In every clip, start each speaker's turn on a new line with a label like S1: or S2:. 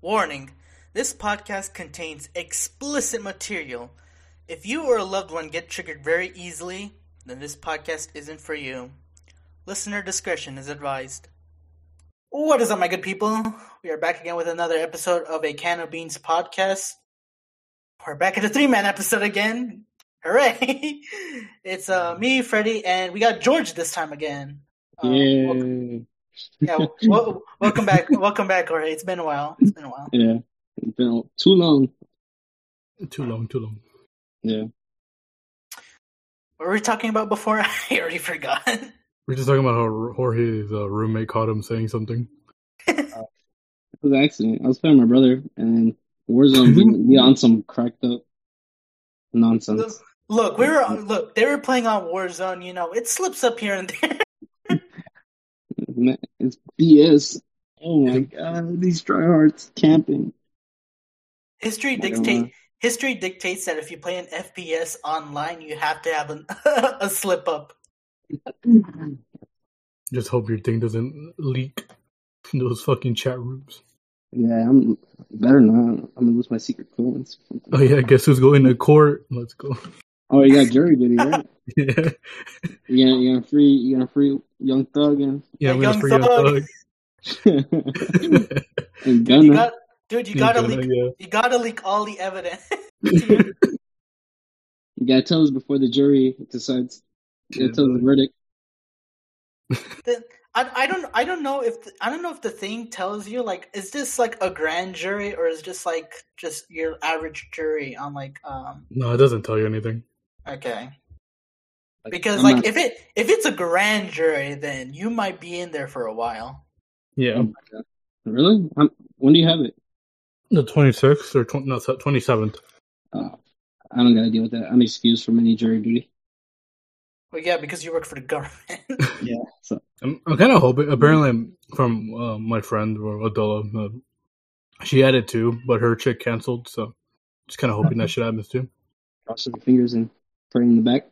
S1: Warning this podcast contains explicit material. If you or a loved one get triggered very easily, then this podcast isn't for you. Listener discretion is advised. What is up, my good people? We are back again with another episode of a Can of Beans podcast. We're back at the three man episode again. Hooray! it's uh, me, Freddie, and we got George this time again. Uh, welcome- yeah, wel- welcome back, welcome back, Jorge. It's been a while. It's been a while.
S2: Yeah, it's been too long.
S3: Too long, too long.
S2: Yeah,
S1: What were we talking about before? I already forgot.
S3: We're just talking about how Jorge's uh, roommate caught him saying something.
S2: it was an accident. I was playing with my brother, and Warzone be, be on some cracked up nonsense.
S1: Look, we were on, look. They were playing on Warzone. You know, it slips up here and there.
S2: Man, It's BS. Oh my god, these tryhards camping.
S1: History
S2: I don't know.
S1: dictate. History dictates that if you play an FPS online, you have to have an, a slip up.
S3: Just hope your thing doesn't leak in those fucking chat rooms.
S2: Yeah, I'm better not. I'm gonna lose my secret clearance.
S3: Oh yeah, guess who's going to court? Let's go.
S2: Oh, you got jury duty, right?
S3: yeah,
S2: You got, you got free, you got free young thug and,
S3: yeah,
S1: A
S3: we got
S1: young
S3: free young
S1: thug.
S3: thug.
S2: and
S1: Dude, you
S2: gunna.
S1: got, dude, you gotta
S3: Gunna,
S1: leak. You gotta leak all the evidence.
S3: yeah.
S2: You gotta tell us before the jury decides. You gotta
S3: Yeah,
S2: tell us the
S3: bro.
S2: verdict.
S1: I, I don't I don't know if the, I don't know if the thing tells you like is this like a grand jury or is this like just your average jury on like um
S3: no, it doesn't tell you anything.
S1: okay because
S2: I'm
S1: like
S2: not-
S1: if it if it's a grand jury then you might be in there for a while
S3: Yeah,
S2: Oh Really? i when do you have it?
S3: the twenty sixth or tw- no twenty seventh.
S2: Oh, I don't gotta deal with that. I'm excused from any jury duty.
S1: well yeah because you work for the government
S3: I'm, I'm kind of hoping. Apparently, from uh, my friend or Adela, uh, she had it too, but her chick canceled. So, just kind of hoping that shit happens too.
S2: Crossing my fingers and praying in the back.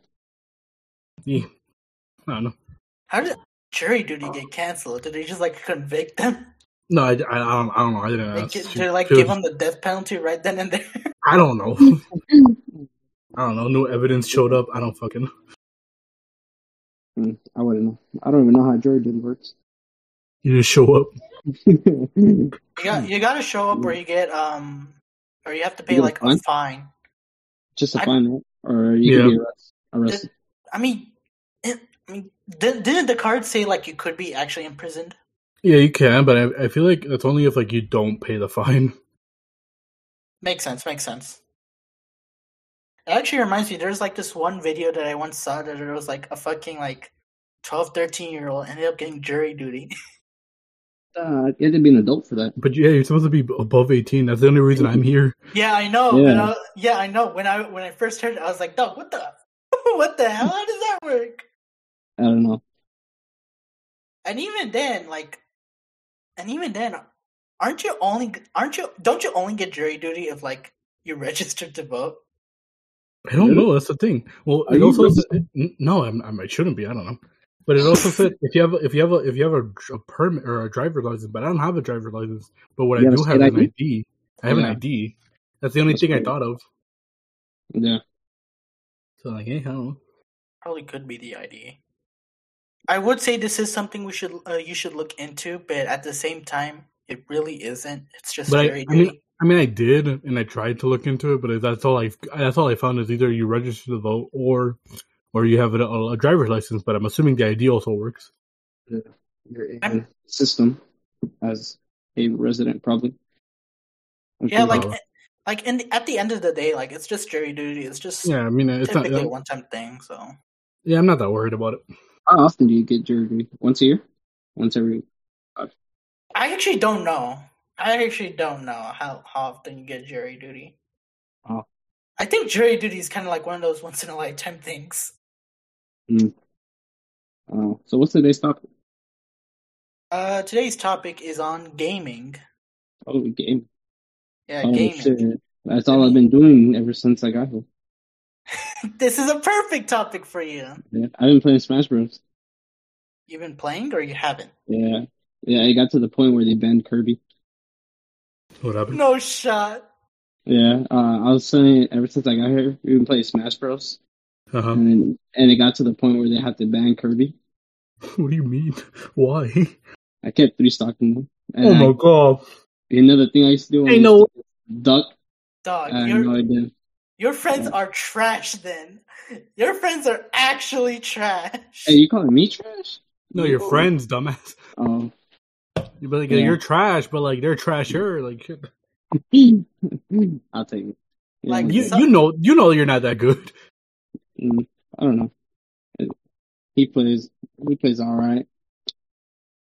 S3: Yeah. I don't know.
S1: how did jury duty get canceled did they just like convict them
S3: No, I, I, don't. I don't know. I didn't
S1: they,
S3: ask.
S1: gi-
S3: She-
S1: they like
S3: she
S1: give
S3: was-
S1: them the death penalty right then and there
S3: I don't know. I don't know. New evidence showed up. I don't fucking. know.
S2: Mm, I wouldn't know. I don't even know how jury duty works.
S3: You just show up.
S2: yeah,
S1: you got you got to show up or you get um or you have to pay
S2: You get a
S1: like a
S2: fine?
S1: fine
S2: just a
S1: I-
S2: fine, right? Or you can
S3: Yeah.
S2: be arrest, arrested.
S1: I mean, it, I mean, di- didn't the card say like you could be actually imprisoned?
S3: Yeah, you can, but I, I feel like that's only if like you don't pay the fine.
S1: Makes sense. Makes sense. It actually reminds me. There's like this one video that I once saw that it was like a fucking like 12, 13 year old ended up getting jury duty.
S2: Uh, you had to be an adult for that.
S3: But yeah, you're supposed to be above eighteen. That's the only reason I'm here.
S1: yeah, I know. Yeah.
S2: Yeah.
S1: I, yeah, I know. When I when I first heard it, I was like, "Dog, what the, what the hell? How does that work?"
S2: I don't know.
S1: And even then, like, and even then, aren't you only aren't you don't you only get jury duty if like you registered to vote?
S3: I don't
S2: Really?
S3: know. That's the thing. Well,
S2: Are
S3: it
S2: you
S3: also
S2: really-
S3: said- n- no. I'm, I'm, I shouldn't be. I don't know. But it also said if you have a, if you have a, if you have a, dr- a permit or a driver's license, but I don't have a driver's license. But what
S2: You
S3: I
S2: have a
S3: do have is
S2: state
S3: an
S2: ID?
S3: ID. I have
S2: Yeah.
S3: an ID. That's the only
S2: That's
S3: thing I
S2: cool.
S3: thought of.
S2: Yeah.
S3: So like, hey, I don't know.
S1: Probably could be the ID. I would say this is something we should uh, you should look into, but at the same time, it really isn't. It's just
S3: But I-
S1: very
S3: I mean-
S1: dirty.
S3: I mean, I did, and I tried to look into it, but that's all I that's all I found is either you register to vote or or you have a, a driver's license. But I'm assuming the ID also works.
S2: You're in
S1: I'm-
S2: system as a resident, probably. I'm
S1: yeah,
S2: sure.
S1: like
S3: uh,
S1: like in at the end of the day, like it's just jury duty. It's just
S3: Yeah, I mean, it's not. uh,
S1: typically a one time thing. So
S3: Yeah, I'm not that worried about it.
S2: how often do you get jury duty? Once a year? Once every.
S1: I actually don't know. I actually don't know how, how often you get jury duty.
S2: Oh.
S1: I think jury duty is kind of like one of those once in a lifetime things.
S2: Uh, so what's today's topic?
S1: Uh, today's topic is on gaming.
S2: Oh, game.
S1: Yeah,
S2: Oh,
S1: gaming.
S2: shit. That's all I've been doing ever since I got here.
S1: This is a perfect topic for you.
S2: Yeah, I've been playing Smash Bros.
S1: You've been playing or you haven't?
S2: Yeah, yeah. It got to the point where they banned Kirby.
S3: What happened?
S1: No shot.
S2: Yeah, uh, I was saying ever since I got here, we've been playing Smash Bros.
S3: Uh-huh.
S2: And and it got to the point where they had to ban Kirby.
S3: What do you mean? Why?
S2: I kept three stocking them. And
S3: Oh
S2: I-
S3: my god!
S2: another thing I used to do
S3: Ain't no.
S2: duck.
S1: Dog,
S2: I have
S1: your
S2: Uh, no idea.
S1: your friends are trash then. Your friends are actually trash.
S2: Hey, you calling me trash?
S3: No, your friends, dumbass.
S2: Oh,
S3: You be like, yeah,
S2: Yeah.
S3: you're trash, but like they're trasher. Like shit.
S2: I'll take it. Yeah,
S1: Like,
S3: you,
S2: okay.
S1: So-
S3: you know, you know, you're not that good.
S2: Mm, I don't know. It- He plays. He plays all right.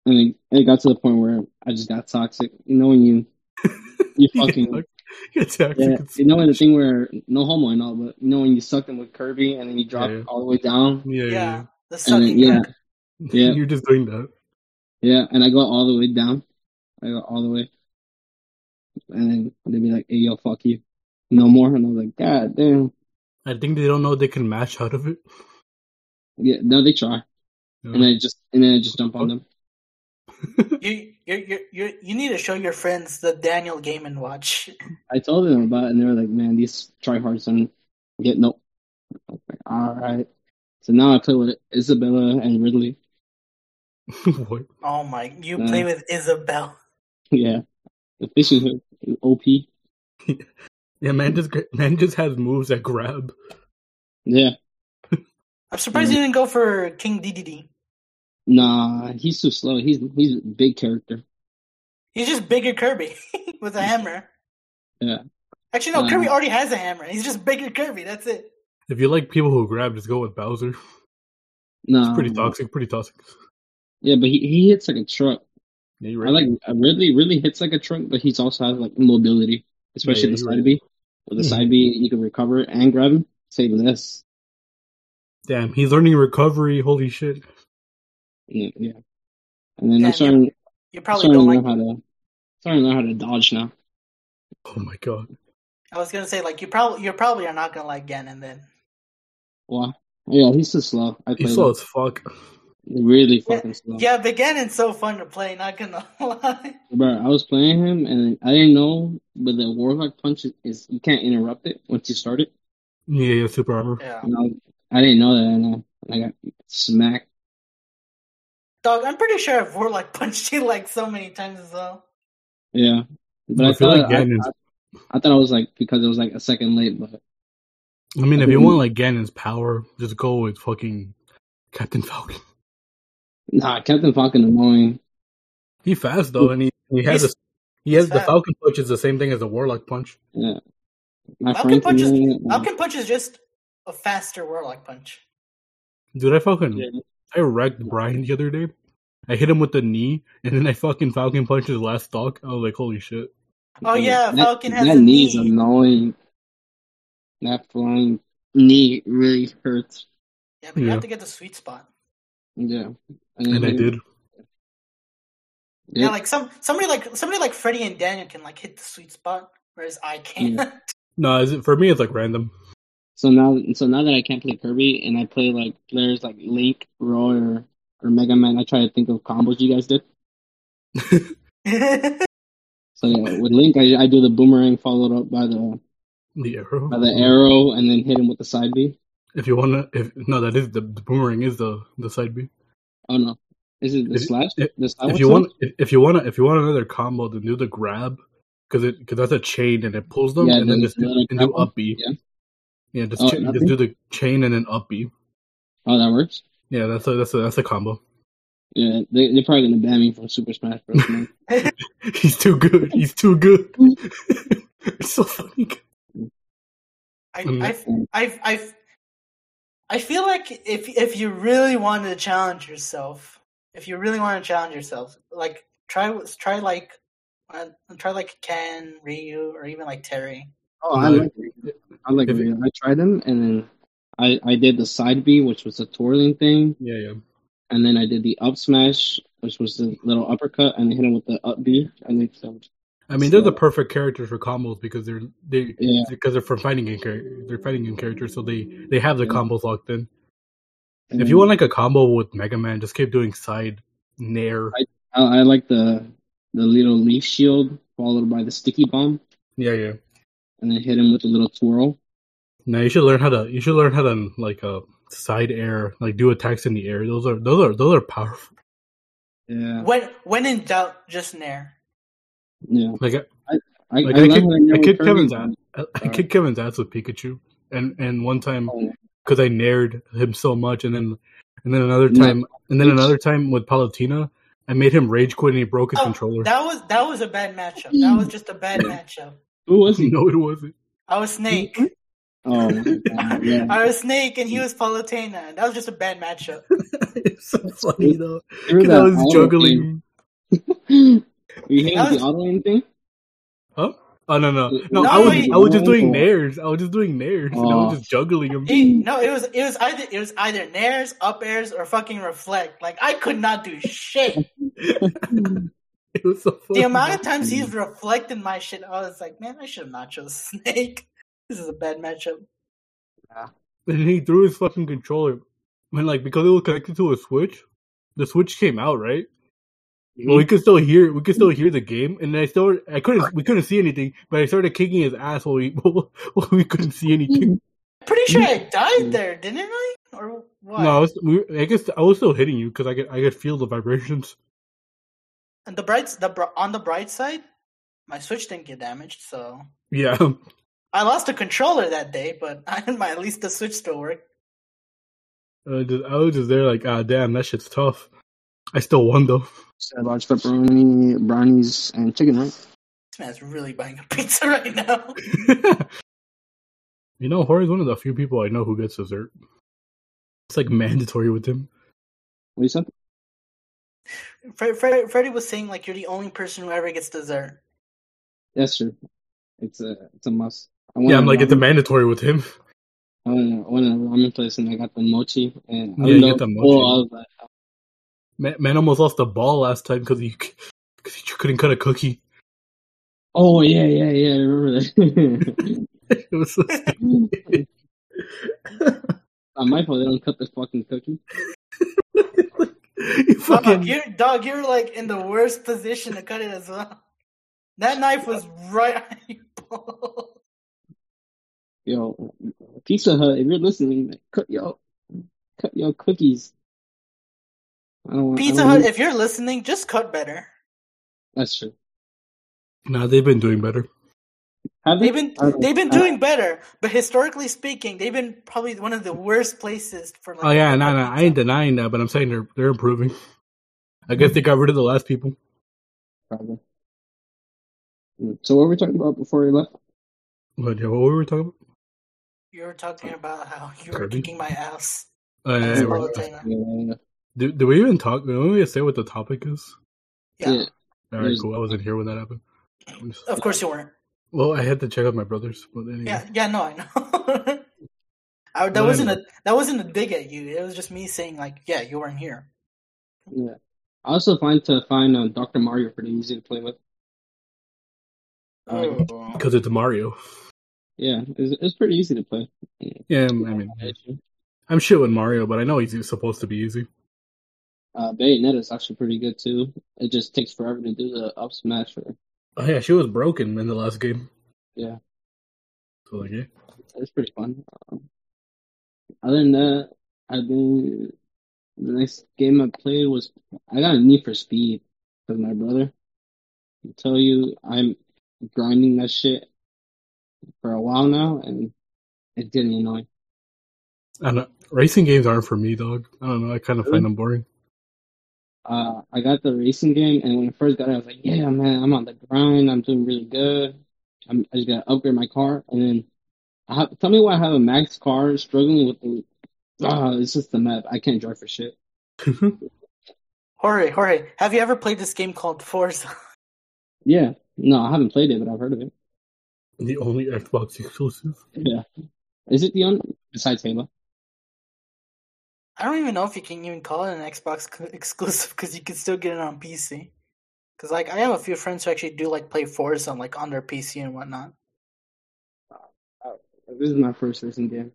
S2: And it, it got to the point where I just got toxic. You know when you you fucking
S3: Yeah, you're toxic.
S2: Yeah, you know, and the thing where no homo and all, but you know when you suck them with Kirby and then you drop
S3: Yeah.
S2: all the way down,
S3: yeah, yeah, yeah.
S1: yeah, the
S2: and then,
S1: sucking.
S2: yeah, Yeah.
S3: You're just doing that.
S2: yeah, and I go all the way down, I go all the way, and then they'd be like, "Hey, yo, fuck you, no more," and I was like, "God damn,
S3: I think they don't know they can match out of it.
S2: yeah." No, they try,
S3: Yeah.
S2: and then I just and then I just jump on them.
S1: You, you you you you need to show your friends the Daniel Gaiman watch.
S2: I told them about it, and they were like, "Man, these tryhards don't get no." I was like, all right, so now I play with Isabella and Ridley.
S3: what?
S1: Oh my! You
S2: Yeah.
S1: play with Isabel.
S2: yeah, the fishing hook, is OP.
S3: Yeah, man just man just has moves that grab.
S2: Yeah.
S1: I'm surprised
S2: Mm.
S1: you didn't go for King DDD.
S2: Nah, he's too slow. He's he's a big character.
S1: He's just bigger Kirby with a hammer.
S2: Yeah.
S1: Actually, no.
S2: Um,
S1: Kirby already has a hammer. He's just bigger Kirby. That's it.
S3: If you like people who grab, just go with Bowser.
S2: Nah,
S3: It's pretty
S2: Um,
S3: toxic. Pretty toxic.
S2: Yeah, but he, he hits like a truck.
S3: Yeah, you're
S2: I like uh, Ridley. Really hits like a truck, but he's also has like mobility, especially
S3: Yeah,
S2: the
S3: you're
S2: side
S3: right.
S2: B. With the
S3: Mhm.
S2: side B, you can recover it and grab him. Say less.
S3: Damn, he's learning recovery. Holy shit!
S2: Yeah, yeah. And then
S1: Yeah,
S2: I'm starting,
S1: You
S2: I'm
S1: probably
S2: starting to
S1: don't
S2: learn
S1: like.
S2: how to, starting to learn how to dodge now.
S3: Oh my god.
S1: I was gonna say like you probably you probably are not gonna like Ganon then.
S2: Why? Yeah, he's too slow. I play
S3: He's slow
S2: him.
S3: as fuck.
S2: really fucking slow.
S1: Yeah, but Ganon's so fun to play. Not gonna lie.
S2: Bro, I was playing him and I didn't know, but the warlock punch is, is you can't interrupt it once you start it.
S3: Yeah, yeah, super armor.
S1: Yeah.
S2: And I, was- I didn't know that, and I, I got smacked.
S1: Dog, I'm pretty sure I've Warlock punched you like so many times as well.
S2: Yeah, but
S3: I
S2: I,
S3: feel
S2: thought
S3: like Ganon's-
S2: I, I, I thought I was like because it was like a second late, but
S3: I mean, if
S2: I
S3: you
S2: mean-
S3: want like Ganon's power, just go with fucking Captain Falcon.
S2: nah, Captain Falcon annoying.
S3: He fast though, and he he has a,
S1: He's-
S3: he has the
S1: fast.
S3: Falcon punch is the same thing as the Warlock punch.
S2: Yeah, my
S1: Falcon
S2: friends
S1: punch is-
S2: annoying, and-
S1: Falcon Punch is just a faster Warlock Punch.
S3: Dude, I fucking
S2: Yeah.
S3: I wrecked Brian the other day. I hit him with the knee, and then I fucking Falcon punched his last stock. I was like, holy shit.
S1: Oh yeah,
S2: that,
S1: Falcon has
S2: that
S1: a
S2: knee's
S1: knee.
S2: annoying. That flying knee really hurts.
S1: Yeah, but you
S3: Yeah.
S1: have to get the sweet spot.
S2: Yeah,
S3: And
S2: Mm-hmm.
S3: I did.
S2: Yeah.
S1: Yeah, like some somebody like somebody like Freddy and Daniel can like hit the sweet spot, whereas I can't.
S3: No, is it, for me, it's like random.
S2: So now, so now that I can't play Kirby and I play like players like Link, Roy, or, or Mega Man, I try to think of combos you guys did. So yeah, with Link, I, I do the boomerang followed up by the
S3: The arrow.
S2: by the arrow and then hit him with the side B.
S3: If you wanna, if no, that is the, the boomerang is the the side B.
S2: Oh no, is it the
S3: If-
S2: slash?
S3: if-
S2: the side
S3: if you want, if, if you want, if you want another combo, then do the grab because it because that's a chain and it pulls them,
S2: Yeah,
S3: and
S2: then
S3: then just
S2: another
S3: do, and do
S2: grapple.
S3: up B.
S2: Yeah.
S3: yeah, just
S2: Oh,
S3: cha-
S2: up
S3: just
S2: B?
S3: do the chain and then up B.
S2: Oh, that works.
S3: Yeah, that's a that's a that's a combo.
S2: Yeah, they, they're probably gonna ban me from Super Smash Bros. man.
S3: He's too good. He's too good. it's so funny.
S1: I,
S3: Mm.
S1: I, I, I, I feel like if if you really wanted to challenge yourself, if you really want to challenge yourself, like try try like uh, try like Ken, Ryu, or even like Terry.
S2: oh, I
S3: No.
S2: like I like
S3: If-
S2: Ryu. I tried him and then I I did the side B, which was a twirling thing.
S3: Yeah, yeah.
S2: and then I did the up smash, which was the little uppercut, and I hit him with the up B. And then so,
S3: I mean, they're
S2: So-
S3: the perfect characters for combos because they're they
S2: yeah,
S3: because they're from fighting game characters. They're fighting game characters, so they they have the
S2: Yeah.
S3: combos locked in.
S2: and
S3: If
S2: then
S3: you want like a combo with Mega Man, just keep doing side nair.
S2: I, I like the the little leaf shield followed by the sticky bomb,
S3: Yeah, yeah.
S2: and then hit him with a little twirl.
S3: Now you should learn how to. You should learn how to like uh side air, like do attacks in the air. Those are those are those are powerful.
S2: Yeah,
S1: When when in doubt, just nair.
S2: yeah.
S3: Like
S2: I, I,
S3: Like, I
S2: love
S3: kick-
S2: how they never
S3: I kicked
S2: turn
S3: Kevin's
S2: it.
S3: ass. I, I kicked Kevin's ass with Pikachu, and and one time
S2: Oh,
S3: because I nared him so much, and then and then another
S2: No.
S3: time, and then another time with Palatina, I made him rage quit and he broke his
S1: Oh,
S3: controller.
S1: That was that was a bad matchup. That was just a bad matchup.
S2: Who was he?
S3: no, it wasn't.
S1: I was Snake.
S2: Oh, my God, yeah.
S1: I was Snake, and he was Palutena. That was just a bad matchup.
S3: it's so funny though.
S2: Remember
S3: 'cause I
S2: that
S3: was
S2: auto aim?
S3: juggling.
S2: Were you hitting
S1: That was-
S2: with the auto aim thing?
S3: Oh no no no!
S2: No,
S3: I was
S1: he-
S3: I was just doing
S2: Oh.
S3: nares. I was just doing nares, and I was
S2: Oh.
S3: just juggling him.
S1: It- no, it was it was either it was either nairs, up airs, or fucking reflect. Like I could not do shit.
S3: It was so funny.
S1: The amount of times he's reflecting my shit, I was like, man, I should have not chose Snake. This is a bad matchup.
S3: and he threw his fucking controller. And like because it was connected to a switch, the switch came out right. Well, we could still hear we could still hear the game, and I still I couldn't we couldn't see anything, but I started kicking his ass while we while we couldn't see anything.
S1: Pretty sure I died there, didn't I? Or what?
S3: No, I, was, we, I guess I was still hitting you because I could I could feel the vibrations.
S1: And the bright the br- on the bright side, my Switch didn't get damaged, so
S3: Yeah,
S1: I lost a controller that day, but I, my at least the Switch still worked.
S3: I was just, I was just there like ah damn that shit's tough. I still won though.
S2: Said large pepperoni, brownies, and chicken, right?
S1: This man's really buying a pizza right now.
S3: you know, Hori's one of the few people I know who gets dessert. It's like mandatory with him.
S2: What you said?
S1: Fred, Fred, Freddie was saying like you're the only person who ever gets dessert.
S2: Yes, sir. It's a it's a must. I
S3: Yeah, I'm like it's a
S2: the man.
S3: mandatory with him.
S2: I went, I went to a ramen place and I got the mochi and I
S3: Yeah, you
S2: don't know,
S3: get the mochi.
S2: well, I was like,
S3: Man, man almost lost the ball last time because he, cause he couldn't cut a cookie.
S2: oh yeah, yeah, yeah, I remember that.
S3: It was so-
S2: Not my fault. They don't cut the fucking cookie.
S3: you
S1: Dog,
S3: fucking
S1: you're, dog, you're like in the worst position to cut it as well. That knife was right on your ball.
S2: Yo, Pizza Hut, if you're listening, man, cut yo, cut your cookies. I don't want I
S1: Pizza
S2: don't
S1: Hut,
S2: want-
S1: if you're listening, just cut better.
S2: That's true.
S3: nah, they've been doing better.
S2: Have they?
S1: They've been
S2: I don't-
S1: they've been
S2: I-
S1: doing better, but historically speaking, they've been probably one of the worst places for. Like,
S3: Oh yeah, nah, nah, I ain't denying that, but I'm saying they're they're improving. I guess they got rid of the last people.
S2: Probably. Mm. So what were we talking about before we left?
S3: What, what were we talking
S1: You were talking about how you were
S3: Kirby?
S1: kicking my ass.
S3: about? Uh,
S1: That's
S3: yeah, we're-
S1: Palutena.
S2: Yeah,
S3: do, do we even talk? Do we even say what the topic is?
S1: Yeah.
S2: Yeah.
S3: All right,
S2: There's-
S3: cool. I wasn't here when that happened.
S1: Of course you weren't.
S3: Well, I had to check out my brothers, but anyway.
S1: Yeah, yeah, no, I know. I, that
S3: Well,
S1: wasn't
S3: anyway.
S1: a that wasn't a dig at you. It was just me saying like, yeah, you weren't here.
S2: yeah. I also find to find uh, Doctor Mario pretty easy to play with. Uh,
S3: because it's Mario.
S2: Yeah, it's, it's pretty easy to play.
S3: Yeah, I'm- I mean, I'm shit with Mario, but I know he's supposed to be easy.
S2: Uh, Bayonetta is actually pretty good too. It just takes forever to do the up smash. Or,
S3: Oh yeah, she was broken in the last game.
S2: Yeah.
S3: So like, yeah.
S2: it's pretty fun. Um, other than that, I've been the next game I played was I got a Need for Speed with my brother. I tell you, I'm grinding that shit for a while now, and it's getting annoying.
S3: I don't, uh, racing games aren't for me, dog. I don't know. I kind of
S2: Really?
S3: find them boring.
S2: Uh, I got the racing game, and when I first got it, I was like, "Yeah, man, I'm on the grind. I'm doing really good. I'm, I just gotta upgrade my car." And then, I have, tell me why I have a max car struggling with the. Ah, it's just the map. I can't drive for shit.
S1: Jorge, Jorge, have you ever played this game called Forza?
S2: Yeah, no, I haven't played it, but I've heard of it.
S3: the only Xbox exclusive.
S2: Yeah, is it the only besides Halo?
S1: I don't even know if you can even call it an Xbox c- exclusive because you can still get it on PC. Because like I have a few friends who actually do like play Forza like on their PC and whatnot.
S2: This is my first racing game,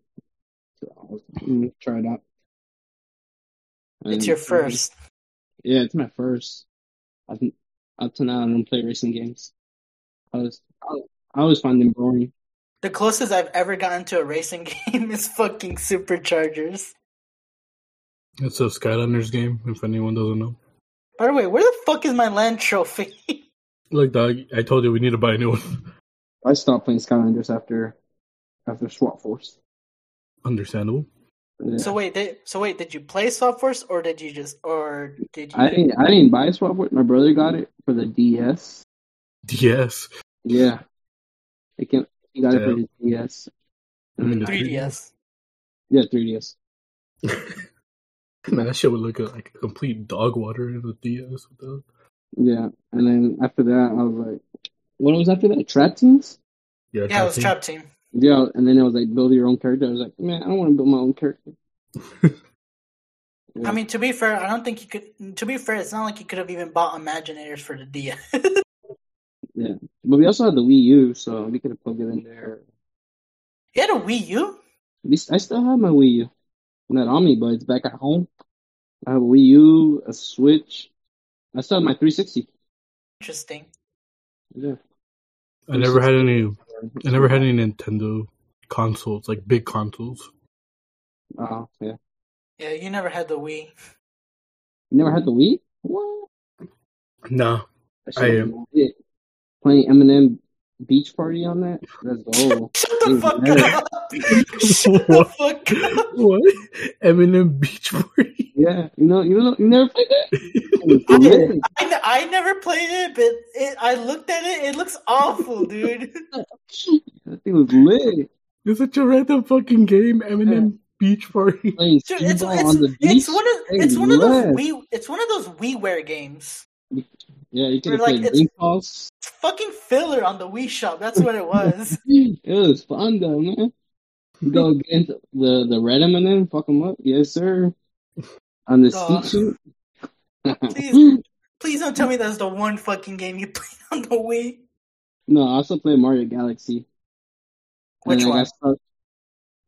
S2: so I'll mm, try it out.
S1: It's
S2: And-
S1: your first.
S2: Yeah, it's my first. I've up to now I don't play racing games. I was I always find them boring.
S1: The closest I've ever gotten to a racing game is fucking Superchargers.
S3: It's a Skylanders game, if anyone doesn't know.
S1: By the way, where the fuck is my land trophy?
S3: Look, dog, I told you we need to buy a new one.
S2: I stopped playing Skylanders after after SWAT Force.
S3: Understandable.
S2: Yeah.
S1: So wait, did, so wait, did you play Soft Force or did you just or did you?
S2: I didn't I didn't buy SWAT Force. My brother got it for the DS.
S3: Yes.
S2: Yeah, it can. He got it for
S3: Yeah.
S2: his DS.
S3: Mm.
S1: 3ds.
S2: Yeah, 3DS.
S3: Man, that shit would look like a complete dog water in the DS. with that.
S2: Yeah, and then after that, I was like, what was after that? Trap teams.
S1: Yeah, it was
S3: Taxi.
S1: Trap Team.
S2: Yeah, and then it was like build your own character. I was like, man, I don't want to build my own character. Yeah.
S1: I mean, to be fair, I don't think you could. To be fair, it's not like you could have even bought Imaginators for the DS.
S2: but we also had the Wii U, so we could have plugged it in there.
S1: you had a Wii U.
S2: At least I still have my Wii U. Not on me, but it's back at home. I have a Wii U, a Switch. I still have my 360.
S1: Interesting.
S2: Yeah.
S3: I never had any. I never had any Nintendo consoles, like big consoles.
S2: Oh, yeah.
S1: Yeah, you never had the Wii.
S2: You never had the Wii? What?
S3: Nah, I am.
S2: Yeah. Playing Eminem Beach Party on that? That's the whole.
S1: Shut the
S2: Dude,
S1: fuck
S2: man.
S1: up. Shut the
S3: What?
S1: fuck up.
S3: what? Eminem Beach Party.
S2: yeah. You know, you know, you never played that?
S1: I
S2: Yeah.
S1: did. I, n- I never played it, but it, I looked at it. It looks awful, dude.
S2: That thing was lit.
S3: It's such a random fucking game. Eminem Beach Party.
S2: Playing
S1: Dude, it's,
S2: skee-ball on the
S1: it's,
S2: beach.
S1: it's one of it's one of those
S2: Yes.
S1: Wii it's one of those WiiWare games.
S2: Yeah, you could
S1: Or,
S2: have
S1: like,
S2: played
S1: it's-
S2: Link Balls.
S1: It's fucking filler on the Wii shop. That's what it was.
S2: It was fun though, man. You go against the the red M and M, fuck them up, yes sir. On the
S1: Aw.
S2: steep shoot.
S1: Please. Please don't tell me that's the one fucking game you played on the Wii.
S2: no, I also played Mario Galaxy.
S1: Which
S2: I got
S1: one?
S2: stuck-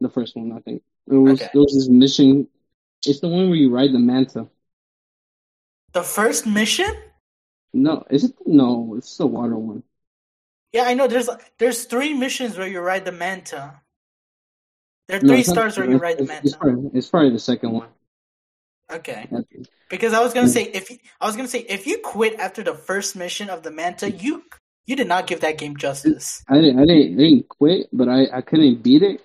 S2: The first one, I think. It was
S1: Okay.
S2: there was this mission. It's the one where you ride the manta.
S1: The first mission?
S2: No, is it? No, it's the water one.
S1: Yeah, I know. There's there's three missions where you ride the manta. There are
S2: No,
S1: three
S2: it's not-
S1: stars where you ride the
S2: it's, it's,
S1: manta.
S2: probably, it's probably the second one.
S1: Okay,
S2: Okay.
S1: because I was
S2: Mm.
S1: gonna say if you, I was gonna say if you quit after the first mission of the manta, you you did not give that game justice.
S2: I didn't, I didn't, I didn't quit, but I, I couldn't beat it.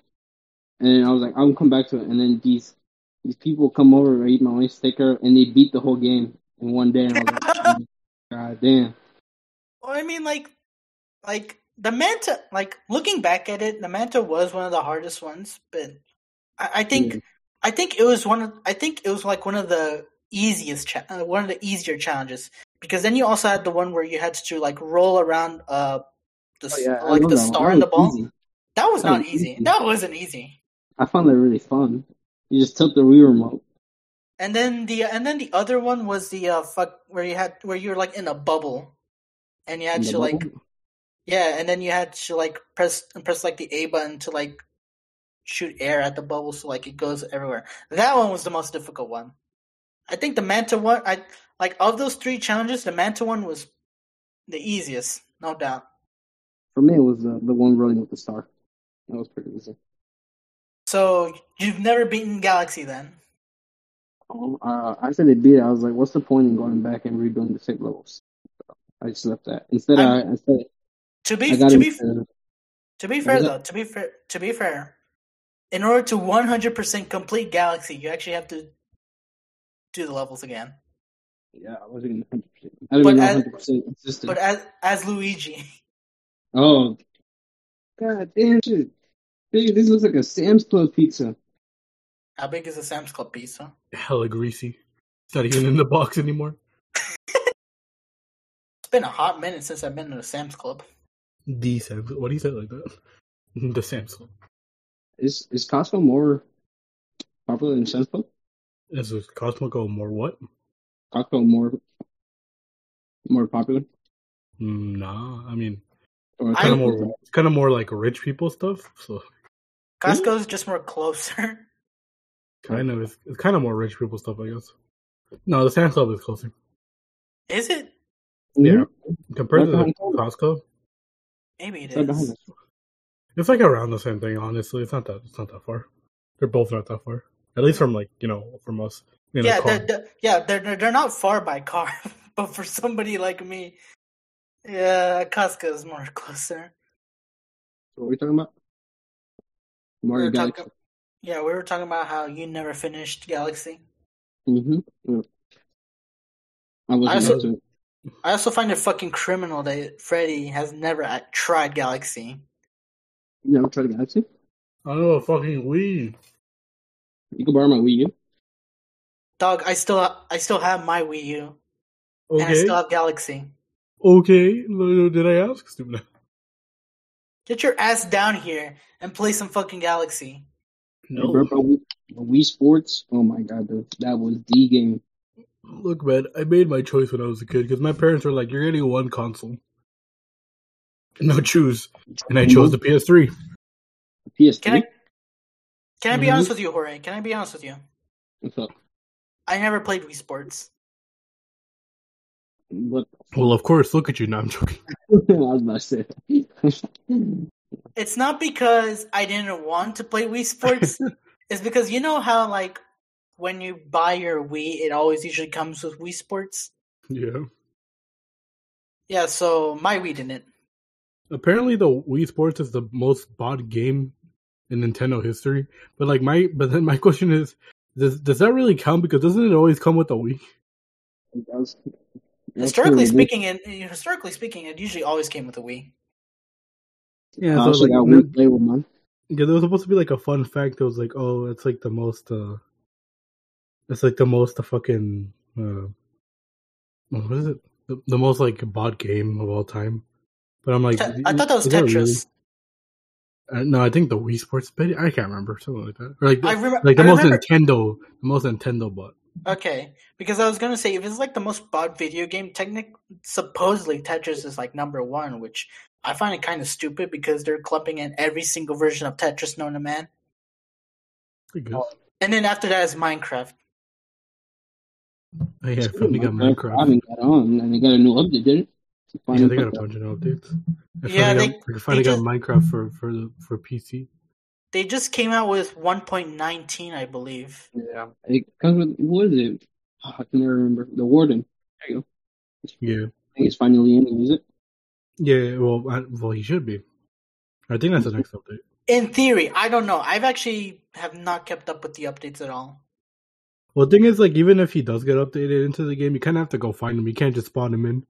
S2: And I was like, I'll come back to it. And then these these people come over, read my own sticker, and they beat the whole game in one day. And I was like, "Oh God damn.
S1: Well, I mean, like, like the manta. Like looking back at it, the manta was one of the hardest ones, but I, I think
S2: Yeah.
S1: I think it was one. Of, I think it was like one of the easiest, cha- uh, one of the easier challenges. Because then you also had the one where you had to like roll around, uh, the, s-
S2: Oh, I
S1: like the
S2: know that one.
S1: star
S2: That
S1: and the
S2: was
S1: ball.
S2: easy.
S1: That was
S2: That
S1: not
S2: was
S1: easy.
S2: easy.
S1: That wasn't easy.
S2: I found that really fun. You just tilt the Wii remote.
S1: And then the and then the other one was the uh fuck where you had where you were like in a bubble, and you had
S2: in the
S1: to like
S2: bubble.
S1: yeah, and then you had to like press press like the A button to like shoot air at the bubble so like it goes everywhere. That one was the most difficult one. I think the manta one I like of those three challenges, the manta one was the easiest, no doubt.
S2: For me, it was the, the one rolling with the star. That was pretty easy.
S1: So you've never beaten Galaxy then.
S2: Um, uh, after they beat it, I was like, what's the point in going back and redoing the same levels? So I just left that. Instead, I,
S1: I'm-
S2: instead
S1: To
S2: I
S1: be
S2: got
S1: to be
S2: into
S1: To be fair,
S2: that-
S1: though, to be fair, to be fair, in order to one hundred percent complete Galaxy, you actually have to do the levels again.
S2: Yeah, I wasn't even 100. percent I didn't
S1: But
S2: know
S1: as-
S2: 100 percent consistent.
S1: But as as Luigi,
S2: oh, god damn shit! Dude, this looks like a Sam's Club pizza.
S1: how big is a Sam's Club pizza?
S3: Hella greasy. It's not even in the box anymore.
S1: It's been a hot minute since I've been to a Sam's Club.
S3: The Sam's. What do you say like that? The Sam's. Club.
S2: Is is Costco more popular than Sam's Club?
S3: Is it Cosmo Go more what?
S2: Costco more more popular
S3: Mm, Nah, I mean,
S2: or
S1: I-
S3: kind of
S2: Costco-
S3: more. It's kind of more like rich people stuff. So
S1: Costco's just more closer.
S3: kind of, it's, it's kind of more rich people stuff, I guess. No, the Sam's Club is closer
S1: Is it?
S2: Mhm.
S3: Mm-hmm. yeah. compared to
S2: Right
S3: the Costco.
S1: Maybe it
S2: It's right behind
S1: is.
S2: us.
S3: It's like around the same thing, honestly. It's not that it's not that far. They're both not that far. At least from like, you know, from us. In a
S1: Yeah,
S3: car.
S1: they're, they're- yeah, they're they're- they're not far by car, but for somebody like me, yeah, Costco is more closer.
S2: What are we talking about?
S1: We
S2: Mario
S1: were
S2: Galaxy.
S1: talking- yeah, we were talking about how you never finished Galaxy.
S2: Mm-hmm. I
S1: I
S2: wasn't
S1: also-
S2: up to it.
S1: I also find it fucking criminal that Freddy has never uh, tried Galaxy.
S2: You never tried Galaxy?
S3: I don't know a fucking Wii.
S2: You can borrow my Wii U.
S1: Dog, I still I still have my Wii U and I
S3: Okay.
S1: still have Galaxy.
S3: Okay. L- Did I ask? Stupid.
S1: Get your ass down here and play some fucking Galaxy.
S2: I brought my Wii, my Wii Sports. Oh my god, dude. That was the game.
S3: Look, man, I made my choice when I was a kid because my parents were like, "You're getting one console. Now choose." And I chose the PS3.
S2: PS3.
S1: Can I Can I be
S3: Mhm.
S1: honest with you, Jorge? Can I be honest with you?
S2: What's up?
S1: I never played Wii Sports.
S2: What?
S3: Well, of course. Look at you now. I'm joking.
S2: I was about to say.
S1: It's not because I didn't want to play Wii Sports. it's because you know how like when you buy your Wii, it always usually comes with Wii Sports.
S3: Yeah.
S1: Yeah, so my Wii didn't.
S3: Apparently, the Wii Sports is the most bought game in Nintendo history. But like my, but then my question is, does does that really count? Because doesn't it always come with a Wii?
S2: That was- that was
S1: Historically
S2: pretty weird.
S1: speaking, and historically speaking, it usually always came with a Wii.
S3: Yeah.
S2: I
S3: So
S2: also
S3: like,
S2: got
S3: no-
S2: one play with mine.
S3: yeah, there was supposed to be like a fun fact that was like, oh, it's like the most, uh, it's like the most uh, fucking, uh, what is it? The, the most like bought game of all time. But I'm like,
S1: Te- I thought that was
S3: is really-
S1: Tetris.
S3: uh, no, I think the Wii Sports, but I can't remember something like that. Or like,
S1: I, rem-
S3: like the
S1: I
S3: most
S1: remember.
S3: Nintendo, the most Nintendo bought.
S1: Okay, because I was gonna say if it's like the most bought video game, technic supposedly Tetris is like number one, which I find it kind of stupid because they're clumping in every single version of Tetris known to man,
S3: Pretty good.
S2: Oh,
S1: and then after that is Minecraft.
S3: Oh, yeah, I finally got
S2: Minecraft
S3: Minecraft.
S2: Robin got on, and they got a new update, didn't it?
S3: Yeah,
S2: Final
S3: they got a
S2: Cut.
S3: bunch of new updates. I
S1: Yeah,
S3: finally
S1: they-
S3: got, I finally
S1: they
S3: got
S1: just-
S3: Minecraft for for the for PC.
S1: They just came out with 1.19, I believe.
S2: Yeah. It comes with, what is it? Oh, I can never remember. The Warden. There you go.
S3: Yeah.
S2: I think it's finally in, is it?
S3: Yeah, well, I, well, he should be. I think that's the next update.
S1: In theory, I don't know. I've actually have not kept up with the updates at all.
S3: Well, the thing is, like, even if he does get updated into the game, you kind of have to go find him. You can't just spawn him in.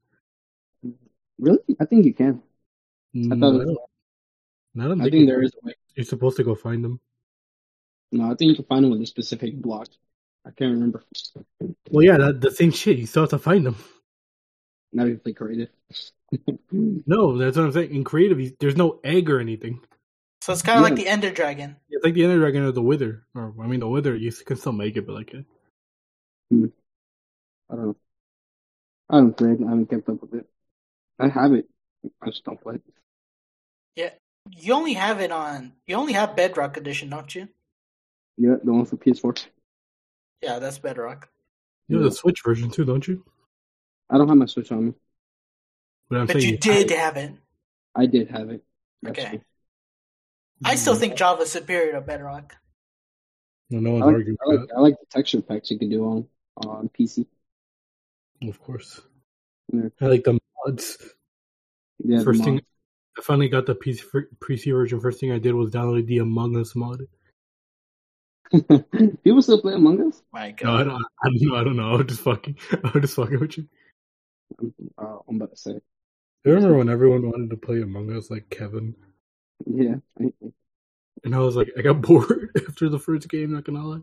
S2: Really? I think you can. I
S3: No,
S2: thought it
S3: I
S2: was,
S3: don't- I don't
S2: Mm, I
S3: think
S2: think
S3: you-
S2: there is a way.
S3: You're supposed to go find him.
S2: No, I think you can find them with a specific block. I can't remember.
S3: Well, yeah, that, the same shit. You still have to find him.
S2: Now you play creative.
S3: No, that's what I'm saying. In creative, he's, there's no egg or anything.
S1: So it's kind of like
S3: Hmm.
S2: Yeah.
S1: the Ender Dragon.
S3: It's like the Ender Dragon or the Wither. Or I mean, the Wither. You can still make it, but like, eh.
S2: I don't know. I don't play it. I haven't kept up with it. I have it. I just don't play it.
S1: You only have it on. You only have Bedrock Edition, don't you?
S2: Yeah, the one for PS4.
S1: Yeah, that's Bedrock.
S3: you have the Switch version too, don't you?
S2: I don't have my Switch on me.
S3: But I'm
S1: But you did have it.
S2: I did have it.
S1: Okay.
S2: actually.
S1: I still think Java's superior to Bedrock.
S3: Well, no
S2: Mm-hmm. I like,
S3: one's arguing
S2: I,
S3: with
S2: like, I like the texture packs you can do on on PC.
S3: that, of course.
S2: Yeah.
S3: I like the mods.
S2: Yeah, the
S3: first thing
S2: mod.
S3: I finally got the PC, fir- PC version. First thing I did was download the Among Us mod.
S2: People still play Among Us?
S1: My
S3: No, I
S1: God.
S3: don't, I don't know. I don't know. I was just fucking. I was just fucking with you.
S2: Uh, I'm about to say.
S3: I remember when everyone wanted to play Among Us, like Kevin,
S2: Yeah. I-
S3: and I was like, I got bored after the first game. Not gonna lie.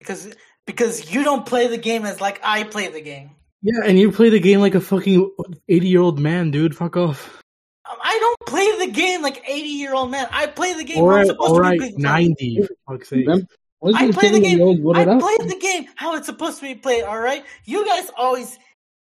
S1: Because because you don't play the game as like I play the game.
S3: Yeah, and you play the game like a fucking eighty-year-old man, dude. Fuck off.
S1: Um, I don't play the game like eighty year old man. I play the game.
S3: All
S1: how
S3: right,
S1: it's supposed
S3: all
S1: to be
S3: right,
S1: played.
S3: ninety. For fuck's sake.
S2: Remember? What's
S1: I
S2: this
S1: play the
S2: 10 year
S1: game.
S2: old
S1: I
S2: voted out?
S1: played the game how it's supposed to be played. All right, you guys always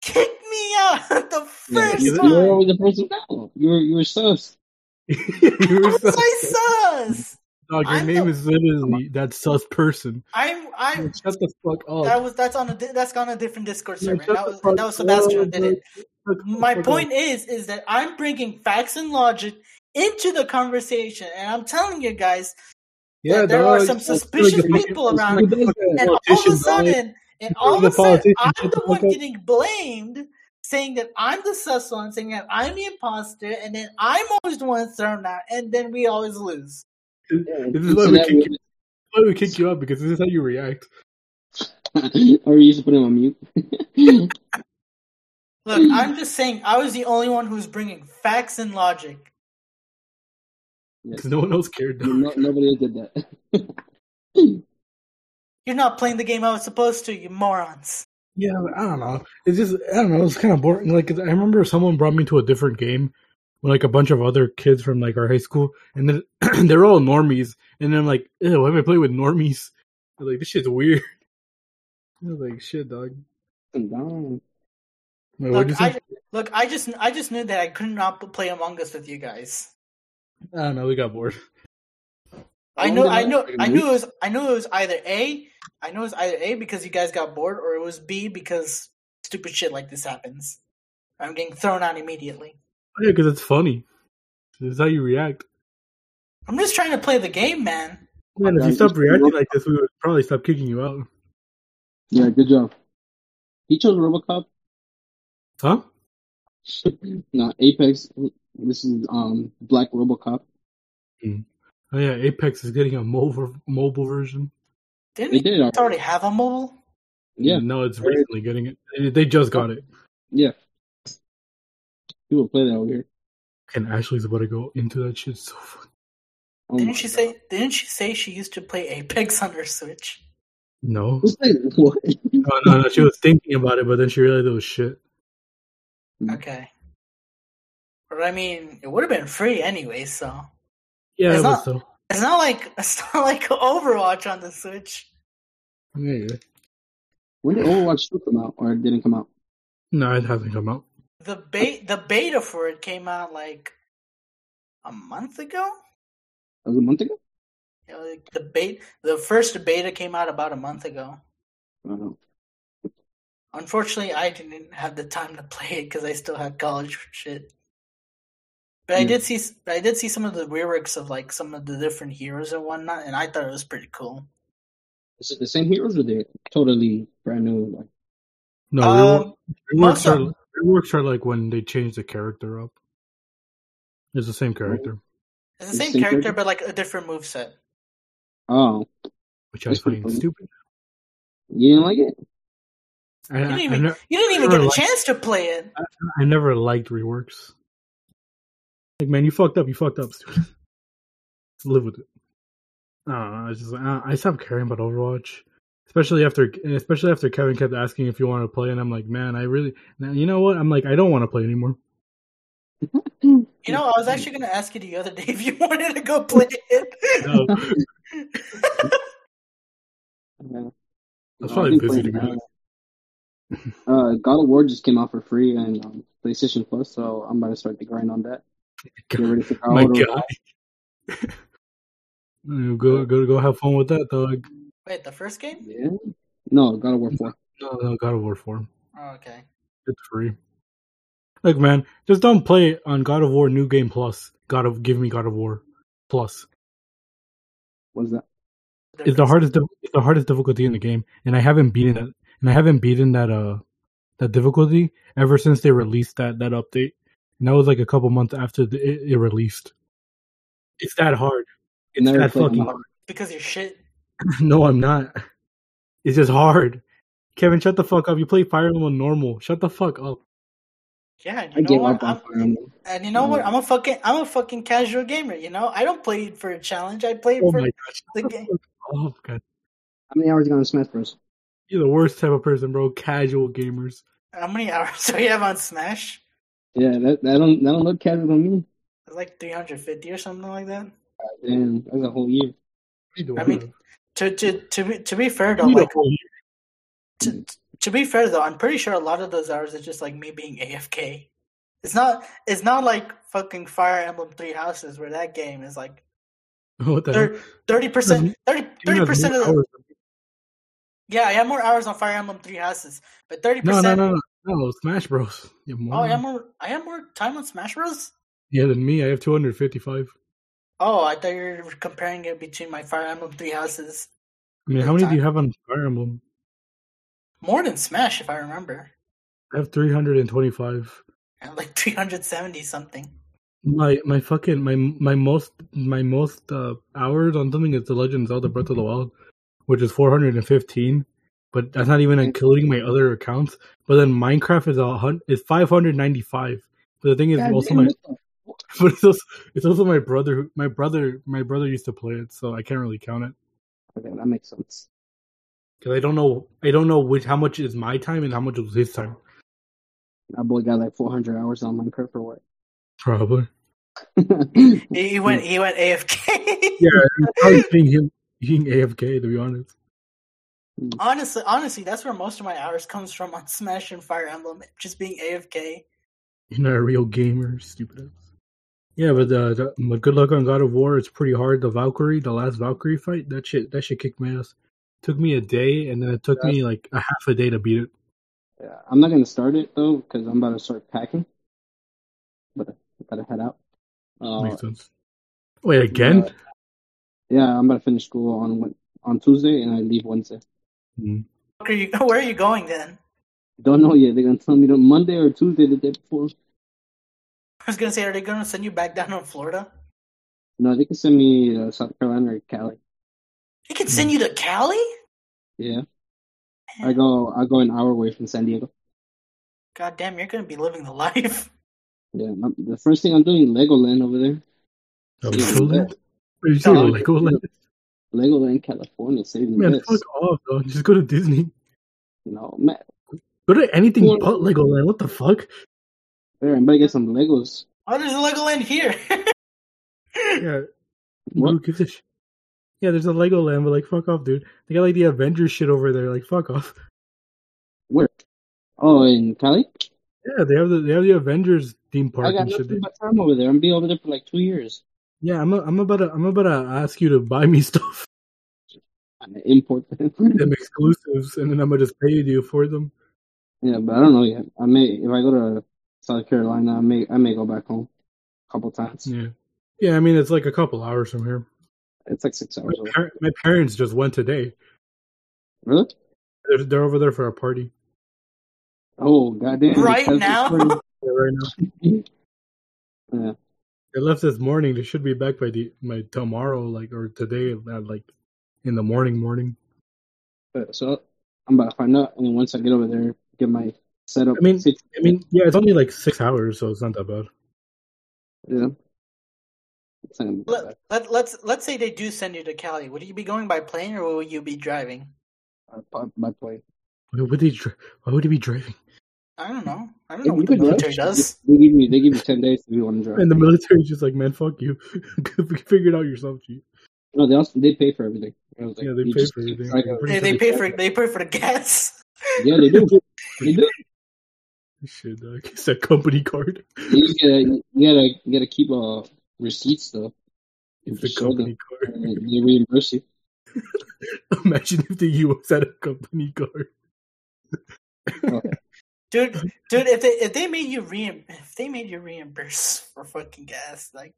S1: kick me out at the
S2: Yeah,
S1: first
S2: you,
S1: time.
S2: you were always the person down. You were you were sus.
S3: You were
S1: What's
S3: so-
S1: my sus?
S3: Dog, your
S1: I'm
S3: name
S1: the-
S3: is literally that sus person.
S1: I'm I'm
S3: Like, shut the fuck up.
S1: that was that's on a di- that's on a different Discord
S3: Yeah,
S1: server.
S3: shut
S1: That
S3: the
S1: was
S3: fuck
S1: that was Sebastian
S3: up,
S1: who did it.
S3: bro. Shut the
S1: My
S3: fuck
S1: point
S3: up.
S1: is is that I'm bringing facts and logic into the conversation, and I'm telling you guys
S3: yeah,
S1: there are
S3: dog,
S1: some
S3: like,
S1: suspicious
S3: like, the
S1: people
S3: fucking-
S1: around.
S3: Who does that?
S1: and all of a
S3: Politicians, dog.
S1: sudden, and
S3: Because
S1: all of
S3: the
S1: a sudden,
S3: politicians
S1: I'm
S3: shut
S1: the
S3: the
S1: one
S3: fuck up.
S1: getting blamed, saying that I'm the sus one, saying that I'm the imposter, and then I'm always the one thrown out, and then we always lose.
S3: This is why we kick you- why we kick you out because this is how you react.
S2: or you just put him on mute.
S3: Hmm.
S1: Look, I'm just saying, I was the only one who's bringing facts and logic.
S2: Yes.
S3: Because no one else cared. dog.
S2: no, nobody did that.
S1: You're not playing the game I was supposed to, you morons.
S3: Yeah, but I don't know. It's just I don't know. It's kind of boring. Like 'cause I remember someone brought me to a different game with like a bunch of other kids from like our high school, and then they're all normies. And then I'm like, ew, why am I playing with normies? I'm like this shit's weird. I was like, shit, dog.
S2: Damn.
S3: Like, what'd you
S1: Look,
S3: say?
S1: I, look, I just, I just knew that I could not play Among Us with you guys.
S3: I don't know. We got bored.
S1: I know, I
S2: Among
S1: know,
S2: Us,
S1: I knew it was, I knew it was either A, I know it was either A because you guys got bored, or it was B because stupid shit like this happens. I'm getting thrown out immediately.
S3: Oh, yeah, because it's funny. This is how you react.
S1: I'm just trying to play the game, man.
S3: Man, if
S2: Yeah,
S3: you stopped
S2: it's-
S3: reacting like this, we would probably stop kicking you out.
S2: Yeah, good job. He chose RoboCop.
S3: Huh?
S2: No, Apex. This is um Black RoboCop.
S3: Oh yeah, Apex is getting a mobile mobile version.
S1: Didn't
S2: They
S1: it
S2: did it already.
S1: already have a mobile?
S2: Yeah,
S3: No, it's recently getting it. They- They just got it.
S2: yeah. People play that over here.
S3: And Ashley's about to go into that shit so fucking.
S2: Oh my
S1: Didn't she
S2: God.
S1: say? Didn't she say she used to play Apex on her Switch?
S3: No.
S2: Who's that? What?
S3: No, no, no. She was thinking about it, but then she realized it was shit.
S1: Okay. But I mean, it would have been free anyway, so
S3: Yeah,
S1: It's
S3: it
S1: not-
S3: was so.
S1: it's not like it's not like Overwatch on the Switch.
S3: Yeah, yeah.
S2: When did Overwatch 2 come out, or it didn't come out?
S3: No, it hasn't come out.
S1: The bait, the beta for it came out like a month ago.
S2: That was a month ago.
S1: You know, like, the bait, the first beta came out about a month ago.
S2: I don't know.
S1: Unfortunately, I didn't have the time to play it because I still had college shit. But I
S3: Hmm.
S2: Yeah.
S1: did see, but I did see some of the reworks of like some of the different heroes and whatnot, and I thought it was pretty cool.
S2: Is it the same heroes or they totally brand new? Like,
S3: No,
S1: Um,
S3: reworks, reworks
S1: most of-
S3: are reworks are like when they change the character up. It's the same
S1: Oh.
S3: character,
S1: It's the
S2: It's
S1: same
S2: same
S1: character,
S2: character?
S1: but like a different moveset.
S2: oh,
S3: which I
S2: That's pretty
S3: find
S2: funny.
S3: stupid.
S2: you didn't like it?
S1: You
S3: I, I,
S1: didn't
S3: I
S1: even,
S3: ne-
S1: you didn't even
S3: never
S1: get a
S3: liked-
S1: chance to play it.
S3: I never liked reworks. Like, man, you fucked up. You fucked up, stupid. Just live with it. I don't know. I just I, I stopped caring about Overwatch, especially after and especially after Kevin kept asking if you wanted to play, and I'm like, man, I really. Now, you know what? I'm like, I don't want to play anymore.
S1: You know,
S3: Hmm.
S1: I was actually going to ask you the other day if you wanted to go play it.
S3: No, I
S2: Yeah.
S3: was
S2: No,
S3: probably
S2: I've been
S3: busy. To
S2: playing
S3: be honest.
S2: that. Uh, God of War just came out for free and um, PlayStation Plus, so I'm about to start the grind on that. Get ready for
S3: My
S2: Colorado.
S3: God. go go go have fun with that dog.
S1: Wait, the first game?
S2: Yeah. No, God of War 4.
S3: No, no, God of War four.
S1: Oh, okay.
S3: It's free. Look, man, just don't play it on God of War New Game Plus. God of Give me God of War Plus.
S2: What's that?
S1: They're
S3: It's the hardest. dif- It's the hardest difficulty in the game, and I haven't beaten that. And I haven't beaten that. Uh, that difficulty ever since they released that that update, and that was like a couple months after the, it, it released. It's that hard. It's
S2: Never
S3: that
S2: played on
S3: fucking.
S2: hard.
S1: Because you're shit.
S3: No, I'm not. It's just hard. Kevin, shut the fuck up. You play Fire Emblem on normal. Shut the fuck up.
S1: Yeah, and
S2: I
S1: you know
S2: gave
S1: what?
S2: up
S1: I'm,
S2: on Fire Emblem.
S1: and you know what? I'm a fucking I'm a fucking casual gamer. You know, I don't play it for a challenge. I play it
S3: Oh
S1: for
S3: my gosh.
S1: the game.
S3: Oh god,
S2: How many hours you got on Smash Bros?
S3: you're the worst type of person, bro. Casual gamers.
S1: How many hours do you have on Smash?
S2: Yeah, that, that don't that don't look casual on me.
S1: It's like 350 or something like that.
S2: Damn, that's a whole year.
S1: I mean, To to to be, to be fair though,
S3: You
S1: like
S3: don't know.
S1: to, to be fair though, I'm pretty sure a lot of those hours are just like me being AFK. It's not it's not like fucking Fire Emblem Three Houses where that game is like
S3: What the heck?
S1: Thirty percent, thirty percent of the yeah, I have more hours on Fire Emblem Three Houses, but thirty
S3: No, no,
S1: percent.
S3: no, no, no. Smash Bros. You
S1: Oh, I
S3: moron.
S1: have more. I have more time on Smash Bros.
S3: Yeah, than me. I have 255.
S1: Oh, I thought you were comparing it between my Fire Emblem Three Houses.
S3: I mean, how many do you have on Fire Emblem?
S1: More than Smash, if I remember.
S3: I have 325.
S1: I have like three hundred seventy something.
S3: My my fucking my my most my most uh, hours on something is the Legend of Zelda Breath of the Wild, which is 415. But that's not even including my other accounts. But then Minecraft is a hun- is 595. But the thing is,
S2: God
S3: also
S2: damn,
S3: my
S2: what the-
S3: but it's also, it's also my brother. who- My brother my brother used to play it, so I can't really count it
S2: Okay, that makes sense.
S3: because I don't know I don't know which how much is my time and how much was his time.
S2: That boy got like 400 hours on Minecraft or what?
S3: Probably.
S1: He he went. He went AFK.
S3: Yeah, it's probably being him being AFK to be honest.
S1: Honestly, honestly, that's where most of my hours comes from on Smash and Fire Emblem, just being AFK.
S3: You're not a real gamer, stupid ass. Yeah, but uh, the, but good luck on God of War. It's pretty hard. The Valkyrie, the last Valkyrie fight, that shit, that shit kicked my ass. Took me a day, and then it took me like a half a day to beat it.
S2: Yeah, I'm not gonna start it though because I'm about to start packing. But I gotta head out. Uh,
S3: Makes sense. Wait again?
S2: uh, yeah, I'm about to finish school on Wed- on Tuesday and I leave Wednesday.
S3: Mm.
S1: Where are you, where are you going then?
S2: Don't know yet. They're gonna tell me the Monday or Tuesday the day before.
S1: I was gonna say, are they gonna send you back down to Florida?
S2: No, they can send me uh, South Carolina or Cali.
S1: They can
S3: Mm.
S1: send you to Cali.
S2: Yeah, I go I go an hour away from San Diego.
S1: God damn, you're gonna be living the life.
S2: Yeah, I'm- the first thing I'm doing Legoland over there.
S3: Oh,
S2: Yeah.
S3: Legoland? Are you
S1: No.
S3: saying Legoland?
S2: Legoland, California, saving
S3: Man,
S2: this.
S3: fuck off, though. Just go to Disney.
S2: You know, man,
S3: Go to anything
S2: Yeah.
S3: but Legoland. What the fuck?
S2: there, I'm about to get some Legos.
S1: Oh, there's a Legoland here.
S3: Yeah,
S2: What?
S3: who gives a shit? Yeah, there's a Legoland, but like, fuck off, dude. They got like the Avengers shit over there. Like, fuck off.
S2: Where? Oh, in Cali.
S3: Yeah, they have the they have the Avengers theme park
S2: I got
S3: and shit.
S2: nothing but time over there. I'm be over there for like two years.
S3: Yeah, I'm a, I'm about to I'm about to ask you to buy me stuff,
S2: I import them.
S3: them exclusives, and then I'm gonna just pay you for them.
S2: yeah, but I don't know yet. I may if I go to South Carolina, I may I may go back home a couple times.
S3: Yeah, yeah. I mean, it's like a couple hours from here.
S2: It's like six
S3: My,
S2: hours. Away.
S3: par- my parents just went today.
S2: Really?
S3: They're they're over there for a party
S2: Oh goddamn!
S1: right now,
S3: Yeah, right now.
S2: Yeah.
S3: They left this morning. They should be back by the my tomorrow, like or today, at like in the morning. Morning.
S2: So I'm about to find out, and once I get over there, get my setup.
S3: I mean-
S2: sit-
S3: I mean, yeah, it's only like six hours, so it's not that bad.
S2: yeah. It's not gonna be that bad.
S1: let, let, let's let's say they do send you to Cali. Would you be going by plane or will you be driving?
S2: I'll pop my plane.
S3: Why would they? Dri- why would he be driving?
S1: I don't know. I don't
S2: Hey,
S1: know
S2: you
S1: what the
S2: could drive.
S1: military does.
S2: They give me they give me ten days if you want to drive.
S3: And the military's just like, man, fuck you. Figure it out yourself, G.
S2: No, they also they pay for everything. I was like,
S3: Yeah, they
S2: you
S3: pay
S2: just-
S3: for everything.
S2: like,
S3: I'm
S1: They,
S3: pretty
S1: they
S3: sure
S1: pay for they pay for the gas.
S2: yeah, they do. They do.
S3: Shit, dog. It's that company card.
S2: You gotta, you gotta, you gotta keep uh, receipts though.
S3: It's
S2: You
S3: the
S2: show
S3: company
S2: them,
S3: card.
S2: and They reimburse you.
S3: Imagine if the U.S. had a company card.
S1: Dude, dude, if they if they made you reim if they made you reimburse for fucking gas, like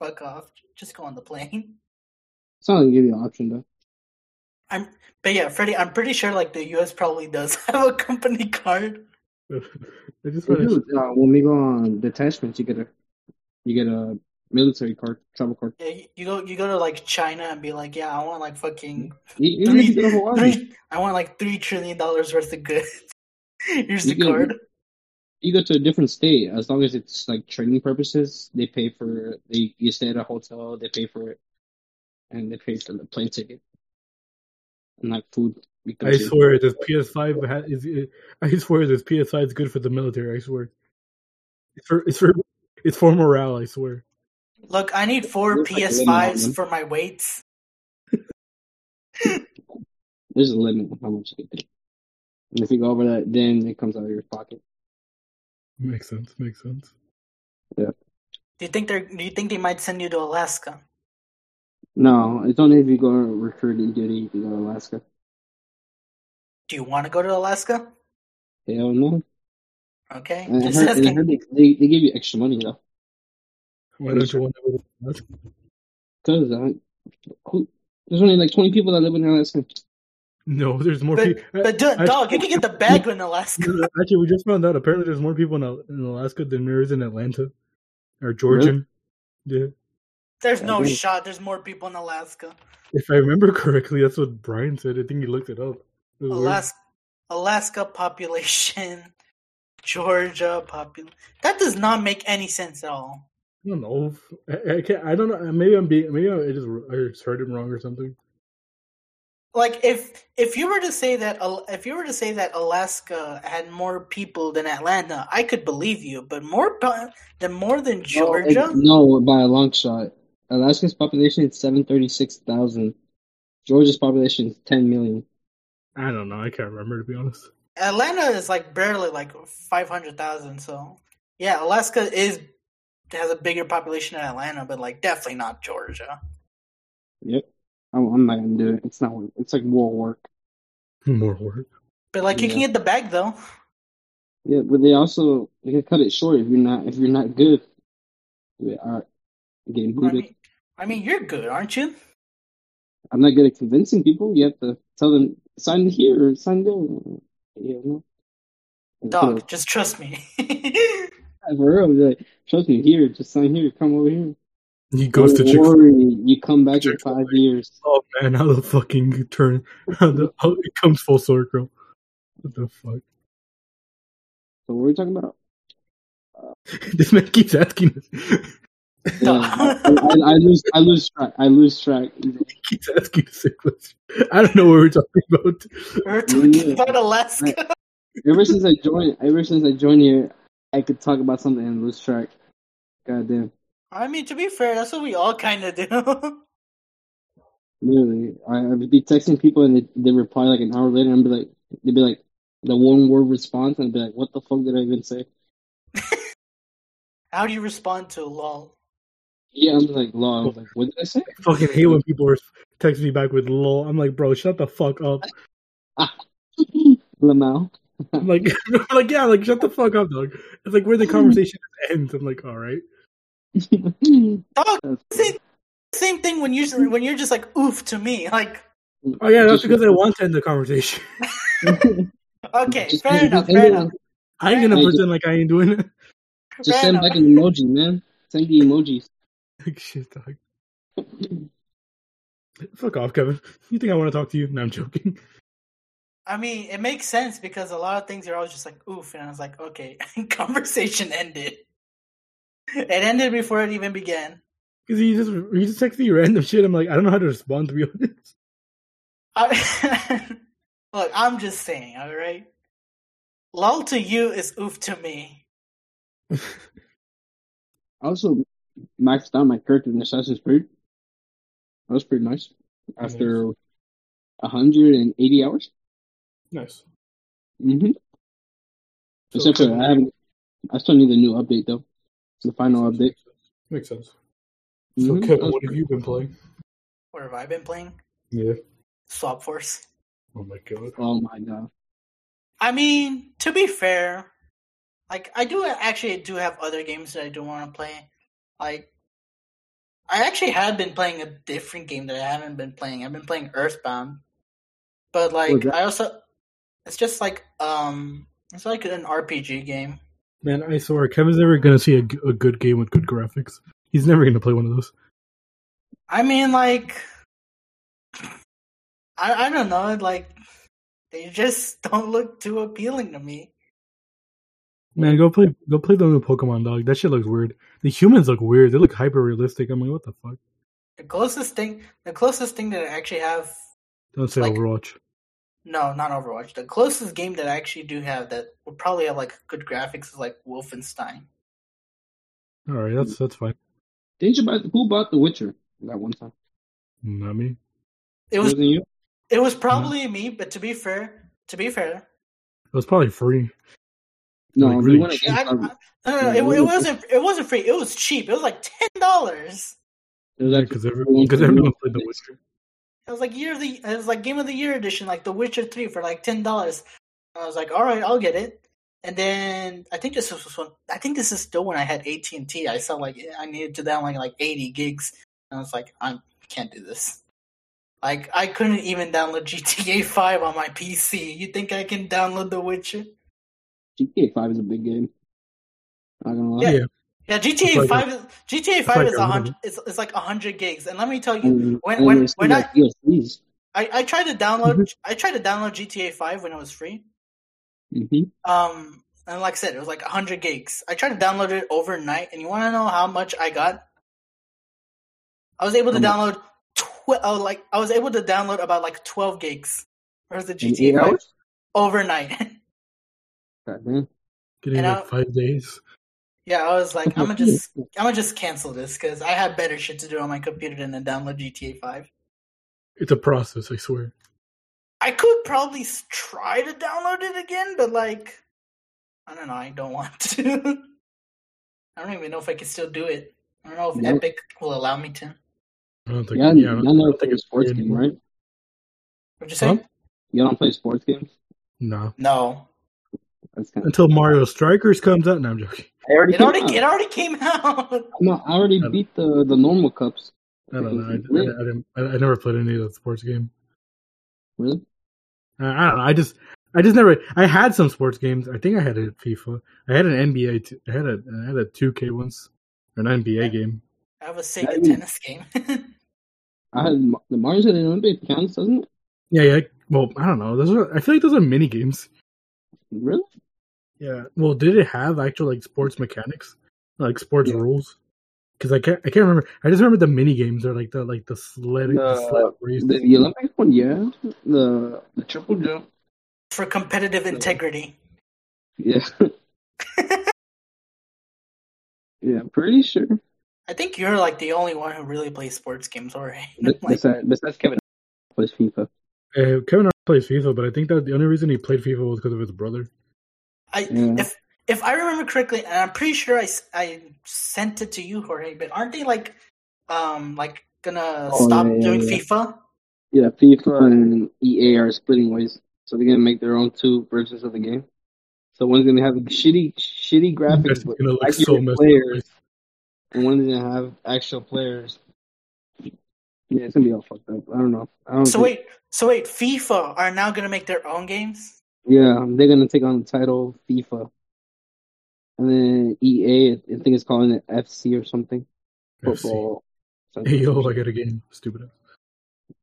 S1: fuck off, just go on the plane.
S2: It's not gonna give you an option though.
S1: I'm, but yeah, Freddie, I'm pretty sure like the U.S. probably does have a company card.
S3: I just
S2: They
S3: want
S2: do.
S3: to.
S2: Uh, when we go on detachments, you get a, you get a military card, travel card.
S1: Yeah, you, you go you go to like China and be like, yeah, I want like fucking
S2: E- Even
S1: three,
S2: if you go to Hawaii,
S1: three I want like three trillion dollars worth of goods. Here's
S2: You
S1: the
S2: get-
S1: card.
S2: you go to a different state. As long as it's like training purposes, they pay for. They you stay at a hotel, they pay for it, and they pay for the plane ticket, and like food. Because
S3: I
S2: you-
S3: swear this PS5 ha- is. eh, I swear this PS5 is good for the military. I swear. It's for. It's for. It's for morale. I swear.
S1: Look, I need four
S2: Looks like a lemon
S1: PS5s
S2: almond.
S1: for my weights.
S2: There's a limit on how much you can pay. And if you go over that, then it comes out of your pocket.
S3: Makes sense. Makes sense.
S1: Do you think they're? Do you think they might send you to Alaska?
S2: No, it's only if you go recruiting duty you can go to Alaska.
S1: Do you want to go to Alaska?
S2: Hell no.
S1: Okay,
S2: And I
S1: just
S2: heard, and I
S1: asking.
S2: heard they, they, they give you extra money though.
S3: Why don't you want to go to
S2: Cause uh, who, there's only like 20 people that live in Alaska.
S3: No, there's more
S1: But,
S3: people.
S1: but do-
S3: I-
S1: dog, you can get the bag in Alaska.
S3: Actually, we just found out apparently there's more people in, Al- in Alaska than there is in Atlanta or Georgia. Yeah.
S1: There's no
S2: Yeah.
S1: shot. There's more people in Alaska.
S3: If I remember correctly, that's what Brian said. I think he looked it up. It was weird.
S1: Alaska, Alaska population, Georgia population. That does not make any sense at all.
S3: I don't know. I, I can't. I don't know. uh, Maybe I'm being. Maybe I just I just heard him wrong or something.
S1: Like if if you were to say that Al- if you were to say that Alaska had more people than Atlanta, I could believe you. But more po- than more than Georgia,
S2: No, by a long shot. Alaska's population is 736,000. Georgia's population is 10 million.
S3: I don't know. I can't remember to be honest.
S1: Atlanta is like barely like five hundred thousand. So yeah, Alaska is has a bigger population than Atlanta, but like definitely not Georgia.
S2: I'm, I'm not gonna do it. It's not. worth- It's like war work.
S3: More work.
S1: But like you can
S2: Yeah.
S1: get the bag though.
S2: Yeah, but they also they can cut it short if you're not if you're not good. We are getting
S1: I
S2: booted.
S1: mean, I mean you're good, aren't you?
S2: I'm not good at convincing people. You have to tell them sign here or sign there. You know.
S1: Dog, just trust me.
S2: Yeah, For real, they're like, trust me. Here, just sign here. Come over here.
S3: He goes to
S2: Don't
S3: Chick.
S2: worry, you come back in
S3: Chick-fil-A.
S2: five years.
S3: Oh man, how the fucking turn? How the how it comes full circle? What the fuck?
S2: So what are we talking about?
S3: This man keeps asking us.
S2: Yeah, I, I, I lose. I lose track. I lose track.
S3: He keeps asking us a question. I don't know what we're talking about.
S1: We're talking
S2: Yeah.
S1: about Alaska.
S2: Ever since I joined, ever since I joined here, I could talk about something and lose track. Goddamn.
S1: I mean, to be fair, that's what we all kind of do.
S2: Literally, I, I would be texting people and they they reply like an hour later and be like, they'd be like, the one word response and I'd be like, what the fuck did I even say?
S1: How do you respond to lol?
S2: Yeah, I'm like, lol. I was like, what did I say?
S3: I fucking hate when people are texting me back with "lol." I'm like, bro, shut the fuck up.
S2: Lamau.
S3: I'm like, I'm like yeah, like shut the fuck up, dog. It's like where the conversation ends. I'm like, all right. Oh,
S1: Dog,
S2: That's-
S1: same, same thing when you when you're just like oof to me. Like,
S3: Oh yeah, that's because I want to end the conversation.
S1: okay,
S2: Just-
S1: fair
S2: just
S1: enough,
S2: end
S1: fair
S2: it
S1: enough.
S2: on-
S3: I ain't gonna pretend like I ain't doing it.
S2: Just
S1: fair
S2: send
S1: enough.
S2: back an emoji, man. Send the emojis.
S3: Like shit, dog. Fuck off, Kevin. You think I want to talk to you? No, I'm joking.
S1: I mean, it makes sense because a lot of things are always just like oof, and I was like, okay, conversation ended. It ended before it even began.
S3: Because you just you just text me random shit. I'm like, I don't know how to respond to be honest.
S1: I, look, I'm just saying, all right. Lol to you is oof to me.
S2: I also maxed out my character in Assassin's Creed. That was pretty nice. After 180 hours.
S3: Nice.
S2: Mm-hmm. Except for I haven't. I still need a new update though. The final update.
S3: Makes sense. Mm-hmm.
S2: Mhm.
S3: you been playing?
S1: What have I been playing?
S3: Yeah.
S1: Swap Force.
S3: Oh my god.
S2: Oh my god.
S1: I mean, to be fair, like I do actually do have other games that I do want to play. Like I actually have been playing a different game that I haven't been playing. I've been playing Earthbound, but like
S2: that?
S1: I also, it's just like um, it's like an RPG game.
S3: Man, I swear, Kevin's never gonna see a, g- a good game with good graphics. He's never gonna play one of those.
S1: I mean, like, I I don't know, like they just don't look too appealing to me.
S3: Man, go play go play the new Pokemon dog. That shit looks weird. The humans look weird. They look hyper realistic. I'm like, what the fuck?
S1: The closest thing, the closest thing that I actually have
S3: Don't say
S1: Like-
S3: Overwatch.
S1: No, not Overwatch. The closest game that I actually do have that would probably have like good graphics is like Wolfenstein.
S3: All right, that's that's fine.
S2: Didn't you buy? Who bought The Witcher that one time?
S3: Not me.
S1: It was
S2: Wasn't you?
S1: it was probably me, but to be fair, to be fair,
S3: It was probably free.
S2: No,
S3: Like,
S2: we
S3: really
S2: went
S3: cheap.
S1: I, I,
S2: against our-
S1: no, no, no, it, it wasn't it wasn't free. It was cheap. It was like ten dollars.
S2: It was
S3: because everyone, cause everyone played The Witcher.
S1: It was like year of the it was like game of the year edition, like The Witcher Three for like ten dollars. I was like, all right, I'll get it. And then I think this was when I think this is still when I had AT and T. I saw like I needed to download like eighty gigs, and I was like, I can't do this. Like I couldn't even download GTA Five on my PC. You think I can download The Witcher?
S2: GTA Five is a big game. Not gonna lie.
S1: Yeah.
S3: Yeah.
S1: Yeah,
S3: It's
S1: GTA
S3: like
S1: Five. GTA Five
S3: like
S1: is
S3: a
S1: a
S3: hundred. Mm-hmm.
S1: hundred. It's, it's like a hundred gigs, and let me tell you,
S2: And-
S1: when-
S2: and
S1: when-
S2: there's
S1: when
S2: like DLCs.
S1: I, I tried to download.
S3: Mm-hmm.
S1: I tried to download GTA Five when it was free.
S2: Mhm.
S1: Um, and like I said, it was like hundred gigs. I tried to download it overnight, and you want to know how much I got? I was able to
S2: How
S1: download twelve. Oh, like I was able to download about like twelve gigs. Where's the
S2: In
S1: GTA
S2: eight
S1: Five
S2: hours?
S1: overnight?
S2: Goddamn.
S3: Getting
S1: And
S3: like
S1: I-
S3: five days.
S1: yeah, I was like, I'm gonna just, I'm gonna just cancel this because I have better shit to do on my computer than to download GTA Five.
S3: It's a process, I swear.
S1: I could probably s- try to download it again, but like, I don't know. I don't want to. I don't even know if I can still do it. I don't know if
S2: Nope.
S1: Epic will allow me to.
S3: I don't think.
S2: Yeah,
S3: I don't-
S2: y'all
S3: I
S2: never
S3: don't
S2: play
S3: think
S2: a
S3: it's
S2: sports
S3: free
S2: game,
S3: anymore.
S2: right?
S1: What'd you say?
S3: Huh?
S2: Y'all don't play sports games?
S3: No.
S1: No,
S2: That's kind
S3: Until Mario Strikers comes out, no, I'm joking.
S2: I already
S1: it already
S2: came
S1: it
S2: out.
S1: already came out.
S2: No, I already
S3: Um,
S2: beat the the normal cups.
S3: I don't know. I, I, I, didn't, I, I never played any of the sports game.
S2: Really?
S3: I, I don't know. I just, I just never. I had some sports games. I think I had a FIFA. I had an NBA. T- I had a, I had a 2K once, or an NBA game.
S1: I have a Sega
S2: That is-
S1: tennis game.
S2: I had Ma- the Mario's at an Olympic counts, doesn't it?
S3: Yeah, yeah. Well, I don't know. Those are. I feel like those are mini games.
S2: Really?
S3: Yeah. Well, did it have actual like sports mechanics, like sports
S2: Yeah.
S3: rules? Because I can't, I can't remember. I just remember the mini games are like the like the sled, the
S2: The-
S3: sled race.
S2: Uh, The, the Olympic one, yeah. The the triple jump,
S1: For competitive integrity.
S2: yeah. yeah, I'm pretty sure.
S1: I think you're like the only one who really plays sports games, or
S2: Be-
S1: like,
S2: Besides, besides Kevin plays FIFA.
S3: Uh, Kevin Hart plays FIFA, but I think that the only reason he played FIFA was because of his brother.
S1: I
S2: Yeah.
S1: if if I remember correctly, and I'm pretty sure I, s- I sent it to you, Jorge. But aren't they like um like gonna
S2: Oh,
S1: stop
S2: yeah, yeah,
S1: doing
S2: yeah.
S1: FIFA?
S2: Yeah, FIFA and EA are splitting ways, so they're gonna make their own two versions of the game. So one's gonna have shitty, shitty
S3: It's
S2: graphics with
S3: gonna look so
S2: accurate
S3: messed
S2: players,
S3: up.
S2: and one's gonna have actual players. Yeah, it's gonna be all fucked up. I don't know. I don't.
S1: So
S2: think-
S1: wait, so wait, FIFA are now gonna make their own games.
S2: Yeah, they're gonna take on the title FIFA, and then EA. I think it's calling it FC or something.
S3: FC.
S2: Football.
S3: Hey yo, I got a game. Stupid. ass.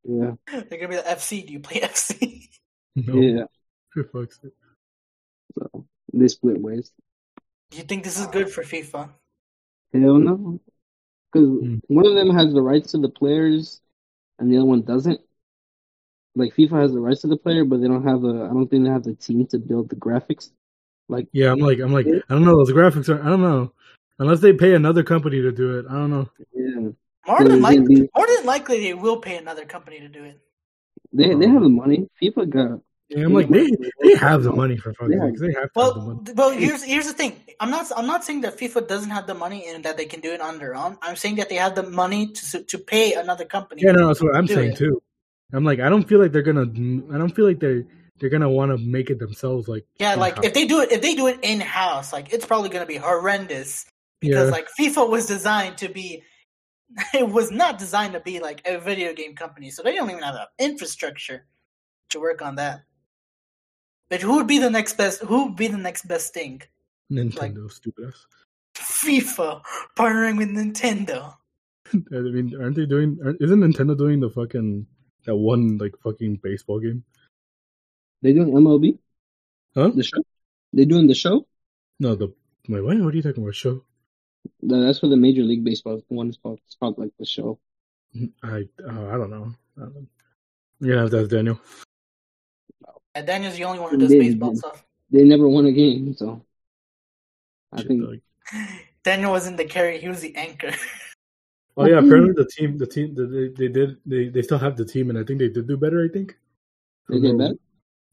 S2: Yeah,
S1: They're gonna be the FC. Do you play FC?
S3: No.
S2: yeah.
S3: For fuck's sake.
S2: So they split ways.
S1: Do you think this is good for FIFA?
S2: Hell no. Because
S3: Hmm.
S2: one of them has the rights to the players and the other one doesn't. Like FIFA has the rights to the player, but they don't have the. I don't think they have the team to build the graphics. Like
S3: Yeah, I'm like, I'm like, I don't know. Those graphics are. I don't know. Unless they pay another company to do it, I don't know.
S2: yeah,
S1: More than
S2: Yeah,
S1: like,
S2: they-
S1: more than likely, they will pay another company to do it.
S2: they they have the money. FIFA got
S3: Um, Yeah, I'm like, they they have the money for fuck's
S2: Yeah.
S3: sake. They have to have the
S1: Well,
S3: money.
S1: th- well, here's here's the thing. I'm not I'm not saying that FIFA doesn't have the money and that they can do it on their own. I'm saying that they have the money to s- to pay another company.
S3: Yeah, no, that's what I'm
S1: Do
S3: saying
S1: it.
S3: too. I'm like, I don't feel like they're gonna. I don't feel like they they're gonna want to make it themselves. Like,
S1: Yeah, like
S3: in-house.
S1: if they do it if they do it in house, like it's probably gonna be horrendous because
S3: yeah,
S1: like FIFA was designed to be. It was not designed to be like a video game company, so they don't even have the infrastructure to work on that. But who would be the next best? Who would be the next best thing?
S3: Nintendo, stupid ass.
S1: FIFA partnering with Nintendo.
S3: I mean, aren't they doing? aren't- Isn't Nintendo doing the fucking that one like fucking baseball game?
S2: they doing MLB
S3: Huh?
S2: the show. They doing the show.
S3: No, the wait, what? What are you talking about? Show?
S2: No, That's what the Major League Baseball one is called. It's called like the show.
S3: I uh, I don't know. Um, You're gonna have to ask Daniel.
S1: And Daniel's the only one who does
S2: Yeah,
S1: baseball
S2: yeah.
S1: stuff.
S2: They never won a game, so I
S3: Shit,
S2: think
S3: like-
S1: Daniel wasn't the carry; he was the anchor.
S3: oh yeah, apparently the team, the team, the, they, they did, they, they still have the team, and I think they did do better. I think.
S2: they did that.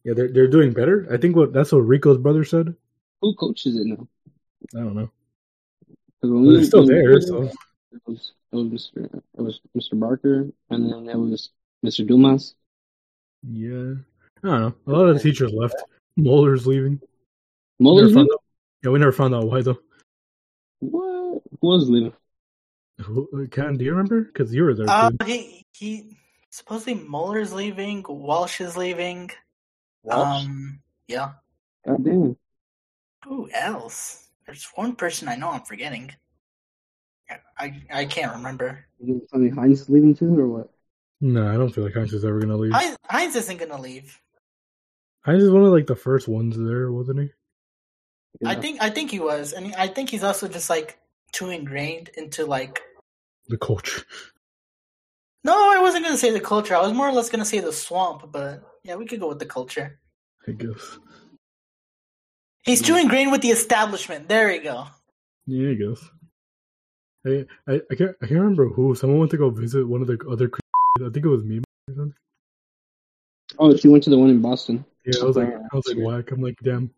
S3: Yeah, they're they're doing better. I think what that's what Rico's brother said.
S2: Who coaches it now?
S3: I don't know.
S2: 'Cause when
S3: But
S2: we-
S3: they're still
S2: when we-
S3: there. So
S2: It was it was Mr. It was Mr. Barker, and then it was Mr. Dumas.
S3: Yeah. I don't know. A lot of the teachers left. Muller's leaving. We never
S2: Muller's
S3: found
S2: leaving?
S3: out- Yeah, we never found out why though.
S2: What? Who was leaving?
S3: Who- Ken, do you remember? Because you were there.
S1: Uh,
S3: too.
S1: he he. Supposedly Muller's leaving. Walsh is leaving.
S2: Walsh?
S1: Um, yeah.
S2: God damn.
S1: Who else? There's one person I know I'm forgetting. I I can't remember.
S2: You gonna tell me Heinz is leaving too, or what?
S3: No, I don't feel like Heinz is ever gonna leave.
S1: Heinz, Heinz isn't gonna leave.
S3: Heinz is one of like the first ones there, wasn't he?
S1: I
S2: Yeah.
S1: think I think he was, and I think he's also just like too ingrained into like.
S3: The coach.
S1: No, I wasn't gonna say the culture. I was more or less gonna say the swamp, but yeah, we could go with the culture.
S3: I guess.
S1: He's too ingrained with the establishment. There you go.
S3: Yeah, I guess. I, I, I can't I can't remember who. Someone went to go visit one of the other. cr- I think it was me. Or something.
S2: Oh, she went to the one in Boston.
S3: Yeah, I was like, I was like, whack. I'm like, damn.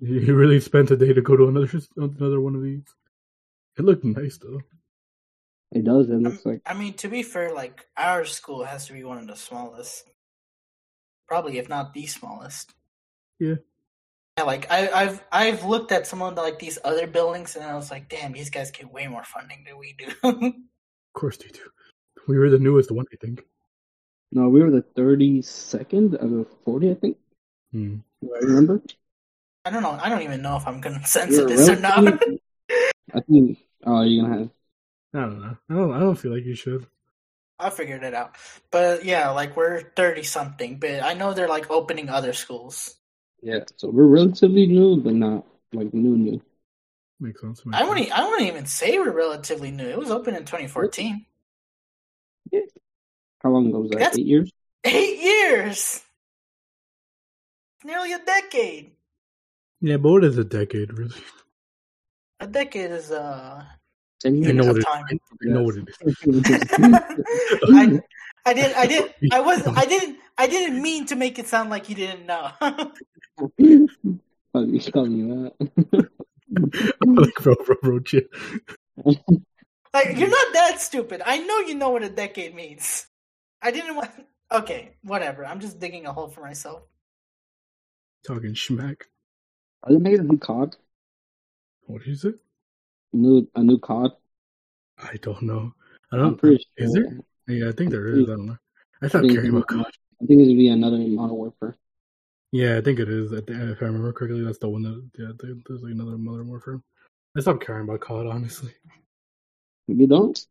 S3: He he really spent a day to go to another another one of these. It looked nice though.
S2: It does. It looks like
S1: I mean, to be fair, like our school has to be one of the smallest, probably if not the smallest.
S3: Yeah.
S1: Yeah, like I, I've I've looked at some of the, like these other buildings, and I was like, damn, these guys get way more funding than we do.
S3: Of course they do. We were the newest one, I think.
S2: no, we were the thirty second out of forty, I think.
S3: Hmm.
S2: Do I remember.
S1: I don't know. I don't even know if I'm gonna censor
S2: You're
S1: this or not.
S2: relatively- I think. Oh, you're gonna have.
S3: I don't know. I don't. I don't feel like you should.
S1: I figured it out. But yeah, like we're thirty something, but I know they're like opening other schools.
S2: Yeah. So we're relatively new, but not like new new.
S3: Makes sense. Makes
S1: I
S3: sense.
S1: wouldn't. I wouldn't even say we're relatively new. It was open in 2014.
S2: How long ago was that?
S1: That's-
S2: Eight years.
S1: Eight years. Nearly a decade.
S3: Yeah, but what is a decade really?
S1: A decade is uh.
S2: Ten
S3: I
S2: years.
S3: know what it.
S1: Time.
S3: I know what it is.
S1: I, I didn't. I didn't. I was. I didn't. I didn't mean to make it sound like you didn't know.
S2: Fuck, you calling me out.
S3: I'm like, bro, bro, bro, chill.
S1: like you're not that stupid. I know you know what a decade means. I didn't want. Okay, whatever. I'm just digging a hole for myself.
S3: Talking schmack.
S2: Are they making a new COD?
S3: What is it?
S2: New a new COD?
S3: I don't know. I
S2: I'm
S3: don't.
S2: pretty sure.
S3: Is there? Yeah, I think there is. I don't know. I stopped
S2: think-
S3: caring about college.
S2: I think it's gonna be another Modern Warfare.
S3: Yeah, I think it is. I think, if I remember correctly, that's the one that yeah, there- there's like another Modern Warfare. I stopped caring about COD, honestly.
S2: You don't?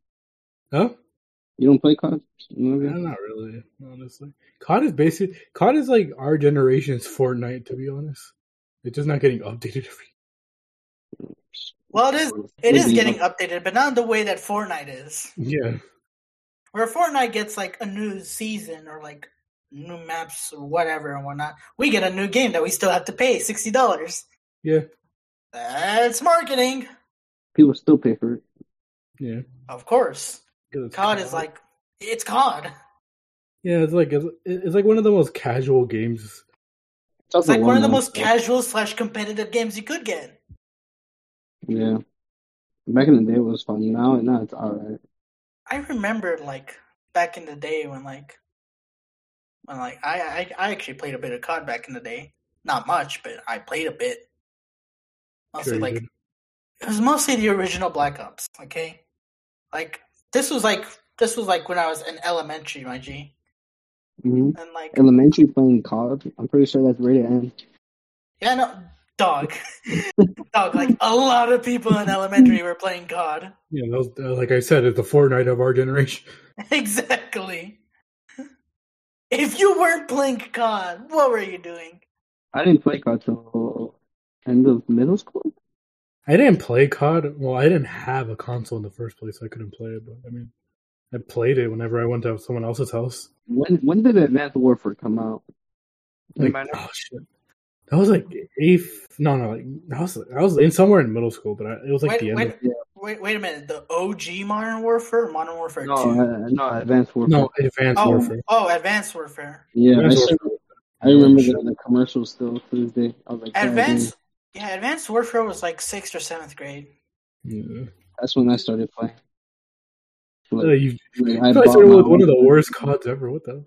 S3: Huh?
S2: You don't play COD?
S3: Yeah,
S2: No,
S3: not really, honestly. COD is basic. COD is like our generation's Fortnite, to be honest. It's just not getting updated every.
S1: Well, it is. It is
S2: uh,
S1: getting updated, but not in the way that Fortnite is.
S3: Yeah,
S1: where Fortnite gets like a new season or like new maps or whatever and whatnot, we get a new game that we still have to pay sixty dollars.
S3: yeah,
S1: That's marketing,
S2: People still pay for it.
S3: yeah.
S1: of course.
S3: 'Cause it's
S1: COD is like it's COD.
S3: yeah, it's like it's, it's like one of the most casual games.
S1: It's like one
S2: also
S1: of
S2: long,
S1: the
S2: though,
S1: most
S2: so-
S1: casual slash competitive games you could get.
S2: Yeah. Back in the day, it was fun. Now, now it's alright.
S1: I remember like back in the day when like when like I I, I actually played a bit of COD back in the day. Not much, but I played a bit. Mostly
S3: Sure you
S1: like
S3: did.
S1: it was mostly the original Black Ops. Okay, like this was like this was like when I was in elementary, my G,
S2: hmm
S1: and like
S2: Elementary playing COD. I'm pretty sure that's rated M.
S1: yeah, no, dog, dog. Like a lot of people in elementary were playing COD.
S3: Yeah, that was, uh, like I said, it's the Fortnite of our generation.
S1: Exactly. If you weren't playing COD, what were you doing?
S2: I didn't play COD till end of middle school.
S3: I didn't play COD. Well, I didn't have a console in the first place. so I couldn't play it, but I mean, I played it whenever I went to someone else's house.
S2: When when did Advanced Warfare come out?
S3: Like,
S2: Anybody know?
S3: oh shit, that was like eighth. No, no, like I was, I was in somewhere in middle school, but I, it was like
S1: wait,
S3: the end.
S1: wait,
S3: of,
S2: yeah.
S1: wait, wait a minute. The OG Modern Warfare, or Modern Warfare
S2: No,
S1: Two.
S2: uh, no, Advanced Warfare.
S3: no, Advanced
S1: Oh,
S3: Warfare.
S1: oh, Advanced Warfare.
S2: Yeah, I,
S3: Advanced
S2: still-
S3: Warfare.
S2: I remember the, the commercial still to this day. I was like, yeah,
S1: Advanced,
S2: dude,
S1: yeah, Advanced Warfare was like sixth or seventh grade.
S3: Yeah.
S2: That's when I started playing. Like,
S3: Uh, you
S2: like, I
S3: I
S2: bought
S3: started
S2: my
S3: with one of
S2: own-
S3: the worst CODs ever. What the?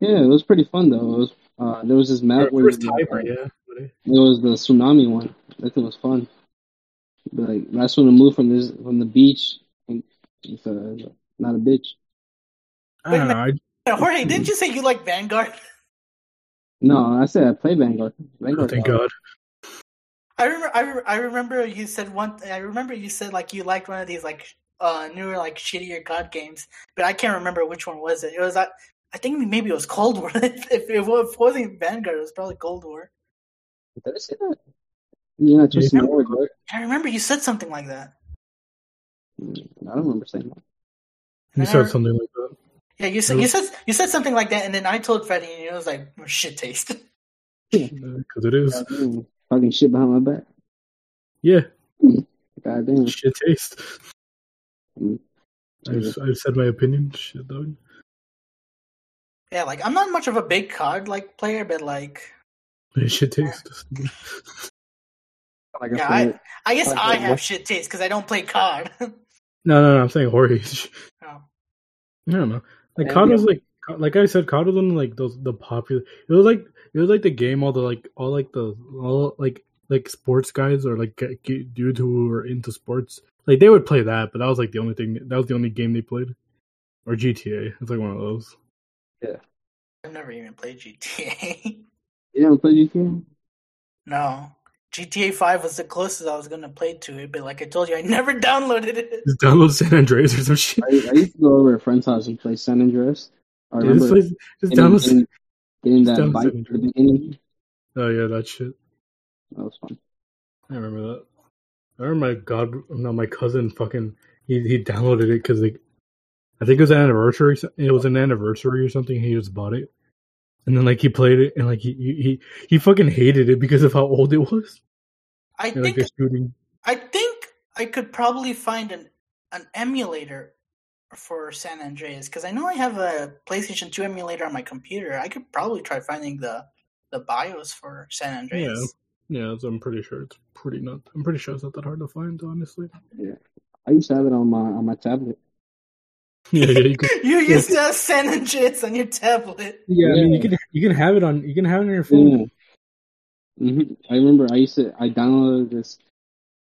S2: Yeah, it was pretty fun though. It was, uh, there was this map where
S3: First
S2: you-
S3: timer, yeah. buddy.
S2: It was the tsunami one. That thing was fun. But, like that's when I moved from this from the beach. and It's uh, not a bitch.
S3: I don't know. I,
S1: Now, Jorge,
S2: Mm-hmm.
S1: didn't you say you like Vanguard?
S2: No, I said I play Vanguard.
S3: oh,
S2: Vanguard.
S3: thank God.
S1: I remember, I, re- I remember you said one. I remember you said like you liked one of these like uh newer like shittier COD games, but I can't remember which one was it. It was I, I think maybe it was Cold War. if, it wa- if it wasn't Vanguard, it was probably Cold War.
S2: Did I say that? You're not trusting
S3: Yeah.
S2: my word, right?
S1: I remember you said something like that.
S2: I don't remember saying that.
S3: You said something like that.
S1: Yeah, you said
S3: Nope.
S1: you said you said something like that, and then I told Freddie, and it was like shit taste.
S3: Because uh, it is.
S2: God damn. Talking shit behind my back.
S3: Yeah,
S2: God damn.
S3: shit taste.
S2: Mm.
S3: I've, I've said my opinion. Shit, dog.
S1: yeah, like I'm not much of a big card like player, but like
S3: Shit taste.
S2: Like
S1: yeah,
S2: I,
S1: I, I guess
S2: Like,
S1: I
S2: what-
S1: have shit taste because I don't play card.
S3: No, no, no. I'm saying Jorge.
S1: Oh.
S3: I don't know. Like
S2: Yeah,
S3: COD
S2: yeah.
S3: was like, like I said, COD was one of, like those the popular. It was like it was like the game all the like all like the all like like sports guys or like g- g- dudes who were into sports. Like they would play that, but that was like the only thing. That was the only game they played. Or GTA. It's like one of those.
S1: I've never even played GTA.
S2: you don't play GTA?
S1: No. GTA 5 was the closest I was going to play to it, but like I told you, I never downloaded it.
S3: Just download San Andreas or some shit.
S2: I, I used to go over to a friend's house and play San Andreas. I
S3: Dude,
S2: remember
S3: just, like, just
S2: getting,
S3: download.
S2: getting, getting that
S3: Sounds
S2: bike
S3: like
S2: at the beginning.
S3: Oh yeah, that shit.
S2: That was fun.
S3: I remember that. I remember my god, no, my cousin fucking he he downloaded it because like I think it was an anniversary. It was an anniversary or something. He just bought it, and then like he played it, and like he he he, he fucking hated it because of how old it was.
S1: I
S3: And, like
S1: think
S3: the shooting.
S1: I think I could probably find an an emulator for San Andreas cuz I know I have a PlayStation 2 emulator on my computer. I could probably try finding the the BIOS for San Andreas.
S3: Yeah, that's- I'm pretty sure it's pretty not. I'm pretty sure it's not that hard to find, honestly.
S2: I used to have it on my on my tablet.
S3: Yeah, yeah, you can,
S1: You used to have San Andreas on your tablet.
S3: yeah. I mean, you
S2: Yeah.
S3: can you can have it on you can have it on your phone.
S2: Yeah. hmm I remember I used to I downloaded this.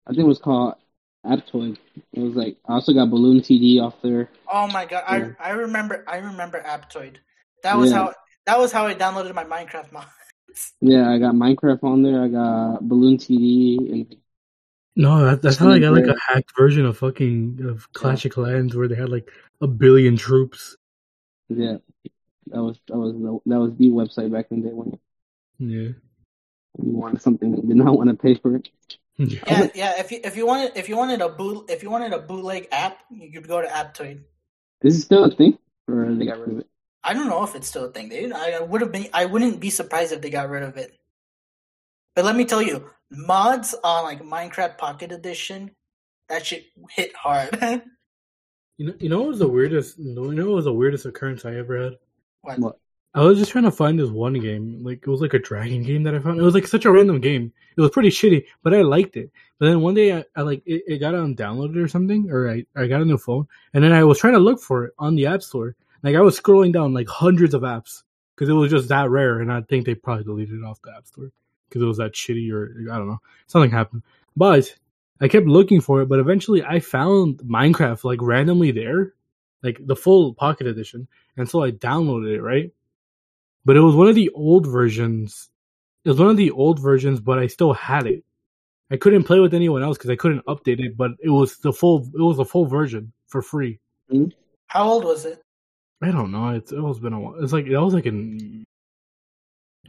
S2: I think it was called Aptoid. It was like I also got Balloon TD off there.
S1: Oh my god. I
S2: Yeah.
S1: I remember I remember Aptoid. That was
S2: Yeah.
S1: how that was how I downloaded my Minecraft mod.
S2: Yeah, I got Minecraft on there. I got Balloon TD and
S3: No, that, that's
S2: San
S3: how I got like a
S2: Andreas.
S3: hacked version of fucking of Clash of Clans where they had like a billion troops.
S2: yeah, that was that was the, that was the website back in the day when
S3: Yeah.
S2: you wanted something and did not want to pay for it.
S3: Yeah.
S1: Yeah, yeah. If you if you wanted if you wanted a boot if you wanted a bootleg app, you could go to Aptoid.
S2: Is it still a thing, or they got rid of it?
S1: I don't know if it's still a thing, dude. I would have been I wouldn't be surprised if they got rid of it. But let me tell you, mods on like Minecraft Pocket Edition, that shit hit hard.
S3: You know, you know what was the weirdest? You know what was the weirdest occurrence I ever had?
S1: what?
S2: What?
S3: I was just trying to find this one game. Like it was like a dragon game that I found. It was like such a random game. It was pretty shitty, but I liked it. But then one day I, I like it, it got on downloaded or something, or I, I got a new phone, and then I was trying to look for it on the app store. Like I was scrolling down like hundreds of apps because it was just that rare, and I think they probably deleted it off the app store because it was that shitty or I don't know something happened. But I kept looking for it, but eventually I found Minecraft like randomly there, like the full pocket edition, and so I downloaded it right but it was one of the old versions. It was one of the old versions, but I still had it. I couldn't play with anyone else because I couldn't update it. But it was the full. It was the full version for free.
S1: How old was it?
S3: I don't know. It's it was been a while. It's like that was like in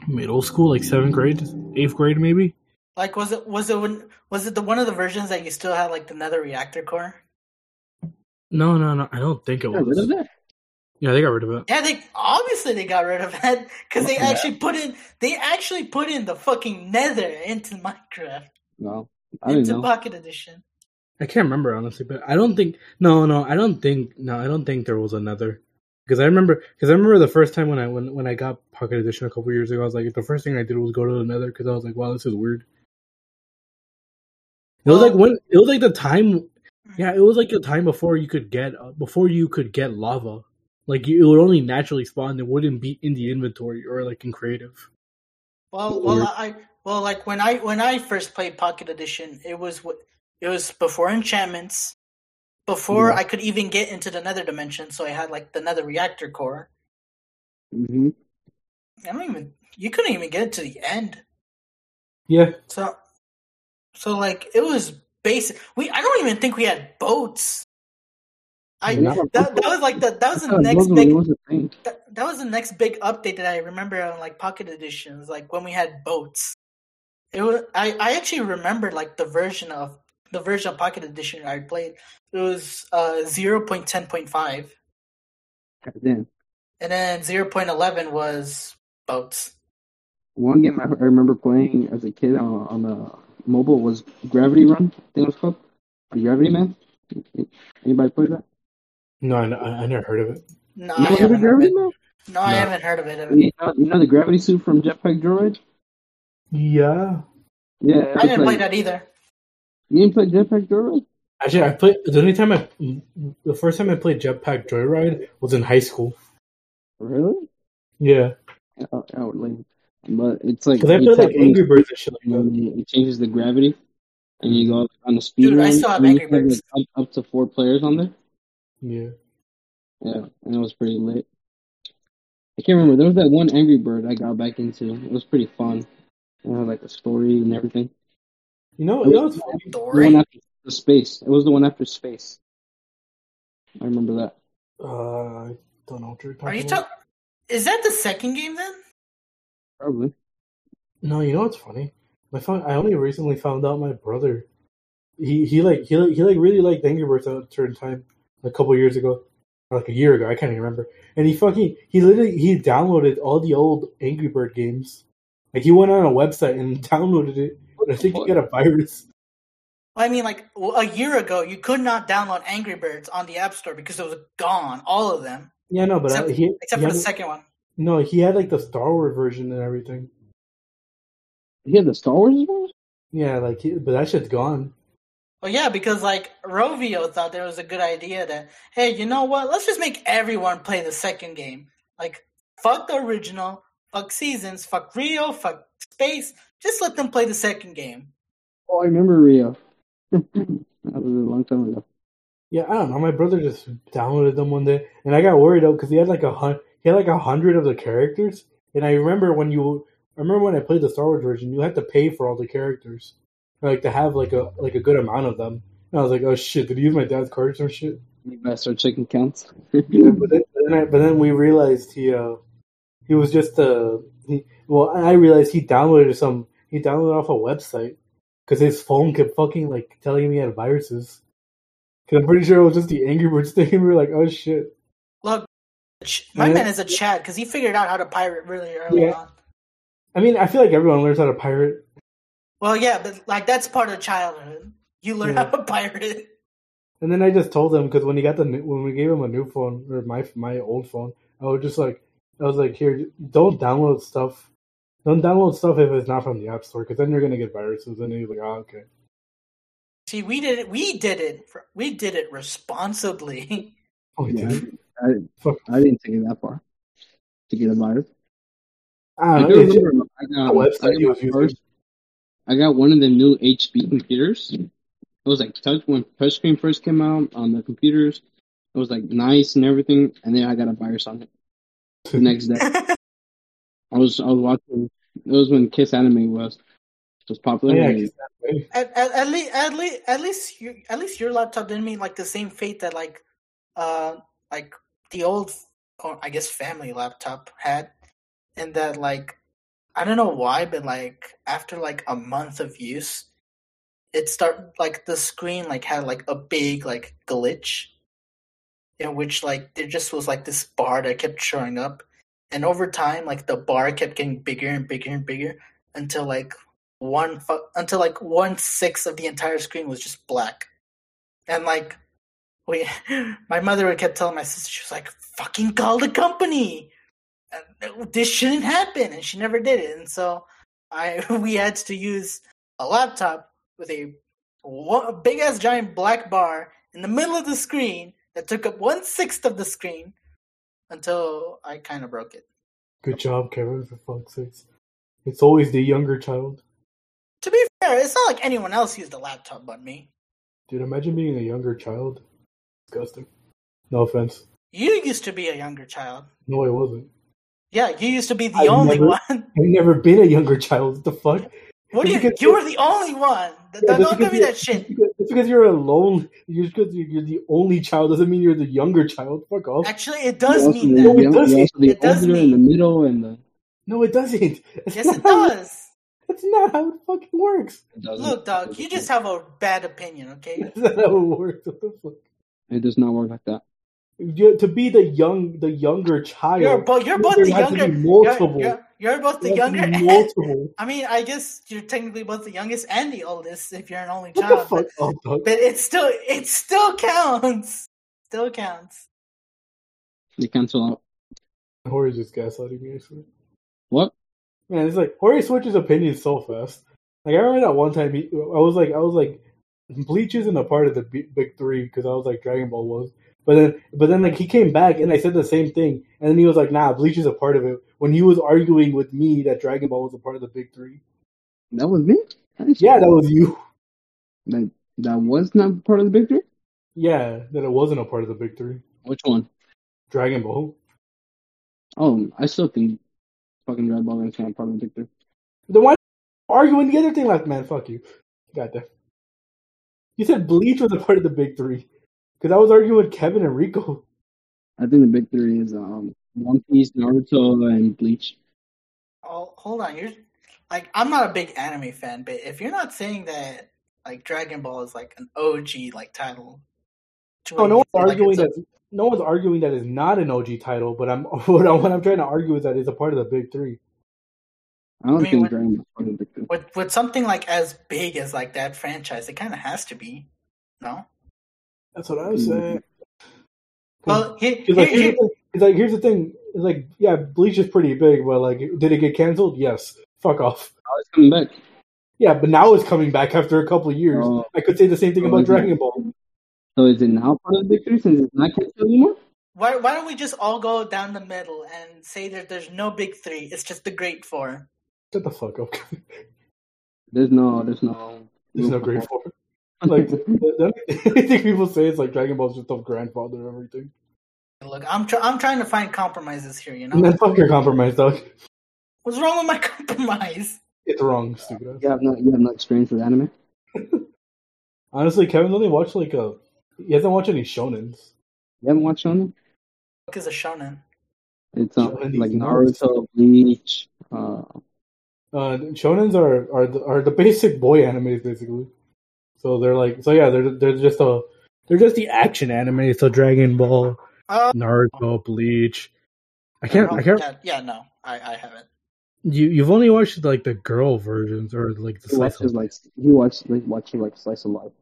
S3: middle school, like seventh grade, eighth grade, maybe.
S1: Like was it was it when was it the one of the versions that you still had like the nether reactor core?
S3: No, no, no. I don't think it
S2: Got rid of
S3: was.
S2: that?
S3: Yeah, they got rid of it.
S1: Yeah, they obviously they got rid of it because they
S2: Yeah.
S1: actually put in they actually put in the fucking nether into Minecraft
S2: No, I didn't
S1: into
S2: know.
S1: Pocket Edition.
S3: I can't remember honestly, but I don't think no, no, I don't think no, I don't think there was another because I remember because I remember the first time when I when when I got Pocket Edition a couple years ago, I was like the first thing I did was go to another because I was like, wow, this is weird. It was like
S1: Well-
S3: when it was like the time Yeah, it was like a time before you could get before you could get lava. Like it would only naturally spawn. It wouldn't be in the inventory or like in creative.
S1: Well, well, I well like when I when I first played Pocket Edition, it was wh- it was before enchantments, before
S2: Yeah.
S1: I could even get into the Nether dimension. So I had like the Nether reactor core.
S2: hmm
S1: I don't even you couldn't even get it to the end.
S3: Yeah,
S1: So, so like it was basic. We I don't even think we had boats. I
S2: Yeah.
S1: that, that was like the that was
S2: I
S1: the
S2: thought
S1: next
S2: Muslim
S1: big
S2: was a thing.
S1: that, that was the next big update that I remember on like Pocket Editions, like when we had boats. It was I, I actually remember like the version of the version of Pocket Edition I played. It was uh zero point ten point five,
S2: God damn.
S1: and then zero point eleven was boats.
S2: One game I, I remember playing as a kid on, on the mobile was Gravity Run. I think it was called Or Gravity Man. Anybody play that?
S3: no, I, I never heard of it.
S1: No,
S2: You
S1: I
S2: never heard of
S1: haven't heard of
S2: Gravity
S1: it.
S2: Man?
S1: No, I
S3: No.
S1: haven't heard of it.
S2: You know, you know the gravity suit from Jetpack Droid?
S3: Yeah,
S2: Yeah,
S1: I
S2: it's
S1: didn't
S2: like-
S1: play that either.
S2: You didn't play Jetpack Droid?
S3: actually, I played the only time I the first time I played Jetpack Joyride was in high school.
S2: Really?
S3: Yeah,
S2: Oh, oh, lame. But it's like
S3: because I
S2: you
S3: played
S2: tap
S3: like
S2: on the
S3: Angry Birds and shit like that.
S2: and it changes the gravity, and you go on the speed
S1: Dude, I
S2: run.
S1: still have
S2: and you
S1: Angry Birds.
S2: like, up, up to four players on there.
S3: Yeah,
S2: Yeah, and it was pretty lit. I can't remember. There was that one Angry Bird I got back into. It was pretty fun. It had like a story and everything.
S3: you know, you know what's funny?
S2: The
S1: Dory.
S2: one after the space. It was the one after space. I remember that.
S3: Uh, I don't know what you're talking
S1: Are you
S3: about.
S1: talking? Is that the second game then?
S2: Probably.
S3: No, you know what's funny? I found I only recently found out my brother. He he like he like, he like really liked Angry Birds at a certain time, a couple years ago, or like a year ago. I can't even remember. And he fucking he literally he downloaded all the old Angry Bird games. Like he went on a website and downloaded it. And I think he got a virus.
S1: Well, I mean, like w- a year ago, you could not download Angry Birds on the App Store because it was gone, all of them,
S3: Yeah, no, but I,
S1: Except-
S3: he
S1: except
S3: he
S1: for the
S3: had-
S1: second one.
S3: no, he had like the Star Wars version and everything.
S2: He had the Star Wars one?
S3: Yeah, like he, but that shit's gone.
S1: Well, yeah, because like Rovio thought there was a good idea that hey, you know what? Let's just make everyone play the second game. Like fuck the original, fuck seasons, fuck Rio, fuck space. Just let them play the second game.
S2: Oh, I remember Rio. that was a long time ago.
S3: Yeah, I don't know. My brother just downloaded them one day, and I got worried out because he had like a hun- he had like a hundred of the characters. And I remember when you, I remember when I played the Star Wars version, you had to pay for all the characters, like to have like a like a good amount of them. And I was like, oh shit, did he use my dad's cards or shit?
S2: You better start checking counts.
S3: Yeah, but then, but then, I, but then we realized he uh he was just uh he, well I realized he downloaded some he downloaded off a website because his phone kept fucking like telling me he had viruses. Cause I'm pretty sure it was just the Angry Birds thing. We were like, oh shit.
S1: Look, ch- my
S3: Yeah.
S1: man is a Chad because he figured out how to pirate really early
S3: Yeah.
S1: on.
S3: I mean, I feel like everyone learns how to pirate.
S1: Well, yeah, but like that's part of childhood. You learn
S3: Yeah.
S1: how to pirate.
S3: And then I just told him because when he got the new, when we gave him a new phone or my my old phone, I was just like, I was like, here, don't download stuff. Don't download stuff if it's not from the App Store, because then you're gonna get viruses. And he's like, oh, okay.
S1: See, we did it. We did it. We did it responsibly.
S3: Oh, he
S2: Yeah.
S3: did.
S2: I didn't take it that far to get a virus.
S3: I
S2: I
S3: don't
S2: do
S3: know. it was-
S2: remember I got,
S3: website
S2: I got
S3: he was
S2: my
S3: using.
S2: first- I got one of the new HP computers. It was like touch when touchscreen first came out on the computers. It was like nice and everything, and then I got a virus on it the next day. I was I was watching. It was when Kiss Anime was was
S3: Oh,
S2: popular.
S3: yeah,
S2: and
S3: he's that way.
S1: at, at, at least, at least, at least, you, at least your laptop didn't mean like the same fate that like, uh, like the old, or I guess family laptop had, and that like, I don't know why, but like after like a month of use, it start like the screen like had like a big like glitch, in which like there just was like this bar that kept showing up, and over time like the bar kept getting bigger and bigger and bigger until like one fu- until like one sixth of the entire screen was just black, and like we, my mother would kept telling my sister she was like, "Fucking call the company, And this shouldn't happen," and she never did it, and so I we had to use a laptop with a, big ass giant black bar in the middle of the screen that took up one sixth of the screen until I kind of broke it.
S3: Good job, Kevin, for fuck's sake. It's always the younger child.
S1: To be fair, it's not like anyone else used a laptop but me.
S3: Dude, imagine being a younger child. Disgusting. No offense.
S1: You used to be a younger child.
S3: No, I wasn't.
S1: Yeah, you used to be the
S3: I've
S1: only
S3: never-
S1: one.
S3: I've never been a younger child. What the fuck?
S1: What do
S3: That's
S1: you?
S3: because-
S1: You were the only one. Th-
S3: Yeah,
S1: th-
S3: that's
S1: don't give me
S3: because
S1: that shit.
S3: It's because you're alone. You're just because you're, you're the only child doesn't mean you're the younger child. Fuck off.
S1: Actually, it does
S2: You're also
S1: mean
S2: the
S1: that.
S3: it
S2: young-
S3: does
S2: you're
S3: mean-
S2: also the
S1: it does
S2: older
S1: mean-
S2: in the middle and the.
S3: No, it doesn't. It's
S1: Yes, it
S3: not how-
S1: does.
S3: That's not how it fucking works.
S2: It doesn't-
S1: Look, dog, you just have a bad opinion, okay?
S3: That's not how it works. What the fuck?
S2: It does not work like that.
S3: You, to be the young, the younger child.
S1: You're both. You're both
S3: there
S1: the
S3: has to be
S1: younger.
S3: multiple.
S1: You're, you're, you're both the
S3: You have to be
S1: younger. And,
S3: multiple.
S1: I mean, I guess you're technically both the youngest and the oldest if you're an only
S3: What the
S1: child.
S3: fuck?
S1: But,
S3: Oh, dog.
S1: but it still it still counts. Still counts.
S2: They cancel out.
S3: Hori just gaslighting me. I swear.
S2: What?
S3: Man, it's like Hori switches opinions so fast. Like I remember that one time, he, I was like, I was like, Bleach isn't a part of the B- big three because I was like Dragon Ball was. But then, but then, like he came back and I said the same thing, and then he was like, "Nah, Bleach is a part of it." When he was arguing with me that Dragon Ball was a part of the big three.
S2: That was me?
S3: Yeah, that was you.
S2: That, that was not part of the big three?
S3: Yeah, that it wasn't a part of the big three.
S2: Which one?
S3: Dragon Ball.
S2: Oh, I still think fucking Dragon Ball is not part of the big three.
S3: Then why arguing the other thing like, man, fuck you. Got that. You said Bleach was a part of the big three. Because I was arguing with Kevin and Rico.
S2: I think the big three is um One Piece, Naruto, and Bleach.
S1: Oh, hold on. You're like I'm not a big anime fan, but if you're not saying that like Dragon Ball is like an OG like title, to
S3: No,
S1: where
S3: Oh, no
S1: you
S3: one's
S1: can say, like,
S3: arguing
S1: it's a-
S3: that no one's arguing that it's not an OG title, but I'm what, I, what I'm trying to argue is that it's a part of the big three.
S2: I don't
S1: I mean,
S2: think
S1: what-
S2: Dragon Ball is part of the big three.
S1: with with something like as big as like that franchise, it kind of has to be. No.
S3: That's what I'm saying.
S1: Well, he,
S3: It's Mm. Hmm. like,
S1: here- here-
S3: here's the thing. It's like here's the thing. It's like yeah, Bleach is pretty big, but like did it get canceled? Yes. Fuck off.
S2: Oh, it's coming back.
S3: Yeah, but now it's coming back after a couple of years.
S2: Oh,
S3: I could say the same thing
S2: Oh,
S3: about
S2: okay.
S3: Dragon Ball.
S2: so is it now part of the big three since it's not canceled anymore?
S1: why why don't we just all go down the middle and say that there's no big three? It's just the great four.
S3: Shut the fuck up. Kevin.
S2: There's no, there's no.
S3: There's no great four. Like the, the the only thing people say is like Dragon Ball's just a grandfather and everything.
S1: Look, I'm try- I'm trying to find compromises here. You
S3: And
S1: know
S3: then fuck your compromise, dog.
S1: what's wrong with my compromise?
S3: It's wrong, stupid ass.
S2: you have no, you have no experience with anime.
S3: Honestly, Kevin only watched like a. He hasn't watched any shonens.
S2: You haven't watched shonen?
S1: Fuck is a shonen.
S2: It's um,
S3: Shonen is
S2: like
S3: nice.
S2: Naruto, Bleach. Uh,
S3: Uh, shonens are are the, are the basic boy animes basically. So they're like so yeah they're they're just a they're just the action anime. So Dragon Ball,
S1: Uh,
S3: Naruto, Bleach. I can't I can't.
S1: Oh, Yeah, yeah, no, I, I haven't.
S3: You you've only watched like the girl versions or like the
S2: he watches like he watches like watches like slice of life.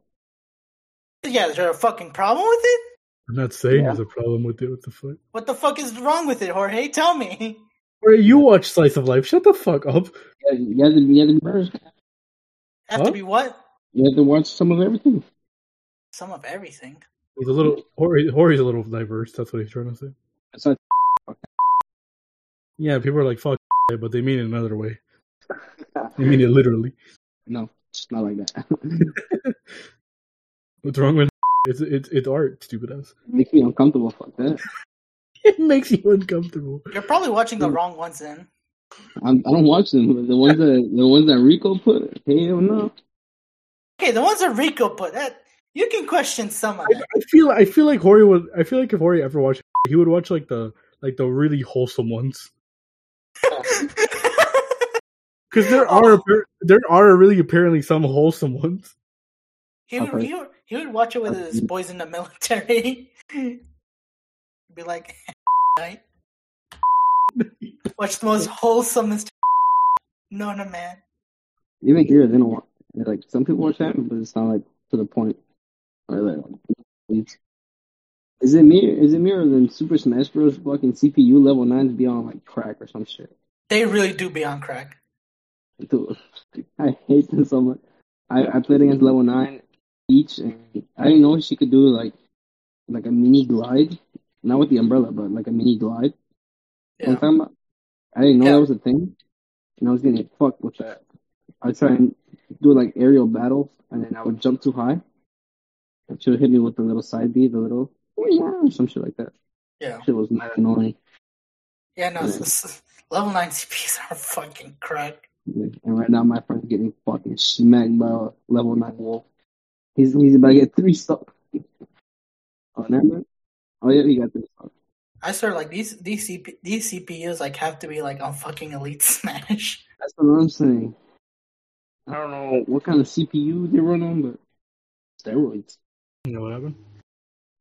S1: Yeah, is there a fucking problem with it?
S3: I'm not saying
S2: Yeah.
S3: there's a problem with it. What the fuck?
S1: What the fuck is wrong with it, Jorge? Tell me.
S3: Or you watch Slice of Life. Shut the fuck up.
S2: Yeah, you have to you have to, be versed.
S1: Have to
S3: Huh?
S1: be what?
S2: you have to watch some of everything.
S1: Some of everything.
S3: He's a little Hori, Hori's a little diverse. That's what he's trying to say.
S2: It's not
S3: Yeah, people are like fuck, it," but they mean it another way. They mean it literally.
S2: no, it's not like that.
S3: What's wrong with it's it's it's art, stupid ass.
S2: Makes me uncomfortable. Fuck that.
S3: It makes you uncomfortable.
S1: You're probably watching the wrong ones then.
S2: I'm, I don't watch them. But the ones that the ones that Rico put, hell no.
S1: Okay, the ones that Rico put that you can question some of
S3: I,
S1: that.
S3: I feel I feel like Hori would. I feel like if Hori ever watched, he would watch like the like the really wholesome ones. Because there are appar- there are really apparently some wholesome ones.
S1: he, would, he, would, he would watch it with his boys in the military. Be like, right? Watch the most wholesomest no no man.
S2: Even here, they don't want like some people watch that, but it's not like to the point. Or like, it's- is it me? Is it me or then Super Smash Bros. fucking CPU level nines be on like crack or some shit?
S1: They really do be on crack.
S2: Dude, I hate them so much. I, I played against level nine beach, and I didn't know she could do like like a mini glide, not with the umbrella, but like a mini glide.
S1: Yeah.
S2: One time, I didn't know
S1: Yeah.
S2: that was a thing, and I was getting fucked with that. I would try and do like aerial battles, and then I would jump too high, and she would hit me with the little side B, the little some shit like that.
S1: Yeah.
S2: Shit was mad annoying.
S1: Yeah, no, s- s- level 9 CPs are fucking crack.
S2: And right now, my friend's getting fucking smacked by a level nine wolf. He's he's about to get three stop. Oh, never mind. Oh yeah, he got three stop.
S1: I swear, like, these, these, CP, these CPUs, like, have to be, like, on fucking Elite Smash.
S2: That's what I'm saying. I don't know what kind of CPU they run on, but steroids.
S3: You know what happened?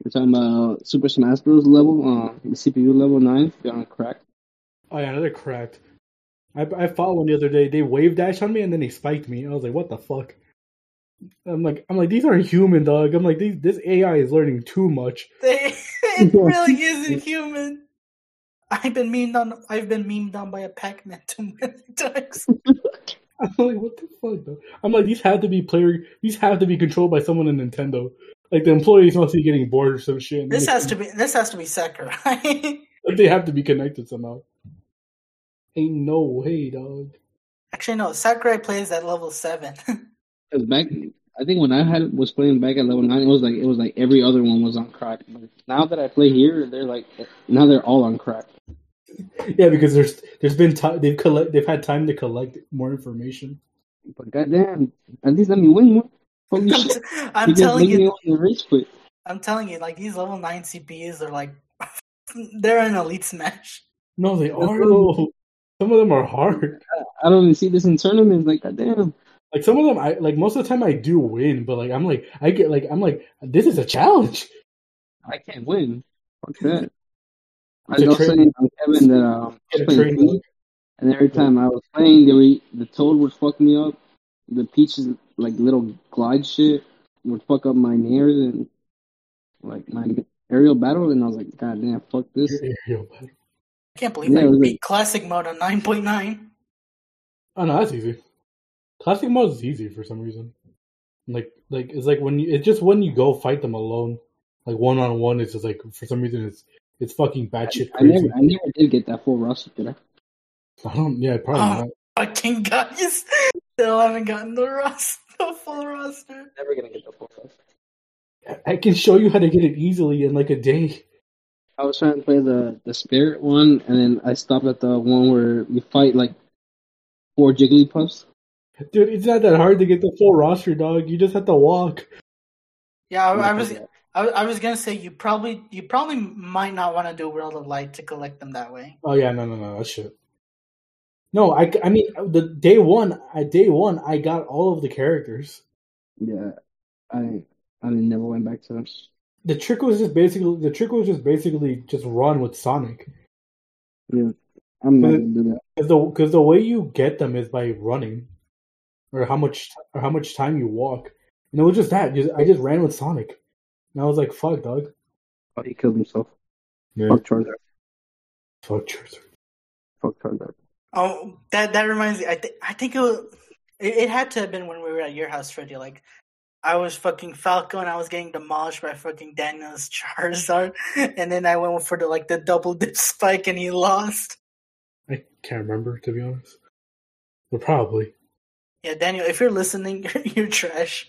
S2: You're talking about Super Smash Bros. level, uh, the CPU level nine. They're on crack.
S3: Oh yeah, another cracked. I I fought one the other day. They wave dashed on me and then they spiked me. I was like, what the fuck? I'm like, I'm like, these aren't human, dog. I'm like, these, this AI is learning too much.
S1: They, it really isn't human. I've been memed on, I've been memed on by a Pac-Man too many times.
S3: I'm like, what the fuck? Though? I'm like, these have to be player. These have to be controlled by someone in Nintendo. Like the employees must be getting bored or some shit. and
S1: This
S3: they-
S1: has to be, this has to be Sakurai.
S3: Like they have to be connected somehow. Ain't no way, dog.
S1: Actually, no, Sakurai plays at level 7.
S2: 'Cause back, I think when I had was playing back at level nine, it was like it was like every other one was on crack. But now that I play here, they're like now they're all on crack.
S3: Yeah, because there's there's been time they've collect they've had time to collect more information.
S2: But goddamn, at least let me win one. Holy
S1: I'm,
S2: shit!
S1: t- I'm
S2: He just
S1: telling
S2: made me
S1: you,
S2: on the race quit.
S1: I'm telling you, like, these level 9 CPUs are like, they're in Elite Smash.
S3: No, they
S2: That's
S3: are
S2: what-
S3: though. Some of them are hard.
S2: I don't even see this in tournaments. Like goddamn,
S3: Like some of them, I like most of the time I do win, but like I'm like I get like I'm like this is a challenge.
S2: I can't win. Fuck that. I
S3: It's a
S2: was
S3: trade.
S2: saying on Kevin that um, I was
S3: Get a
S2: playing
S3: trade.
S2: Peach, and every time I was playing, they were, the Toad would fuck me up. The Peach's like little glide shit would fuck up my nares and like my aerial battle, and I was like, God damn, fuck this.
S3: Oh
S1: I can't believe
S2: Yeah,
S1: I
S2: it was
S1: beat
S2: like-
S1: classic mode on 9.9.
S3: Oh, no, that's easy. Classic mode is easy for some reason. Like like it's like when you it's just when you go fight them alone, like one on one, it's just like for some reason it's it's fucking batshit
S2: I never,
S3: crazy.
S2: I never did get that full roster, did I?
S3: I don't. Yeah, probably
S1: Oh.
S3: not.
S1: Fucking guys, still haven't gotten the roster, the full roster.
S2: Never gonna get the full roster.
S3: I can show you how to get it easily in like a day.
S2: I was trying to play the the spirit one, and then I stopped at the one where you fight like four Jigglypuffs.
S3: Dude, it's not that hard to get the full roster, dog. You just have to walk.
S1: Yeah, I, I was, I, was- I was gonna say you probably, you probably might not want to do World of Light to collect them that way.
S3: Oh yeah, no, no, no, that shit. No, I, I mean the day one, I day one, I got all of the characters.
S2: Yeah, I I never went back to them.
S3: The trick was just basically the trick was just basically just run with Sonic
S2: I'm not
S3: But-
S2: gonna do that.
S3: because the because the way you get them is by running, or how much or how much time you walk. And it was just that. Just, I just ran with Sonic, and I was like, "Fuck, dog."
S2: Oh, he killed himself.
S3: Yeah.
S2: Fuck Charizard.
S3: Fuck, Charizard.
S2: Fuck Charizard.
S1: Oh, that that reminds me. I think I think it was. It, it had to have been when we were at your house, Freddie. Like, I was fucking Falco, and I was getting demolished by fucking Daniel's Charizard, and then I went for the like the double dip spike, and he lost.
S3: I can't remember to be honest, but probably.
S1: Yeah, Daniel, if you're listening, you're, you're trash.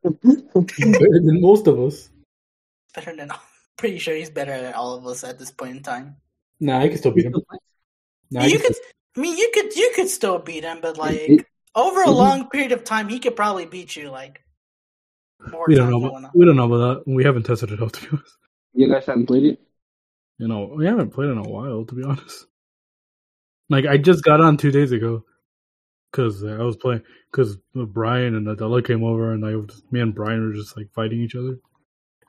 S3: better than most of us.
S1: Better than all. Pretty sure he's better than all of us at this point in time.
S3: Nah, I can still beat him. Nah, I
S1: you
S3: can
S1: could, I mean, you could, you could still beat him, but like
S2: It-
S1: over a
S2: Mhm.
S1: long period of time, he could probably beat you. Like, more
S3: we don't
S1: times than
S3: know. About,
S1: not.
S3: we don't know about that. We haven't tested it out to be honest.
S2: you guys haven't played it?
S3: You know, we haven't played in a while to be honest. Like I just got on two days ago because I was playing because Brian and Adela came over and I was- me and Brian were just like fighting each other,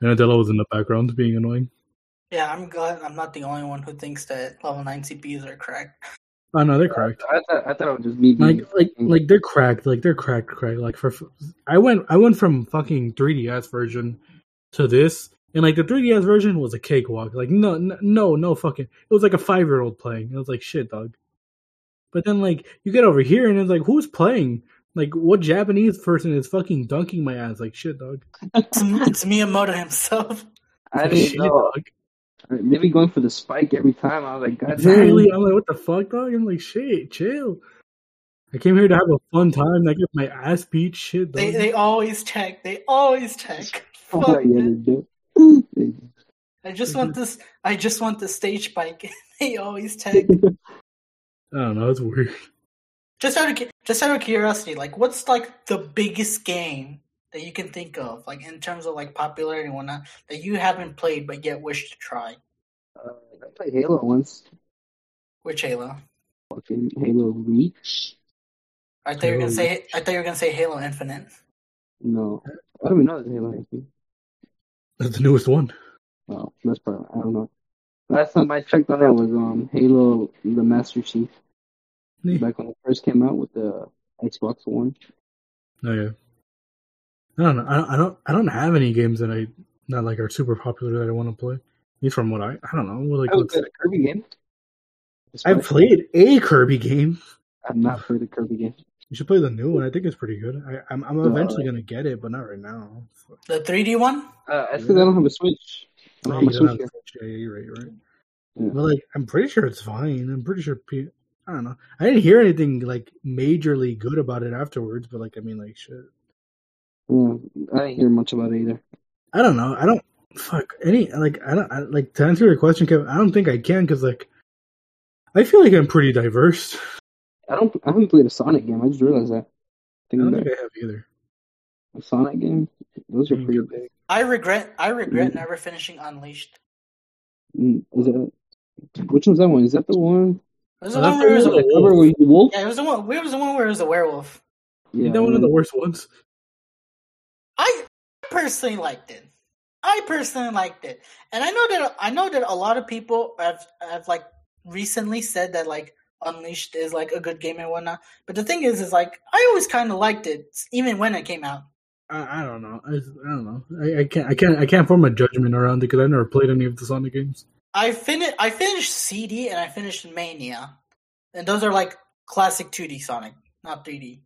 S3: and Adela was in the background being annoying.
S1: Yeah, I'm glad I'm not the only one who thinks that level nine CPUs are cracked.
S3: Oh no, they're cracked.
S2: I thought I thought it would just be
S3: Like like
S2: Mm.
S3: like they're cracked. Like they're cracked. Cracked. Like for I went I went from fucking 3ds version to this. And like the 3DS version was a cakewalk. Like no, n- no, no fucking. It was like a five year old playing. It was like shit, dog. But then like you get over here and it's like who's playing? Like, what Japanese person is fucking dunking my ass like shit, dog?
S1: It's, it's Miyamoto himself.
S2: I
S3: Shit,
S2: didn't know.
S3: dog.
S2: They be going for the spike every time. I was like, God damn.
S3: Really? I'm like, what the fuck, dog? I'm like, shit, chill. I came here to have a fun time. I get my ass beat, shit, dog.
S1: They they always check. They always check. Fuck.
S2: Like, yeah,
S1: man.
S2: they do. They do.
S1: I
S3: Mm-hmm.
S1: just want this. I just want the stage bike. they always check.
S3: I don't know. It's weird.
S1: Just out of cu- just out of curiosity, like what's like the biggest game that you can think of, like in terms of like popularity and whatnot, that you haven't played but yet wish to try?
S2: Uh, I played Halo once.
S1: Which Halo?
S2: Fucking Halo Reach.
S1: I thought you were gonna
S3: Halo
S1: say. I thought you were gonna say Halo Infinite.
S2: No, I don't even know this Halo. Actually.
S3: That's the newest one.
S2: Well, that's probably I don't know. Last time I checked on that was um Halo the Master Chief
S3: Yeah.
S2: back when it first came out with the Xbox One.
S3: Oh yeah. I don't know. I don't. I don't. I don't have any games that I not like are super popular that I want to play. At least from what I. I don't know. Like
S2: I was
S3: what's,
S2: Oh, good at Kirby game.
S3: I played a Kirby game.
S2: I've not played a Kirby game.
S3: You should play the new one. I think it's pretty good. I, I'm. I'm
S2: No,
S3: eventually gonna get it, but not right now. Fuck.
S1: The 3D one.
S2: Uh, I said I don't have a Switch. I
S3: Yeah,
S2: don't
S3: you
S2: have a
S3: don't have
S2: Switch. yet.
S3: Switch. Yeah, you're right. you're right.
S2: Oh, Yeah.
S3: But like, I'm pretty sure it's fine. I'm pretty sure. Pe- I don't know. I didn't hear anything like majorly good about it afterwards. But like, I mean, like, shit.
S2: Yeah, I didn't hear much about it either.
S3: I don't know. I don't fuck any like I don't I, like to answer your question, Kevin. I don't think I can because like I feel like I'm pretty diverse.
S2: I don't. I haven't played a Sonic game. I just realized that.
S3: I
S2: Thinking
S3: don't
S2: back,
S3: think I have either.
S2: a Sonic game. Those are
S3: Mm.
S2: pretty big.
S1: I regret. I regret never finishing Unleashed.
S2: Mm, Is that, which one's that one? Is that the one?
S1: It was the
S3: Oh,
S1: one
S3: that's
S1: where it was
S3: the
S1: a,
S3: one.
S2: Remember where you wolf?
S1: yeah, it was the one. It was the one where it was a werewolf.
S2: Yeah.
S3: Isn't that one of the worst ones?
S1: I personally liked it. I personally liked it, and I know that I know that a lot of people have have like recently said that like Unleashed is like a good game and whatnot. But the thing is, is like I always kind of liked it, even when it came out.
S3: I, I don't know. I, I don't know. I, I can't. I can't. I can't form a judgment around it because I never played any of the Sonic games.
S1: I finished I finished CD and I finished Mania, and those are like classic 2D Sonic, not 3D.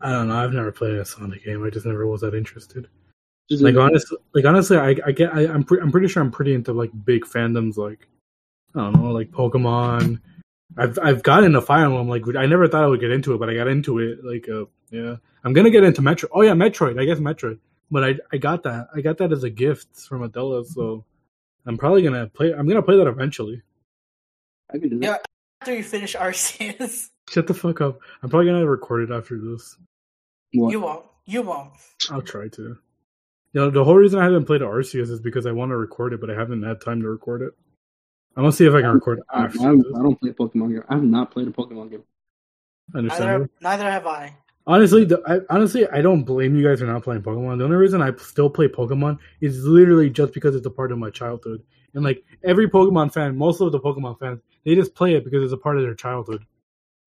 S3: I don't know. I've never played a Sonic game. I just never was that interested.
S2: Just
S3: Like honestly, like honestly, I, I get. I, I'm. Pre- I'm pretty sure I'm pretty into like big fandoms. Like I don't know, like Pokemon. I've I've gotten into Fire Emblem. Like I never thought I would get into it, but I got into it. Like uh, yeah, I'm gonna get into Metro. Oh yeah, Metroid. I guess Metroid. But I I got that. I got that as a gift from Adela. So I'm probably gonna play. I'm gonna play that eventually.
S2: I could do that.
S1: Yeah. After you finish Arceus,
S3: Shut the fuck up. I'm probably gonna record it after this.
S2: What?
S1: you won't. You won't.
S3: I'll try to. You know, the whole reason I haven't played Arceus is because I want to record it, but I haven't had time to record it. I'm gonna see if I can record
S2: I, I,
S3: after
S2: I
S3: this.
S2: don't play Pokemon game. I've not played a Pokemon game.
S3: Understandable.
S1: Neither, neither have I.
S3: Honestly, the, I, honestly, I don't blame you guys for not playing Pokemon. The only reason I still play Pokemon is literally just because it's a part of my childhood. And like every Pokemon fan, most of the Pokemon fans, they just play it because it's a part of their childhood.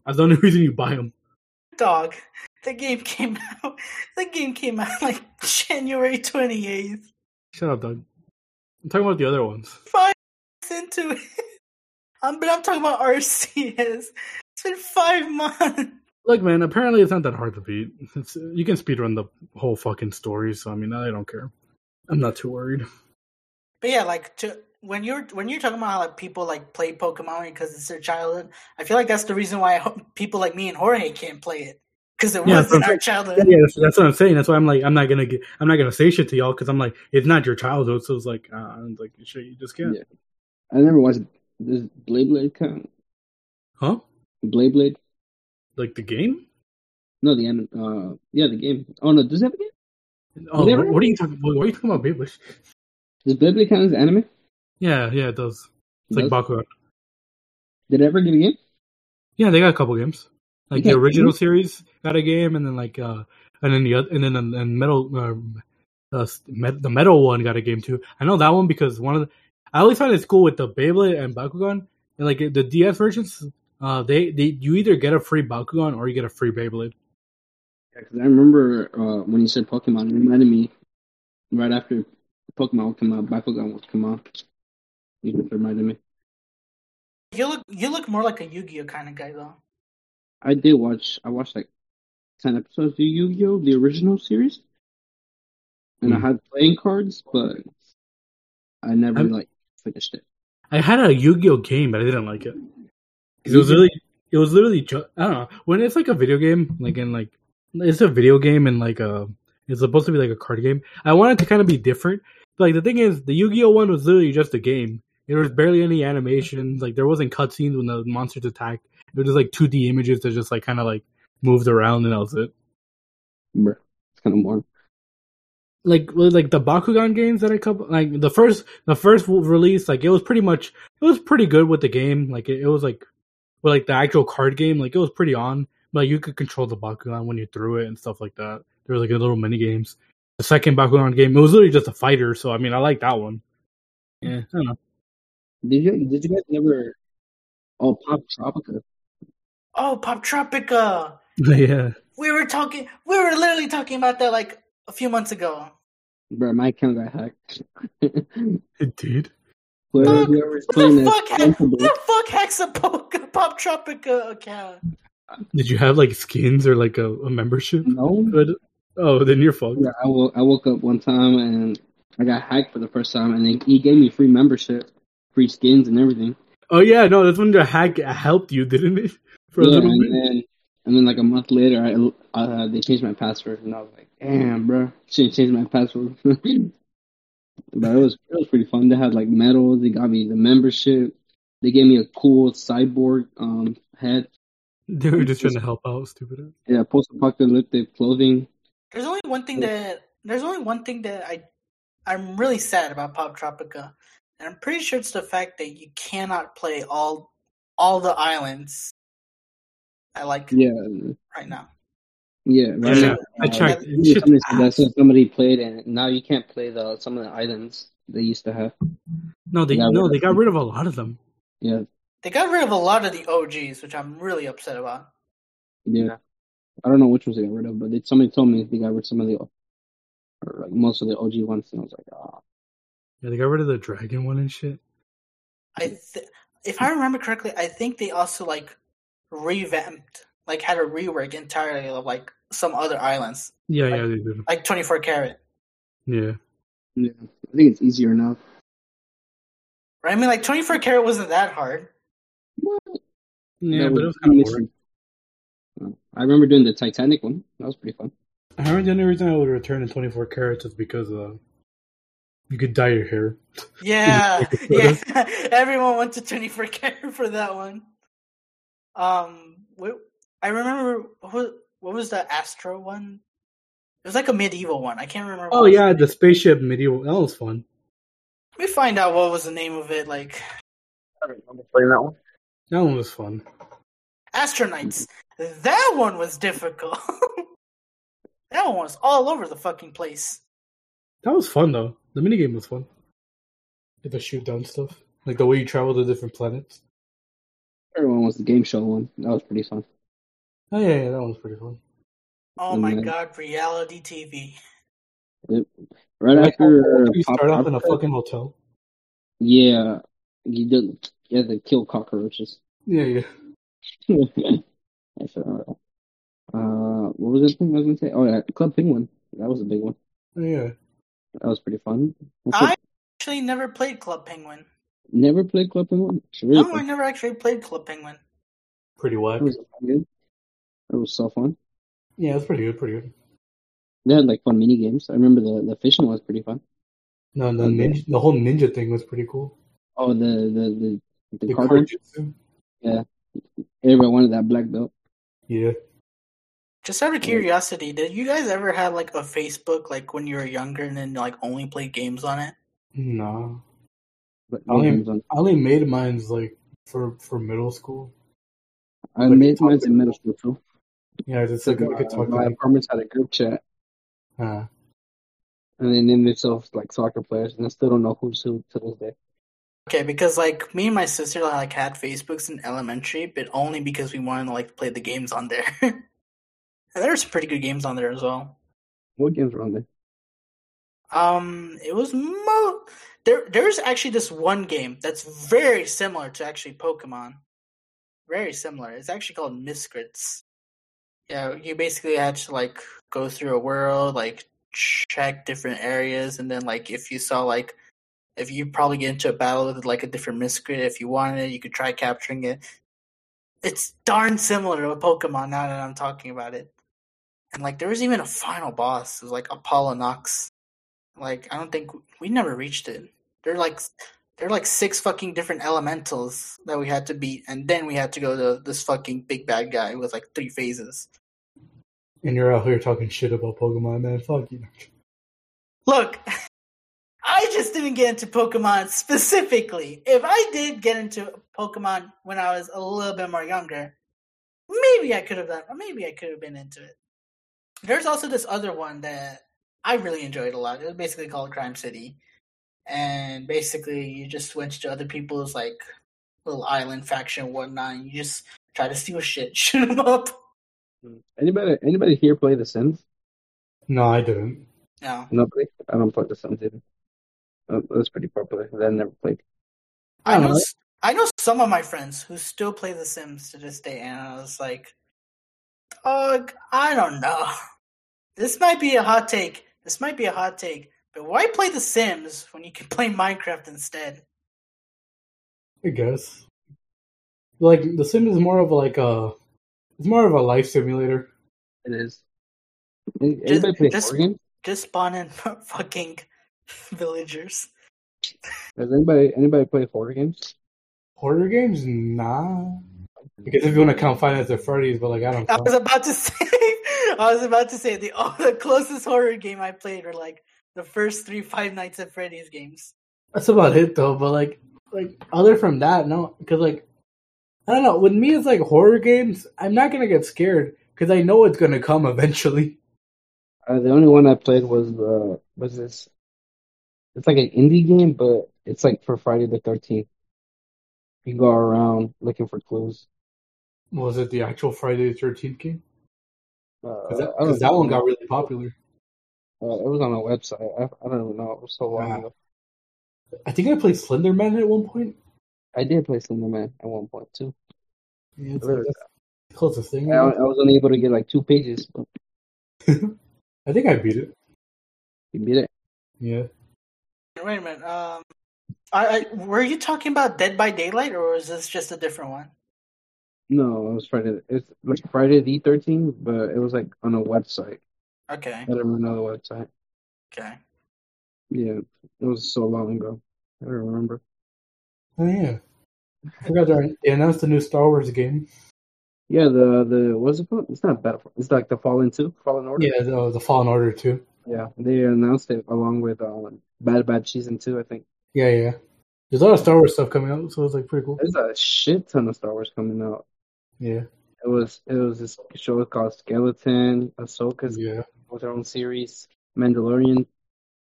S3: That's the only reason you buy them.
S1: dog. The game came out. The game came out like January twenty eighth.
S3: Shut up, Doug. I'm talking about the other ones.
S1: Five months into it, um, but I'm talking about RCS. It's been five months.
S3: Look, man. Apparently, it's not that hard to beat. It's, you can speedrun the whole fucking story. So I mean, I don't care. I'm not too worried.
S1: But yeah, like to, when you're when you're talking about how like people like play Pokemon because it's their childhood. I feel like that's the reason why ho- people like me and Jorge can't play it because it
S3: Yeah,
S1: wasn't
S3: that's-
S1: our childhood.
S3: Yeah, yeah, that's, that's what I'm saying. That's why I'm like, I'm not gonna get, I'm not gonna say shit to y'all because I'm like, it's not your childhood. So it's like, uh, I'm like, shit, you just can't.
S2: Yeah. I never watched this Blade Blade count.
S3: Huh?
S2: Blade Blade?
S3: Like the game?
S2: No, the anim- uh yeah, the game. Oh no, does it have a game?
S3: Oh,
S2: Never.
S3: what, what are you talking? What, what are you talking about, Beyblade?
S2: Does Blade Blade count as anime?
S3: Yeah, yeah, it does. It's like
S2: Does-
S3: Bakugan.
S2: Did it ever get a game?
S3: Yeah, they got a couple games. Like the
S2: Okay.
S3: original series got a game, and then like, uh and then the oth- and then and, and metal, um, uh, met, the metal one got a game too. I know that one because one of the, I always find it's cool with the Beyblade and Bakugan, and like the DS versions. Uh, they, they you either get a free Bakugan or you get a free Beyblade.
S2: Yeah, 'cause I remember uh, when you said Pokemon, it reminded me right after Pokemon would come out, Bakugan would come out. It just reminded me.
S1: You look you look more like a Yu Gi Oh kind of guy though.
S2: I did watch. I watched like ten episodes of Yu Gi Oh, the original series, and
S3: Hmm.
S2: I had playing cards, but I never
S3: I'm-
S2: like finished it.
S3: I had a Yu Gi Oh game, but I didn't like it. 'Cause it was really, it was literally, ju- I don't know. When it's like a video game, like in like, it's a video game and like a, it's supposed to be like a card game. I want it to kind of be different. But like the thing is, the Yu Gi Oh one was literally just a game. There was barely any animations. Like there wasn't cutscenes when the monsters attacked. It was just like 2D images that just like kind of like moved around and that was it.
S2: Bruh, it's kind of boring.
S3: like with, like the Bakugan games that I couple like the first the first w- release like it was pretty much it was pretty good with the game like it, it was like with like the actual card game like it was pretty on but you could control the Bakugan when you threw it and stuff like that there was like little mini games the second Bakugan game it was literally just a fighter so I mean I like that one yeah I don't know
S2: Did you did you guys never? Oh, Pop Tropica.
S1: Oh, Pop Tropica.
S3: yeah
S1: We were talking. We were literally talking about that like a few months ago.
S2: Bruh, my account got hacked.
S3: it did
S2: Whoever,
S1: Fuck,
S2: whoever's
S1: What
S2: playing
S1: the
S2: that,
S1: fuck? Ha- who the fuck hacks a Pop, Pop Tropica account?
S3: did you have like skins or like a, a membership
S2: no,
S3: But- oh then you're fucked
S2: Mm-hmm. Yeah, I woke I woke up one time and I got hacked for the first time, and they, he gave me free membership, free skins, and everything.
S3: oh yeah no that's when the hack helped you didn't it for a
S2: yeah,
S3: little
S2: and
S3: bit
S2: then and then like a month later, I uh, they changed my password, and I was like, damn, bro, shouldn't change my password. but it was it was pretty fun. They had like medals. They got me the membership. They gave me a cool cyborg um head.
S3: They were just trying to help out, stupid.
S2: Yeah, post-apocalyptic clothing.
S1: There's only one thing that there's only one thing that I I'm really sad about Pop Tropica, and I'm pretty sure it's the fact that you cannot play all all the islands. I like
S2: Yeah,
S1: right now.
S2: yeah. Right
S3: Yeah, I
S2: Uh,
S3: tried.
S2: somebody-
S3: Shit's
S2: somebody said that,
S3: ass.
S2: so somebody played, and now you can't play the some of the islands they used to have.
S3: No, they
S2: Yeah,
S3: no,
S2: right.
S3: they got rid of a lot of them.
S2: Yeah,
S1: They got rid of a lot of the OGs, which I'm really upset about.
S2: yeah. I don't know which ones they got rid of, but they, somebody told me they got rid of some of the, or like most of the OG ones, and I was like, ah,
S3: Yeah, they got rid of the dragon one and shit.
S1: I th- if I remember correctly, I think they also like revamped, like had a rework entirely of like some other islands,
S3: Yeah, yeah, they did.
S1: like 24 karat.
S3: Yeah,
S2: yeah. I think it's easier now.
S1: Right? I mean, like 24 karat wasn't that hard.
S3: yeah,
S2: That
S3: but it was kind of boring.
S2: Uh, I remember doing the Titanic one. That was pretty fun.
S3: I remember the only reason I would return in twenty four carats is because uh, you could dye your hair.
S1: Yeah, yeah.
S3: Yes.
S1: Everyone went to 24 karat for that one. Um, what, I remember what, what was the Astro one? It was like a medieval one. I can't remember.
S3: Oh
S1: what it was.
S3: yeah, the spaceship medieval. That was fun.
S1: let me find out what was the name of it. Like
S4: I don't remember playing that one.
S3: That one was fun.
S1: Astronauts. That one was difficult. that one was all over the fucking place.
S3: That was fun though. The minigame was fun. Get the shoot down stuff, like the way you travel to different planets.
S2: Everyone was the game show one. That was pretty fun.
S3: Oh yeah, yeah, that one was pretty fun.
S1: Oh my
S3: Mm-hmm.
S2: Mhm.
S1: god, reality TV.
S2: Right after
S3: you
S2: Pop
S3: start off in a
S2: Tropica-
S3: fucking hotel.
S2: yeah, you did. You had to kill cockroaches.
S3: Yeah, yeah.
S2: I said, uh, uh, what was the thing I was gonna say? Oh yeah, Club Penguin. That was a big one.
S3: Oh, yeah.
S2: That was pretty fun. That's
S1: I
S2: what-
S1: actually never played Club Penguin.
S2: never played Club Penguin. It's
S3: Oh
S2: really
S1: No, I
S2: fun.
S1: never actually played Club Penguin.
S3: Pretty
S2: That
S3: whack.
S2: was good. That was so fun.
S3: Yeah, it's pretty good, pretty good.
S2: They had like fun mini games. I remember the the fishing was pretty fun.
S3: No, the
S2: Okay.
S3: ninja, the whole ninja thing was pretty cool.
S2: Oh, the the the, the
S3: The
S2: card.
S3: karjutsu.
S2: Everyone wanted that black belt.
S3: Yeah.
S1: Just out of curiosity, did you guys ever have like a Facebook like when you were younger and then like only play games on it?
S3: No.
S2: But
S3: I only,
S2: games on-
S3: I only made mine's like for for middle school.
S2: I
S3: like
S2: made
S3: top
S2: mine's in
S3: people.
S2: middle school. too.
S3: Yeah, it's like I could
S2: Uh,
S3: talk
S2: my
S3: to
S2: apartments had a group chat,
S3: them. Uh,
S2: and they named themselves like soccer players, and I still don't know who's who to this day.
S1: Okay, because like me and my sister like had Facebooks in elementary, but only because we wanted to like play the games on there. and there were some pretty good games on there as well.
S2: What games were on there?
S1: Um, it was mo. There, there's actually this one game that's very similar to actually Pokemon. Very similar. It's actually called Miscrits, Yeah, you basically had to like go through a world, like check different areas, and then like if you saw like if you probably get into a battle with like a different miscreant, if you wanted it, you could try capturing it. It's darn similar to Pokemon now that I'm talking about it. And like there was even a final boss, it was like Apollo Nox. Like I don't think we never reached it. They're like they're like six fucking different elementals that we had to beat, and then we had to go to this fucking big bad guy with like three phases.
S3: And you're out here talking shit about Pokemon, man. Fuck you.
S1: Look, I just didn't get into Pokemon specifically. If I did get into Pokemon when I was a little bit more younger, maybe I could have done, or maybe I could have been into it. There's also this other one that I really enjoyed a lot. It was basically called Crime City, and basically you just went to other people's like little island faction and whatnot, and you just try to steal shit, shoot them up.
S2: Hmm. Anybody anybody here play The Sims?
S3: No, I didn't.
S1: No,
S2: Nobody. I don't play The Sims either. Oh, That was pretty popular. I never played.
S1: I know. s- I know some of my friends who still play The Sims to this day, and I was like, "Dog, I don't know. This might be a hot take. This might be a hot take. But why play The Sims when you can play Minecraft instead?"
S3: I guess. Like The Sim is more of like a, it's more of a life simulator.
S2: It is. Any- Anybody play
S1: just-
S2: horror games?
S1: Just spawn in fucking villagers.
S2: Does anybody anybody play horror games?
S3: Horror games, nah. Because if you want to count Five Nights at Freddy's, but like I don't.
S1: I was
S3: Count.
S1: about to say. I was about to say the oh, the closest horror game I played were like the first three Five Nights at Freddy's games.
S3: That's about it though. But like, like other from that, no. Because like, I don't know. With me, it's like horror games. I'm not gonna get scared because I know it's gonna come eventually.
S2: Uh, the only one I played was uh was this. It's like an indie game, but it's like for Friday the Thirteenth. You go around looking for clues.
S3: Was it the actual Friday the Thirteenth game?
S2: Uh,
S3: Because that,
S2: I don't
S3: 'cause that one
S2: know.
S3: got really popular.
S2: Uh, it was on a website. I, I don't even know. It was so long
S3: Ah.
S2: ago.
S3: I think I played Slenderman at one point.
S2: I did play Slenderman at one point too.
S3: Yeah, it's,
S2: Really?
S3: it's closest thing.
S2: I, I was only able to get like two pages, but
S3: I think I beat it.
S2: you beat it.
S3: Yeah.
S1: Wait a minute. Um, I, I were you talking about Dead by Daylight, or was this just a different one?
S2: No, it was Friday. the- It's like Friday the Thirteenth, but it was like on a website.
S1: Okay,
S2: I don't even know the website.
S1: okay.
S2: Yeah, it was so long ago. I don't remember.
S3: Oh yeah. I forgot they they announced the new Star Wars game.
S2: Yeah, the the what's it called? It's not Battlefront. It's like the Fallen Two, Fallen Order.
S3: Yeah, the, the Fallen Order too.
S2: Yeah, they announced it along with um, Bad Bad Season Two. I think
S3: Yeah, yeah. There's a lot of Star Wars stuff coming out, so it's like pretty cool.
S2: there's a shit ton of Star Wars coming out.
S3: Yeah,
S2: It was it was this show called Skeleton. Ahsoka's
S3: yeah.
S2: with her own series, Mandalorian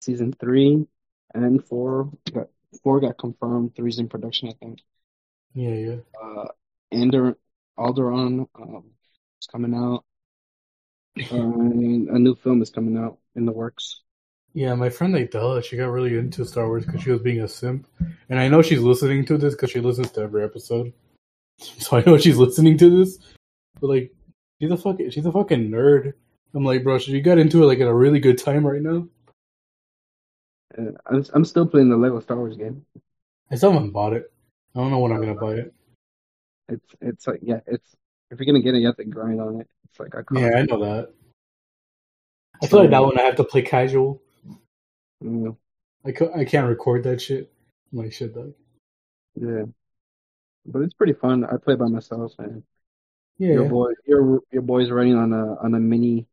S2: season three and four got four got confirmed. Three's in production, I think.
S3: Yeah, yeah.
S2: Uh, Ander Alderon um, is coming out. and a new film is coming out in the works.
S3: Yeah, my friend Adela, she got really into Star Wars because she was being a simp. And I know she's listening to this because she listens to every episode. So I know she's listening to this. But like, she's a fucking, she's a fucking nerd. I'm like, bro, she got into it like at a really good time right now.
S2: Uh, I'm I'm still playing the Lego Star Wars game.
S3: I still haven't bought it. I don't know when I'm gonna buy it.
S2: It's it's like yeah, it's if you're gonna get it, you have to grind on it. It's like I can't.
S3: Yeah, I know that. I feel like that one I have to play casual.
S2: Mm,
S3: I, cou- I can't record that shit. I'm like, shit, though.
S2: yeah. But it's pretty fun. I play by myself, man.
S3: Yeah,
S2: Your boy, your your boy's running on a on a mini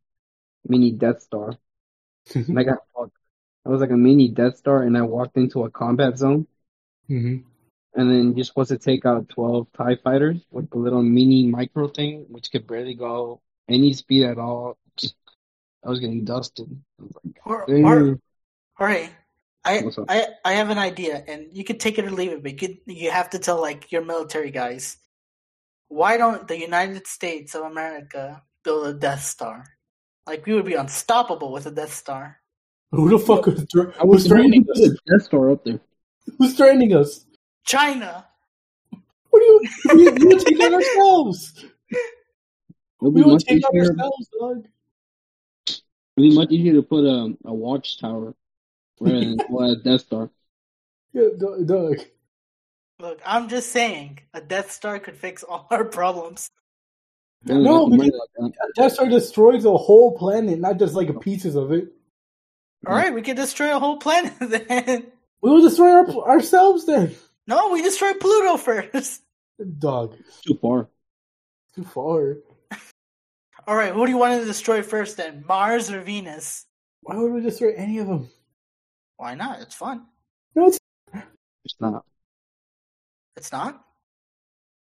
S2: mini Death Star. and I got fucked. I was like a mini Death Star, and I walked into a combat zone,
S3: hmm
S2: and then you're supposed to take out 12 TIE fighters with the little mini micro thing, which could barely go any speed at all. I was getting dusted. I was like,
S1: Or,
S2: "Damn."
S1: or, Jorge, I,
S2: What's up?
S1: I, I have an idea, and you can take it or leave it, but you, you have to tell like your military guys. Why don't the United States of America build a Death Star? Like we would be unstoppable with a Death Star.
S3: Who the fuck was, thre-
S2: I was
S3: who's threatening
S2: put
S3: us?
S2: a Death Star up there.
S3: Who's threatening us?
S1: China.
S3: What are you? We, we will take on ourselves.
S2: It'd be
S3: We would
S2: much
S3: take out
S2: easier.
S3: ourselves, dog.
S2: It'd be much easier to put a a watchtower rather than well, a Death Star.
S3: Yeah, dog. dog.
S1: Look, I'm just saying, a Death Star could fix all our problems.
S2: They don't
S3: No,
S2: have to worry
S3: because-
S2: about that.
S3: A Death Star destroys the whole planet, not just like pieces of it.
S1: All right, we could destroy a whole planet then.
S3: We will destroy our, ourselves then.
S1: No, we destroy Pluto first.
S3: Dog,
S2: It's too far.
S3: too far.
S1: All right, who do you want to destroy first then? Mars or Venus?
S3: Why would we destroy any of them?
S1: Why not? It's fun.
S3: No, it's
S2: It's not
S1: It's not?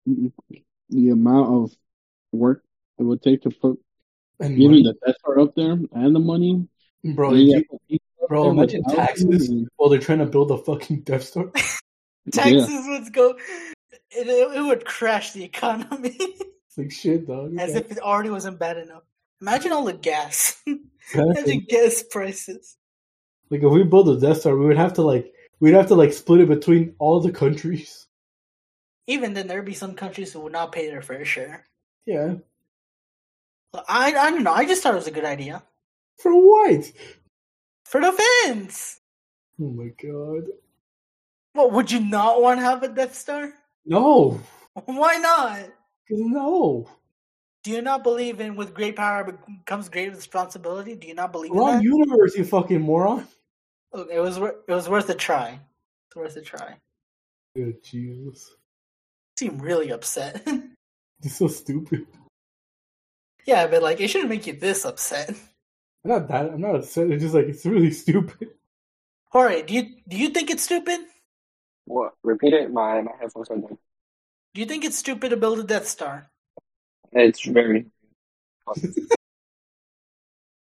S2: Mm-mm. the amount of work it would take to put
S3: and
S2: even
S3: money.
S2: the Death Star up there and the money.
S3: bro,
S2: and then
S3: if
S2: you
S3: you-
S2: have to keep up
S3: bro,
S2: there
S3: imagine
S2: without
S3: taxes
S2: them,
S3: while they're trying to build a fucking Death Star.
S2: and-
S1: Taxes would go. It, it, it would crash the economy
S3: It's like shit, dog.
S1: as if it already wasn't bad enough. Imagine all the gas.
S3: Exactly.
S1: Imagine gas prices.
S3: Like if we build a Death Star, we would have to like we'd have to like split it between all the countries.
S1: Even then, there'd be some countries who would not pay their fair share.
S3: Yeah.
S1: Well, I I don't know. I just thought it was a good idea
S3: For what?
S1: for the fans.
S3: Oh my god.
S1: What would you not want to have a Death Star?
S3: No.
S1: Why not?
S3: No.
S1: Do you not believe in with great power comes great responsibility? Do you not believe in
S3: Wrong
S1: that?
S3: universe, you fucking moron.
S1: Look, it was wor- it was worth a try. It's worth a try.
S3: Good Jesus.
S1: seem really upset.
S3: You're so stupid.
S1: yeah, but like it shouldn't make you this upset.
S3: I'm not that I'm not upset, it's just like it's really stupid.
S1: Jorge, do you do you think it's stupid?
S4: What? Repeat it. My my headphones are down.
S1: Do you think it's stupid to build a Death Star?
S4: It's very.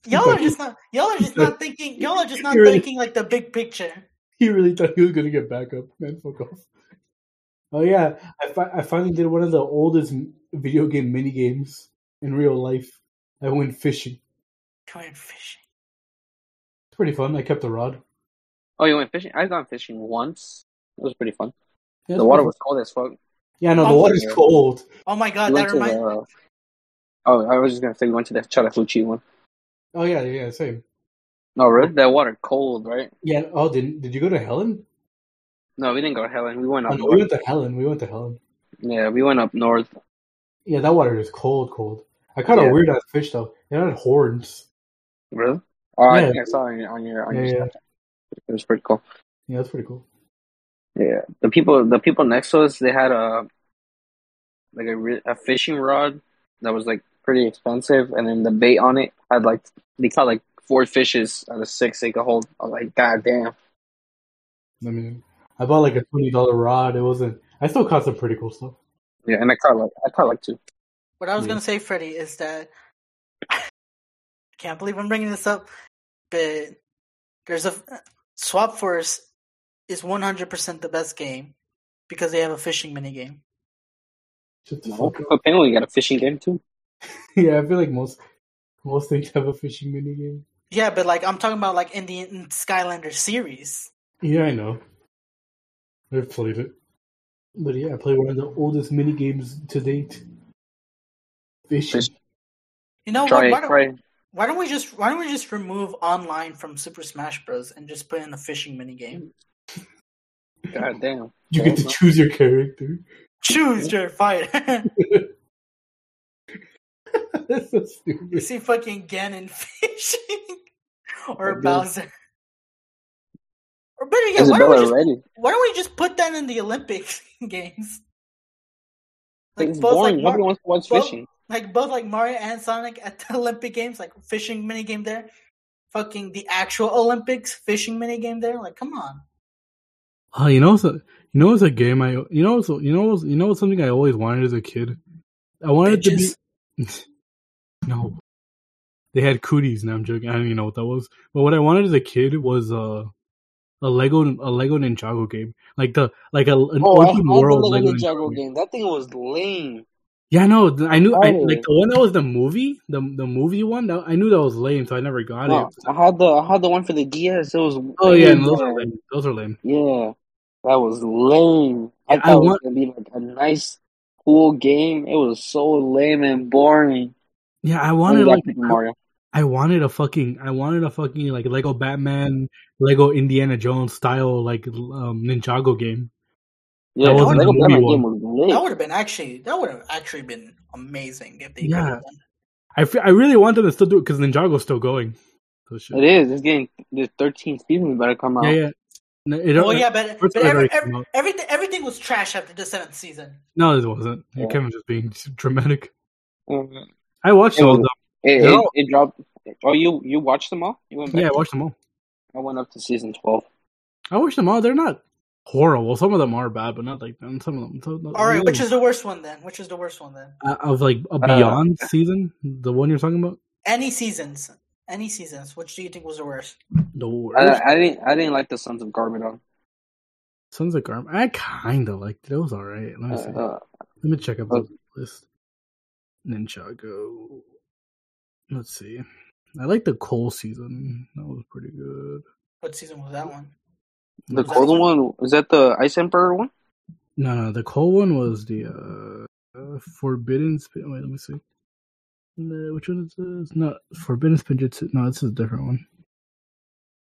S1: Y'all are just not y'all are just not thinking y'all are just not thinking like the big picture.
S3: He really thought he was gonna get back up. Man, fuck off. Oh yeah, I, fi- I finally did one of the oldest m- video game mini games in real life. I went fishing.
S1: Going fishing.
S3: It's pretty fun. I kept the rod.
S4: Oh, you went fishing? I've gone fishing once. It was pretty fun.
S3: Yeah,
S4: The
S3: it's
S4: water
S3: pretty
S4: was cold as fuck.
S3: fun. Yeah, no, the
S1: Oh,
S3: water's
S4: yeah.
S3: cold.
S1: Oh my
S3: Uh,
S1: god,
S4: We went
S1: that
S4: to the.
S1: reminds me.
S4: Oh, I was just gonna say we went to the Chattahoochee one.
S3: Oh yeah, yeah, same.
S4: No, really, that water cold, right?
S3: Yeah. Oh, did did you go to Helen?
S4: No, we didn't go to Helen. We went
S3: Oh,
S4: up
S3: no, we went
S4: north.
S3: to Helen. We went to Helen.
S4: Yeah, we went up north.
S3: Yeah, that water is cold, cold. I caught a
S4: Yeah.
S3: weird ass fish though. It had horns.
S4: Really? Oh, I
S3: Yeah.
S4: think I saw it on your on your, on
S3: Yeah,
S4: your
S3: yeah,
S4: Snapchat. It was pretty cool.
S3: yeah. That's pretty cool.
S4: Yeah, the people the people next to us they had a like a, re- a fishing rod that was like pretty expensive, and then the bait on it had like they caught like four fishes out of six they could hold. I was like, god damn.
S3: I mean, I bought like a twenty dollar rod. It wasn't. I still caught some pretty cool stuff.
S4: Yeah, and I caught like I caught like two.
S1: What I was
S3: Yeah.
S1: gonna say, Freddie, is that I can't believe I'm bringing this up, but there's a Swap Force is 100% the best game because they have a fishing minigame.
S3: Shut the
S4: No,
S3: fuck up.
S4: Penguin, you got a fishing game too.
S3: yeah, I feel like most most things have a fishing mini game.
S1: Yeah, but like I'm talking about like Indian Skylander series.
S3: Yeah, I know. I've played it, but yeah, I played one of the oldest mini games to date. Fishing.
S4: Fish-
S1: You know
S4: Try
S1: what? Why
S4: it,
S1: don't,
S4: try. it.
S1: why don't we just why don't we just remove online from Super Smash Bros. and just put in a fishing minigame?
S4: God damn.
S3: You get to choose your character.
S1: Choose your fighter.
S3: That's so
S1: you
S3: stupid.
S1: see fucking Ganon fishing or
S4: That does-
S1: Bowser. Or better yet, why don't, we
S4: Isabella
S1: just,
S4: ready?
S1: why don't we just put that in the Olympics games? Like
S4: it's
S1: both
S4: boring.
S1: like Mar-
S4: Nobody wants to watch
S1: well-
S4: fishing.
S1: like both like Mario and Sonic at the Olympic Games, like fishing mini game there, fucking the actual Olympics fishing mini game there. Like, come on,
S3: Oh, you know, so, you know, it's a game. I you know, so you know, you know, it's something I always wanted as a kid. I wanted
S1: Bitches.
S3: to be. no, they had cooties. Now I'm joking. I don't even know what that was. But what I wanted as a kid was uh, a Lego a Lego Ninjago game, like the like a an
S4: Oh, I had
S3: open
S4: the
S3: world
S4: Lego
S3: Lego
S4: Ninjago game. That thing was lame.
S3: Yeah, no, th- I knew I
S4: Got
S3: like
S4: it.
S3: the one that was the movie, the the movie one. That, I knew that was lame, so I never got
S4: No,
S3: it.
S4: I had the I had the one for the DS. It was
S3: Oh yeah,
S4: way
S3: and those are
S4: bad.
S3: lame. Those are lame.
S4: Yeah, that was lame. I
S3: Yeah, I
S4: thought it was
S3: want-
S4: gonna be like a nice, cool game. It was so lame and boring.
S3: Yeah, I wanted
S4: Like
S3: like
S4: Super Mario.
S3: I wanted a fucking I wanted a fucking like Lego Batman, Lego Indiana Jones style like um Ninjago game.
S4: Yeah,
S3: That
S4: the
S3: was
S4: Lego
S3: the
S4: Batman
S3: movie one.
S4: game was
S1: That
S4: lit.
S1: would have been actually that would have actually been amazing if they
S3: Yeah.
S1: could have done.
S3: I fe- I really want them to still do it because Ninjago's still going. So shit.
S4: It is. It's getting the 13th season better come out.
S3: Yeah, yeah. No, it-
S1: Well, Oh, yeah, but,
S3: First
S1: but
S3: one
S1: every,
S3: already came
S1: every-
S3: out.
S1: everything everything was trash after the seventh season.
S3: No, it wasn't.
S4: Yeah.
S3: Kevin just being dramatic.
S4: Mhm.
S3: I watched
S4: It
S3: all
S4: was-
S3: them.
S4: It,
S3: They're
S4: it,
S3: all-
S4: it dropped. Oh, you you watched them all? You went back.
S3: Yeah, I watched them all.
S4: I went up to season 12.
S3: I watched them all. They're not horrible. Some of them are bad, but not like them. Some of them. Some,
S1: All right, which is the worst one then? Which is the worst one then?
S3: Uh, of like a Beyond season, the one you're talking about,
S1: Any seasons, any seasons. Which do you think was the worst?
S3: the
S4: I,
S3: worst.
S4: I didn't I didn't like the Sons of Garmadon.
S3: Sons of Garm. I kind of liked it. It was all right. Let
S4: Uh,
S3: me see.
S4: uh,
S3: Let me check up
S4: Uh,
S3: the list. Ninjago. Let's see. I like the Cole season. That was pretty good.
S1: What season was that one?
S4: the
S1: Was that
S4: golden
S1: the-
S4: one is that the Ice Emperor one?
S3: No, no, the Cole one was the uh, uh, Forbidden. Spin- Wait, let me see. No, which one is this? No, Forbidden Spinjitzu. No, this is a different one.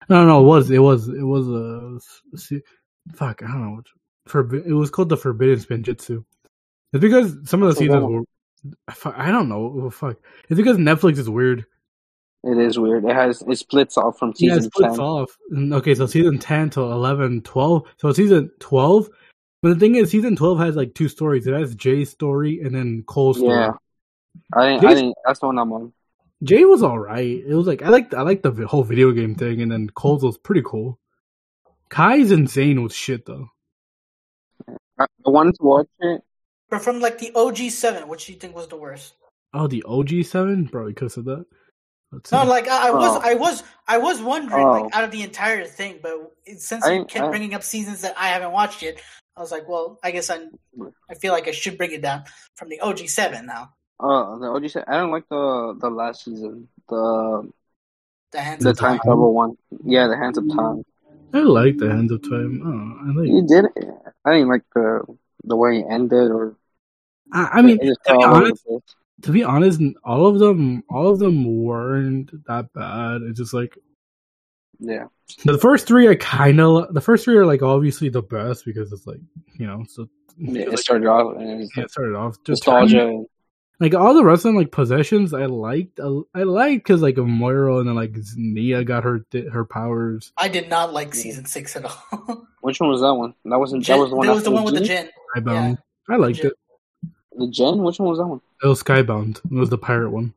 S3: No, no, it was, it was, it was a. See, fuck, I don't know. Which, Forbi- it was called the Forbidden Spinjitzu. It's because some of the
S4: What's
S3: seasons
S4: that?
S3: were. fu- I don't know. Oh, fuck. It's because Netflix is weird.
S4: It is weird. It has it splits off from
S3: Yeah, it
S4: season
S3: splits
S4: ten.
S3: off. And, Okay, so season 10 to 11, 12. So season 12. But the thing is, season 12 has like two stories. It has Jay's story and then Cole's story.
S4: Yeah, I didn't. I
S3: This-
S4: didn't. That's the one I'm on.
S3: Jay was all right. It was like, I liked, I liked the vi- whole video game thing. And then Cole's was pretty cool. Kai's insane with shit, though.
S4: I, I wanted to watch it.
S1: But from like the OG seven, which do you think was the worst?
S3: Oh, the OG7? Bro, you could have said that. Let's see.
S1: No, like I, I was,
S4: Oh.
S1: I was, I was wondering,
S4: Oh.
S1: like out of the entire thing, but it- since you
S4: I-
S1: kept
S4: I-
S1: bringing up seasons that I haven't watched yet, I was like, well, I guess I,
S4: Hmm.
S1: I feel like I should bring it down from the OG seven now.
S4: Uh, the OG. se- I don't like the the last season. The
S1: The hands
S4: the
S1: of
S4: time travel one. Yeah, the Hands of Time.
S3: I like the Hands of Time. Oh, I like.
S4: You did it. I didn't like the the way it ended or.
S3: I, I mean,
S4: it just
S3: to be
S4: fell all over
S3: honest,
S4: the place.
S3: to be honest, all of them, all of them weren't that bad. It's just like
S4: Yeah.
S3: the first three are kind of the first three are like obviously the best because it's like you know so
S4: yeah,
S3: like,
S4: it started off and it's
S3: yeah, it started off just
S4: nostalgia.
S3: like all the rest of them like possessions I liked I, I liked because like Moira and then like Nia got her di- her powers.
S1: I did not like
S4: Yeah.
S1: season six at all.
S4: Which one was that one? That wasn't.
S1: Gen-
S4: that was the one.
S1: there was the
S4: after
S1: one with the
S4: Gen?
S1: gin.
S3: I bound I liked
S1: Gen-
S3: it.
S4: The Gen. Which one was that one?
S3: It was Skybound. It was the pirate one.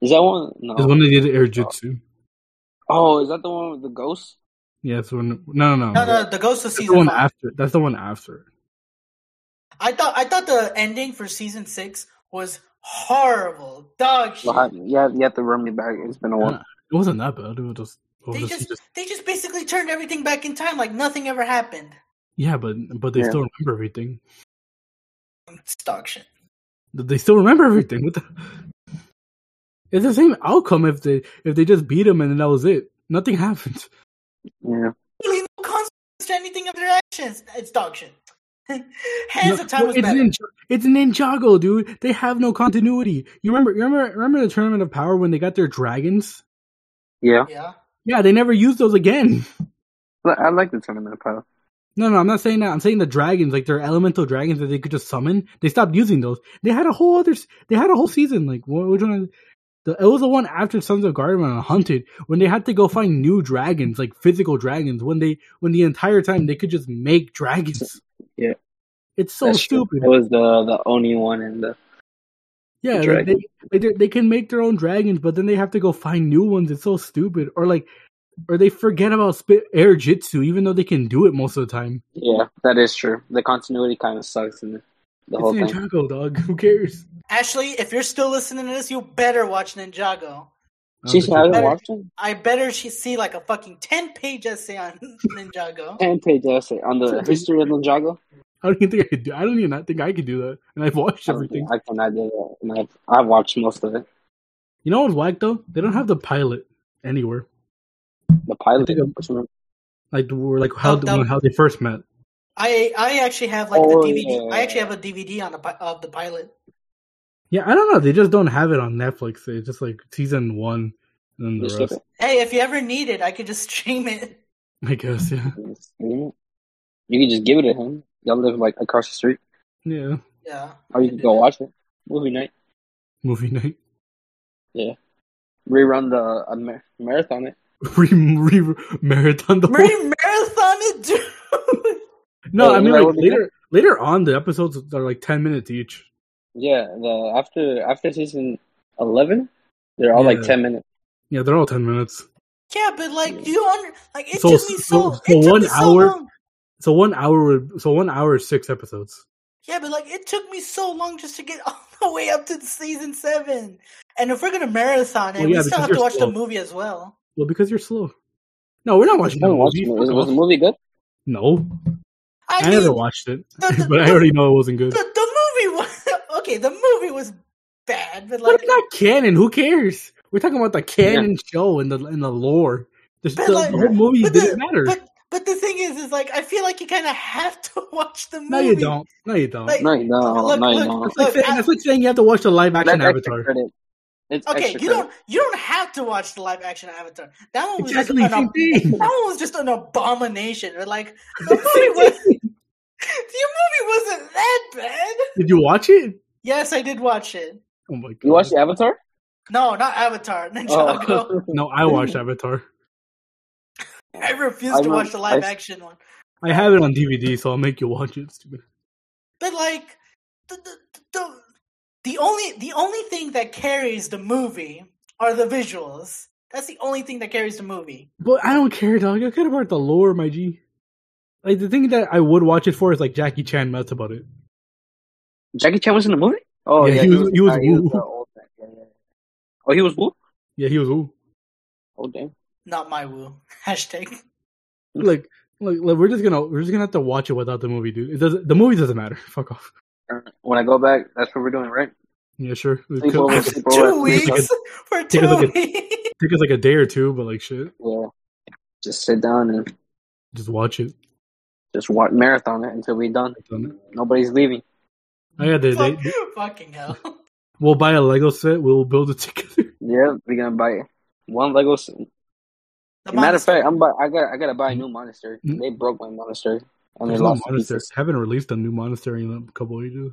S4: Is that one? No.
S3: It's when they did air jutsu.
S4: Oh, is that the one with the ghost?
S3: Yeah, it's when no no no.
S1: No, no, the Ghost of
S3: That's the
S1: season
S3: one
S1: five.
S3: after. That's the one after.
S1: I thought, I thought the ending for season six was horrible, dog shit.
S4: Well, I- you have you have to run me back. It's been a while.
S3: It wasn't that bad. It was just. It was
S1: They
S3: Oh, just,
S1: just, they just basically turned everything back in time, like nothing ever happened.
S3: yeah, but but they
S4: Yeah.
S3: still remember everything.
S1: It's dog shit.
S3: they still remember everything. What the? It's the same outcome if they if they just beat him and then that was it. Nothing happened.
S4: Yeah.
S1: Really, no consequence to anything of their actions. It's dog shit. Hands
S3: No,
S1: of time was
S3: it's,
S1: better.
S3: ninja, it's Ninjago, dude. They have no continuity. You remember? you Remember? Remember the Tournament of Power when they got their dragons?
S4: Yeah.
S1: Yeah.
S3: Yeah, they never used those again.
S4: Li- I like the tournament pile.
S3: No, no, I'm not saying that. I'm saying the dragons, like their elemental dragons that they could just summon. They stopped using those. They had a whole other. s- They had a whole season. Like what? Which one? is- The, it was the one after Sons of Garden and Hunted when they had to go find new dragons, like physical dragons. When they when the entire time they could just make dragons.
S4: Yeah.
S3: it's so stupid.
S4: It was the the only one in the.
S3: Yeah,
S4: The
S3: like they, like they they can make their own dragons, but then they have to go find new ones. It's so stupid. Or like, or they forget about spit air jitsu, even though they can do it most of the time.
S4: Yeah, that is true. The continuity kind of sucks in the, the whole
S3: it's
S4: thing.
S3: Ninjago, dog. Who cares?
S1: Ashley, if you're still listening to this, you better watch Ninjago.
S4: She's not
S1: Better-
S4: watching.
S1: I better she see like a fucking ten page essay on Ninjago.
S4: Ten page essay on the history of Ninjago.
S3: I don't even think I could do. I don't even think I could do that. And I've watched
S4: I don't think-
S3: everything.
S4: I cannot do that. And I've, I've watched most of it.
S3: You know what's whack though? They don't have the pilot anywhere.
S4: The pilot.
S3: I think I'm-
S4: which one?
S3: Like we're like how
S1: Dubbed up.
S3: how they first met.
S1: I I actually have like
S4: Oh,
S1: the DVD.
S4: yeah.
S1: I actually have a DVD on the pi- of the pilot.
S3: Yeah, I don't know. They just don't have it on Netflix. It's just like season one and then
S2: Just
S3: the
S2: look
S3: rest.
S1: Hey, if you ever need it, I could just stream it.
S3: I guess, yeah.
S4: You can just give it to him. Y'all live like across the street,
S3: Yeah.
S1: Yeah.
S4: or you can go watch it. Movie night,
S3: Movie night.
S4: rerun the uh, mar- marathon. It
S3: Re, re, marathon the whole
S1: Marine Marathon it, dude.
S3: No,
S4: Oh,
S3: I mean
S4: that
S3: like
S4: would be
S3: later later on the episodes are like ten minutes each.
S4: yeah. The after after season eleven, they're all like
S3: Yeah.
S4: ten minutes.
S3: Yeah, they're all ten minutes.
S1: Yeah, but like, do you under like it
S3: So-
S1: took me so,
S3: so-
S1: it took
S3: so
S1: me
S3: one
S1: so
S3: hour-
S1: long.
S3: So one hour would- so one hour is six episodes.
S1: Yeah, but like it took me so long just to get all the way up to season seven. And if we're gonna marathon it,
S3: Well, yeah,
S1: we still
S3: because
S1: have to
S3: you're
S1: watch
S3: slow.
S1: the movie as well.
S3: Well, because you're slow. No, we're not watching the
S4: I haven't watched
S3: movie.
S4: the movie.
S3: Fuck
S4: Was
S3: off.
S4: the movie good?
S3: No.
S1: I,
S3: I
S1: mean,
S3: never watched it.
S1: the-
S3: But I already know it wasn't good.
S1: the, the movie was okay. The movie was bad, but
S3: But
S1: like,
S3: it's not canon. Who cares? We're talking about the canon show and the and the lore. The,
S1: But
S3: the-
S1: like-
S3: the whole movie
S1: but
S3: didn't
S1: the-
S3: matter.
S1: but but the thing is, is like I feel like you kind of have to watch the movie.
S3: no, you don't. No, you don't.
S1: Like,
S4: No, you don't.
S1: Look,
S4: no, you
S1: look,
S4: don't.
S3: it's,
S1: look,
S3: like saying,
S1: I-
S3: it's like saying you have to watch the live action
S4: That's extra
S3: Avatar.
S4: credit. It's
S1: Okay,
S4: extra
S1: you
S4: credit.
S1: don't you don't have to watch the live action Avatar. That one was
S3: Exactly,
S1: just an
S3: same thing.
S1: that one was just an abomination. Or like the movie was the movie wasn't that bad.
S3: Did you watch it?
S1: Yes, I did watch it.
S3: Oh my god!
S4: You watched Avatar?
S1: No, not Avatar,
S4: Oh.
S1: Ninjago.
S3: No, I watched Avatar.
S1: I refuse
S4: I
S1: to
S4: know-
S1: watch the live
S4: I-
S1: action one.
S3: I have it on DVD, so I'll make you watch it. Stupid.
S1: But like the the, the the only the only thing that carries the movie are the visuals. That's the only thing that carries the movie.
S3: But I don't care, dog. I care about the lore, my G. Like the thing that I would watch it for is like Jackie Chan. That's about it.
S4: Jackie Chan was in the movie? Oh,
S3: Yeah, he was- he was
S4: uh,
S3: Wu.
S4: the old man. Yeah, yeah, yeah. Oh, he was Wu?
S3: Yeah, he was ooh.
S4: Oh, damn.
S1: Not my woo. Hashtag.
S3: like, like, like, we're just gonna we're just gonna have to watch it without the movie, dude. It doesn't. The movie doesn't matter. Fuck off.
S4: When I go back, that's what we're doing, right?
S3: Yeah, sure. It
S4: Sleep
S3: could-
S4: over,
S3: Take
S4: sleep
S1: Two
S4: over.
S3: Take a-
S1: weeks for
S3: take a
S1: two
S3: look
S1: weeks.
S3: us like a day or two, but like shit,
S4: Yeah. Just sit down and
S3: just watch it.
S4: just watch marathon it until we're done.
S3: Done.
S4: Nobody's leaving.
S3: Oh yeah, they, they,
S1: Fuck, fucking hell.
S3: we'll buy a Lego set. We'll build it together.
S4: Yeah, we're gonna buy one Lego. s-
S1: The
S4: Matter of
S1: monster-
S4: fact, I'm buy, I got I gotta buy a new monastery.
S3: Mm.
S4: They broke my monastery and they
S3: There's no
S4: lost
S3: monastery.
S4: pieces.
S3: Haven't released a new monastery in a couple of ages.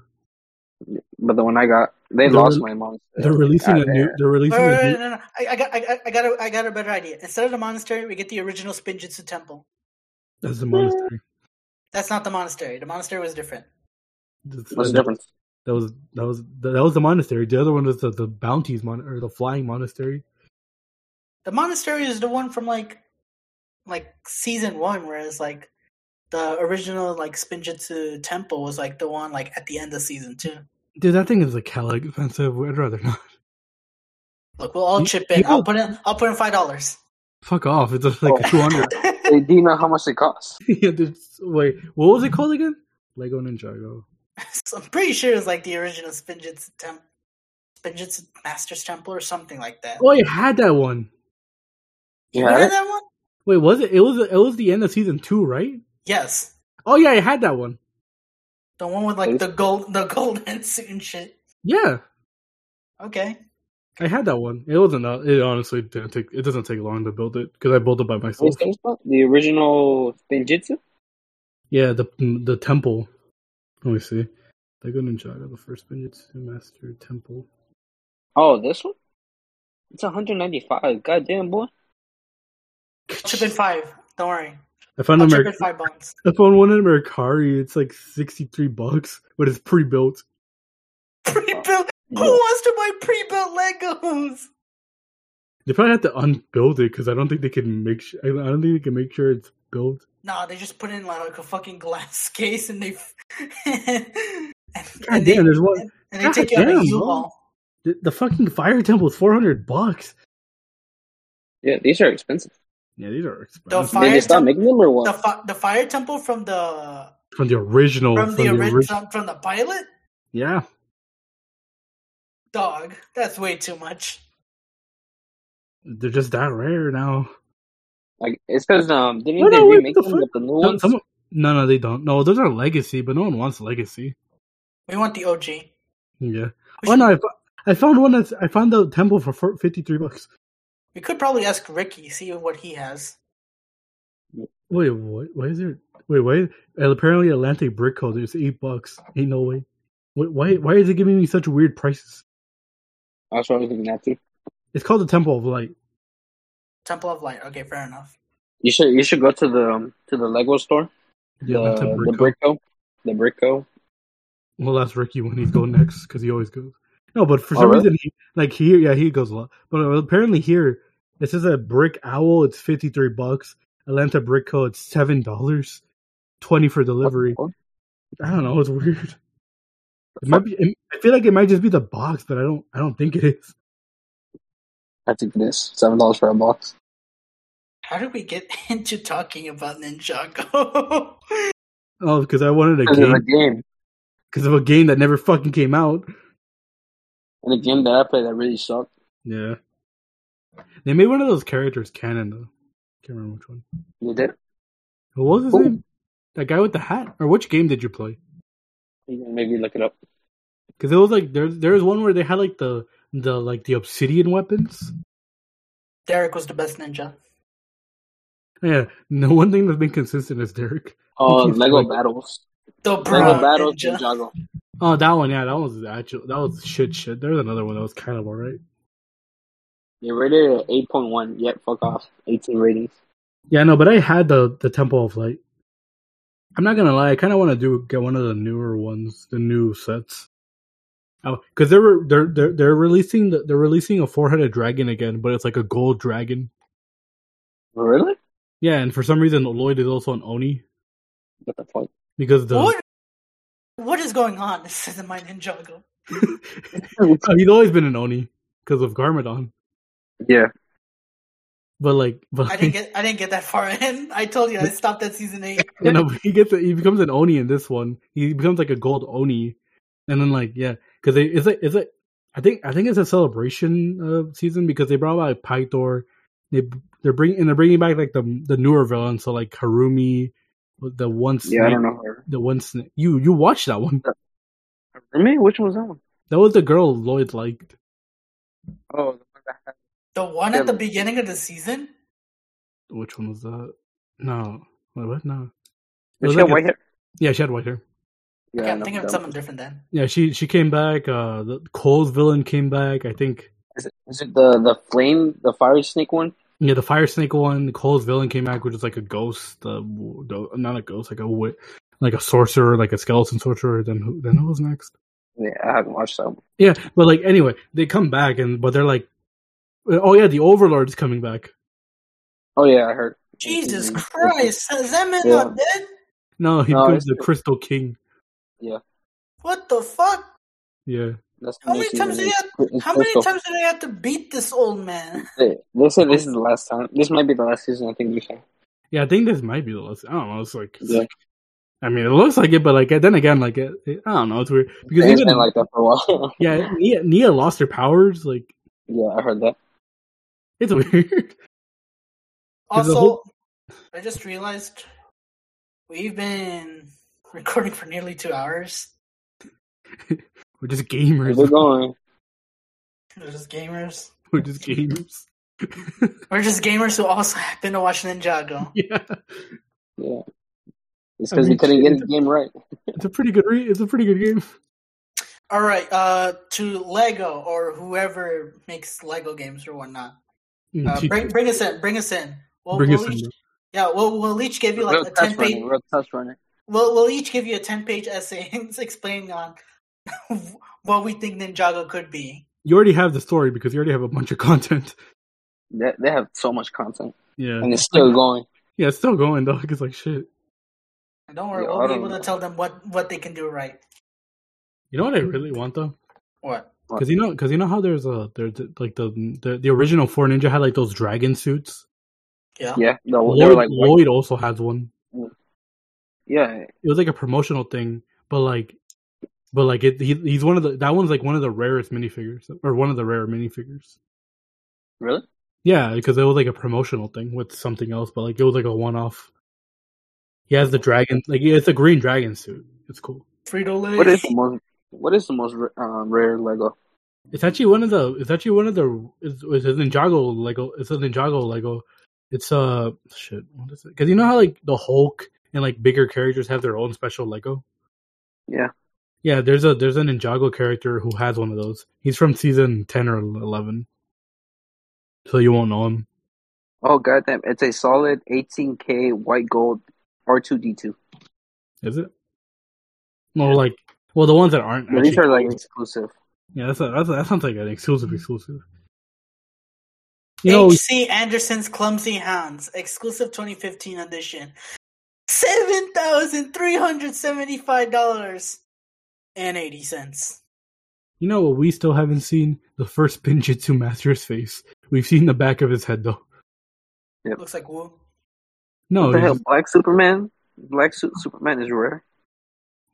S4: But the one I got,
S3: They're
S4: they lost
S3: re-
S4: my monastery.
S3: They're releasing a new. They're releasing
S1: Wait,
S3: a
S1: wait,
S3: new.
S1: wait, no, no, no. I, I got, I, got- I got, a, I got a better idea. Instead of the monastery, we get the original Spinjutsu temple.
S3: That's a monastery.
S1: That's not the monastery. The monastery was different.
S3: That's-
S4: What's the
S3: that-
S4: difference?
S3: That was that was that was the monastery. The other one was the, the bounties mon- or the flying monastery.
S1: The monastery is the one from like, like season one, whereas like the original like Spinjutsu temple was like the one like at the end of season two.
S3: Dude, that thing is like hella expensive. I'd rather not.
S1: Look, we'll all
S3: You-
S1: chip in.
S3: you
S1: I'll
S3: know-
S1: put in, I'll put in five dollars.
S3: Fuck off. It's just like
S4: Oh.
S3: two hundred.
S4: Hey, do you know how much it costs?
S3: yeah, this- wait, what was it called again? Lego Ninjago.
S1: So I'm pretty sure it's like the original Spinjutsu Temple, Spinjutsu Master's Temple, or something like that.
S3: Oh, I had that one.
S4: You
S1: You
S4: had
S1: had
S4: it?
S1: that one?
S3: Wait, was it? It was it was the end of season two, right?
S1: Yes,
S3: Oh yeah, I had that one.
S1: the one with like the gold, the golden suit and shit.
S3: Yeah,
S1: Okay,
S3: I had that one. It wasn't. that- It honestly didn't take. It doesn't take long to build it because I built it by myself.
S4: What's the name of it? The original Spinjitzu?
S3: Yeah, the the temple. Let me see. Lego Ninjago, the first Ninjutsu Master Temple.
S4: Oh, this one? It's 195. God damn, boy.
S1: I'll chip in five. Don't worry,
S3: I found
S1: I'll
S3: a
S1: chip
S3: Mer-
S1: in five bucks.
S3: I found one in Mercari. It's like sixty three bucks, but it's pre built.
S1: Pre-built. Who wants to buy pre-built Legos?
S3: They probably have to unbuild it because I don't think they can make. Sh- I I don't think they can make sure it's built.
S1: Nah, they just put it in like a fucking glass case and they f- and,
S3: God
S1: and they,
S3: damn, there's one.
S1: and they
S3: God
S1: take you on a
S3: damn,
S1: U-Haul.
S3: The, the fucking fire temple is four hundred bucks.
S4: Yeah, these are expensive.
S3: Yeah, these are
S1: The
S3: expensive.
S1: fire
S4: Did they stop
S1: temp-
S4: making them or
S1: The
S4: what?
S1: fi- the fire temple from the
S3: from the original.
S1: from the
S3: ori-
S1: original from the pilot.
S3: Yeah,
S1: Dog, that's way too much.
S3: they're just that rare now.
S4: Like, it's because, um, didn't
S3: Wait,
S4: they
S3: no, wait,
S4: remake
S3: the
S4: them
S3: fuck?
S4: with the new
S3: Some,
S4: ones?
S3: some, no, no, they don't. No, those are legacy, but no one wants legacy.
S1: We want the OG.
S3: Yeah. Oh no, I, fo- I found one. That's, I found the temple for four- 53 bucks.
S1: We could probably ask Ricky, see what he has.
S3: Wait, what? Why is there? Wait, why? and Apparently, Atlantic brick code is eight bucks. Ain't no way. Wait, why? Why is it giving me such weird prices?
S4: That's what Oh, I was looking at too.
S3: It's called the Temple of Light.
S1: Temple of Light. Okay, fair enough.
S4: You should you should go to the um, to the Lego store.
S3: Yeah,
S4: the,
S3: that's a brick
S4: the Brico, the Brico.
S3: We'll ask Ricky when he's going next because he always goes. No, but for
S4: Oh,
S3: some
S4: really?
S3: reason, he, like here, yeah, he goes a lot. But apparently here, it says a brick owl. It's fifty three bucks. Atlanta brick co. It's seven dollars, twenty for delivery.
S4: What
S3: I don't know. It's weird. It might be. It, I feel like it might just be the box, but I don't. I don't think it is.
S4: I think it is seven dollars for a box.
S1: How did we get into talking about Ninjago?
S3: Oh, because I wanted a
S4: Because it's a
S3: game
S4: game
S3: because of a game that never fucking came out.
S4: and a game that I played that really sucked.
S3: Yeah. They made one of those characters canon though. Can't remember which one.
S4: You did.
S3: What was his
S4: Ooh.
S3: name? That guy with the hat. Or which game did you play?
S4: You can maybe look it up.
S3: Because it was like there. There was one where they had like the the like the obsidian weapons.
S1: Derek was the best ninja.
S3: Yeah. The one thing that's been consistent is Derek.
S4: Oh,
S3: keeps
S4: Lego
S3: like-
S4: battles.
S1: The
S4: Lego
S1: brown
S4: battles.
S1: ninja.
S4: Ninjago.
S3: Oh, that one. Yeah, that was actual. That was shit. Shit. There's another one that was kind of alright.
S4: They rated at eight point one. Yep, fuck off. Eighteen ratings.
S3: Yeah, no, but I had the the Temple of Light. I'm not gonna lie, I kind of want to do get one of the newer ones, the new sets. Oh, because they're re- they're they're they're releasing the, they're releasing a four headed dragon again, but it's like a gold dragon.
S4: Really?
S3: Yeah, and for some reason Lloyd is also an Oni
S4: What the fuck?
S3: because the
S1: What? What is going on? This isn't my Ninjago.
S3: Oh, he's always been an Oni because of Garmadon.
S4: Yeah.
S3: But like, but
S1: I
S3: like,
S1: didn't get. I didn't get that far in. I told you I stopped at season eight.
S3: you know, he gets a, he becomes an Oni in this one. He becomes like a gold Oni, and then like yeah, because it's like it's like I think I think it's a celebration uh, season because they brought back Pytor. They they're bringing and they're bringing back like the the newer villains, so like Harumi, the one snake,
S4: Yeah, I don't know her.
S3: the one snake. You you watched that one?
S4: Really? Which one was that one?
S3: That was the girl Lloyd liked.
S4: Oh, the one that had
S1: The one at the beginning of the season.
S3: Which one was that? No, wait, what? No, It
S4: Did
S3: was
S4: she have
S3: like a-
S4: white hair?
S3: yeah, she had white hair.
S4: Yeah,
S1: okay,
S4: I
S1: I'm
S4: know,
S1: thinking of
S4: that
S1: something
S4: one.
S1: different then.
S3: Yeah, she she came back. Uh, the Cole's villain came back. I think.
S4: Is it, is it the the flame, the fire snake one?
S3: Yeah, the fire snake one. Cole's villain came back, which is like a ghost. Uh, w- do- not a ghost, like a wi- like a sorcerer, like a skeleton sorcerer. Then who? Then who was next?
S4: Yeah, I haven't watched that one.
S3: Yeah, but like anyway, they come back and but they're like, oh yeah, the Overlord is coming back.
S4: Oh yeah, I heard.
S1: Jesus
S4: Mhm.
S1: Christ! Is that man
S4: Yeah.
S1: not dead?
S3: No, he
S4: No,
S3: becomes
S4: it's-
S3: the Crystal King.
S1: What the fuck?
S3: Yeah,
S4: That's the
S1: How
S4: new
S1: many
S4: season.
S1: times did
S4: It's- it's
S1: How many
S4: Crystal.
S1: times did I have to beat this old man?
S4: They, they said this is the last time. This might be the last season. I think we saw.
S3: yeah. I think this might be the last. I don't know. It's like,
S4: Yeah,
S3: I mean, it looks like it, but like then again, like it, it- I don't know. It's weird because
S4: it's
S3: even
S4: been like that for a while.
S3: yeah, Nia, Nia lost her powers. Like
S4: yeah, I heard that.
S3: it's weird. Because the
S1: Also,
S3: whole-
S1: I just realized we've been recording for nearly two hours.
S3: We're just
S4: Where
S3: gamers.
S4: they're going.
S1: We're just gamers.
S3: We're just gamers.
S1: We're just gamers who also happen to watch Ninjago.
S3: yeah,
S4: Yeah, it's
S3: I
S4: because
S3: mean,
S4: we couldn't get
S3: shit.
S4: the game right.
S3: it's a pretty good. Re- it's a pretty good game.
S1: All right, uh, to Lego or whoever makes Lego games or whatnot. Uh, bring, bring us in. Bring us in. We'll,
S3: Bring
S1: we'll
S3: us in,
S1: each,
S3: bro.
S1: Yeah, we'll, we'll each give you like
S4: real
S1: a ten
S4: touch
S1: page.
S4: running. Real touch running.
S1: We'll, we'll each give you a ten page essay explaining on what we think Ninjago could be.
S3: you already have the story because you already have a bunch of content.
S4: They, they have so much content,
S3: Yeah,
S4: and it's still going.
S3: yeah, it's still going though. It's like shit.
S1: And don't worry,
S4: Yeah, I
S1: we'll be
S4: don't
S1: able to
S4: know.
S1: tell them what what they can do right.
S3: You know what
S4: Mm-hmm.
S3: I really want though,
S1: What?
S3: because you know, because you know how there's a there's like the, the the original four ninja had like those dragon suits.
S1: Yeah.
S4: Yeah, no, Oh, they were
S3: Lloyd,
S4: like, white-
S3: Lloyd also has one.
S4: yeah,
S3: It was like a promotional thing, but like, but like it. He, he's one of the that one's like one of the rarest minifigures or one of the rare minifigures.
S4: really.
S3: Yeah, because it was like a promotional thing with something else, but like it was like a one off. He has the dragon, like it's a green dragon suit. It's cool.
S1: Frito Lay.
S4: What is the most? What is the most ra- um, rare Lego?
S3: It's actually one of the. It's actually one of the. It's, it's a Ninjago Lego. It's a Ninjago Lego. It's uh shit. What is it? Because you know how like the Hulk and like bigger characters have their own special Lego.
S4: Yeah.
S3: Yeah. There's a there's a Ninjago character who has one of those. He's from season ten or eleven. So you won't know him.
S4: Oh goddamn! It's a solid 18k white gold R2D2.
S3: Is it? Or like, well, the ones that aren't.
S4: But these
S3: actually-
S4: are like exclusive.
S3: yeah, that's, a, that's a- that sounds like an exclusive exclusive. You know,
S1: H.C. Anderson's Clumsy Hounds, exclusive 2015 edition. $7,375.80.
S3: you know what? We still haven't seen the first Pinjitzu master's face. We've seen the back of his head though.
S1: Looks like woo.
S3: No, Oh,
S4: what the hell?
S3: is,
S4: Black Superman? Black suit Superman is rare.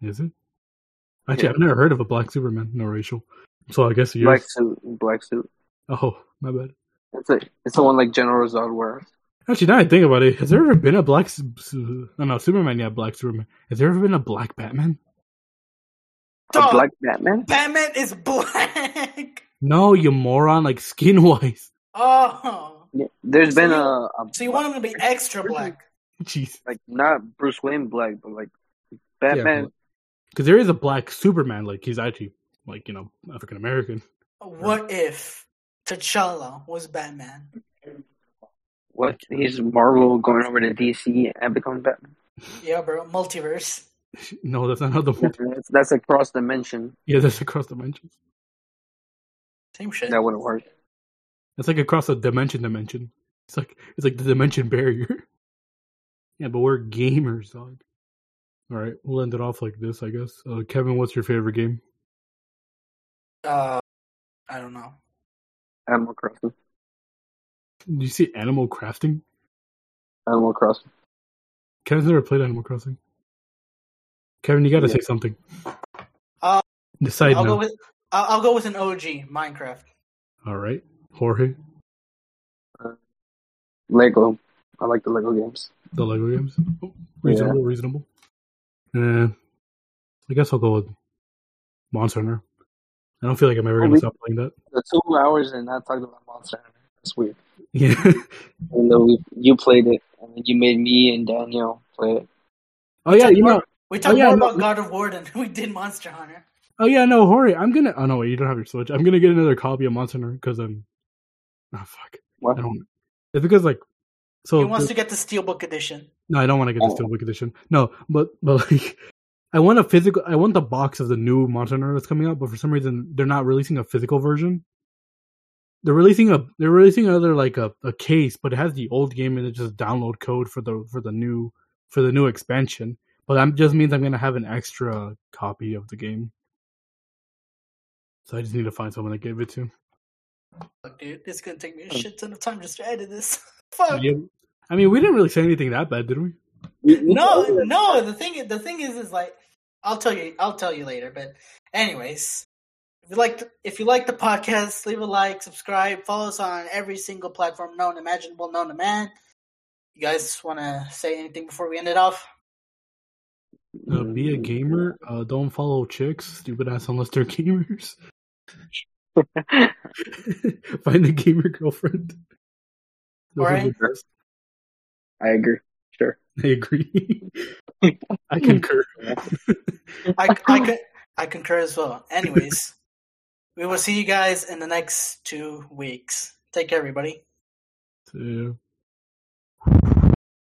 S3: is it? Actually,
S4: Yeah.
S3: I've never heard of a black Superman. No racial. So I guess yes.
S4: Black suit, black suit.
S3: Oh, my bad.
S4: It's a, it's the one like General Zod wears.
S3: Actually, now I think about it, has there ever been a black? Su- Su- No, no, Superman. Yeah, black Superman. Has there ever been a black Batman?
S4: A
S1: Dog.
S4: black Batman.
S1: Batman is black.
S3: No, you moron. Like skin wise.
S1: Oh.
S4: Yeah. There's
S1: So
S4: been
S1: you-
S4: a, a
S1: So you want him to be extra black.
S3: Jeez.
S4: like not Bruce Wayne black, but like Batman.
S3: Because there is a black Superman. Like he's actually like you know African American.
S1: What if T'Challa was Batman?
S4: What he's Marvel going over to DC and becoming Batman.
S1: Yeah, bro. Multiverse.
S3: No, that's not how the world.
S4: That's, that's a cross dimension.
S3: Yeah, that's across dimensions.
S1: Same shit.
S4: That wouldn't work.
S3: It's like across a dimension dimension. It's like it's like the dimension barrier. yeah, but we're gamers, dog. All right, we'll end it off like this, I guess. Uh, Kevin, what's your favorite game?
S1: Uh, I don't know.
S4: Animal Crossing.
S3: Do you see Animal Crafting?
S4: Animal Crossing.
S3: Kevin's never played Animal Crossing. Kevin, you got to
S4: Yeah.
S3: say something.
S1: Uh,
S3: Decide
S1: I'll
S3: now.
S1: go with I'll, I'll go with an OG Minecraft.
S3: All right, Jorge,
S4: Lego. I like the Lego games.
S3: the Lego games. Oh, reasonable, reasonable. Uh, I guess I'll go with Monster Hunter. I don't feel like I'm ever
S4: Oh,
S3: gonna
S4: we-
S3: stop playing that.
S4: The two hours and not talking about Monster Hunter. That's weird.
S3: Yeah.
S4: Even though we, you played it, and then you made me and Daniel play it.
S3: oh yeah, you know.
S1: We talked
S3: yeah,
S1: more
S3: no-
S1: about God of War than we did Monster Hunter.
S3: Oh yeah, no, Hori, I'm gonna. Oh no, wait, you don't have your Switch. I'm gonna get another copy of Monster Hunter because I'm. Oh fuck,
S4: What?
S3: I don't. It's because like, so
S1: He wants
S3: the-
S1: to get the Steelbook edition.
S3: no, I don't want to get the
S4: Oh.
S3: Steelbook edition. No, but but like, I want a physical. I want the box of the new Monster Hunter that's coming out, but for some reason they're not releasing a physical version. They're releasing a they're releasing another like a, a case, but it has the old game and it's just download code for the for the new for the new expansion. But that just means I'm gonna have an extra copy of the game. So I just need to find someone to give it to.
S1: Fuck, dude, it's gonna take me a shit ton of time just to edit this. Fuck.
S3: Yeah. I mean, we didn't really say anything that bad, did we?
S1: No, no. The thing, the thing is, is like, I'll tell you, I'll tell you later. But, anyways, if you like, the, if you like the podcast, leave a like, subscribe, follow us on every single platform known, imaginable, known to man. You guys want to say anything before we end it off?
S3: Uh, be
S4: Mm-hmm.
S3: a gamer. Uh, don't follow chicks, stupid ass, unless they're gamers. Find a gamer girlfriend. Those are the
S1: Alright.
S3: best.
S4: I agree. Sure.
S3: I agree. I concur.
S1: I, I, con- I concur as well. Anyways, we will see you guys in the next two weeks. Take care, everybody.
S3: So, yeah.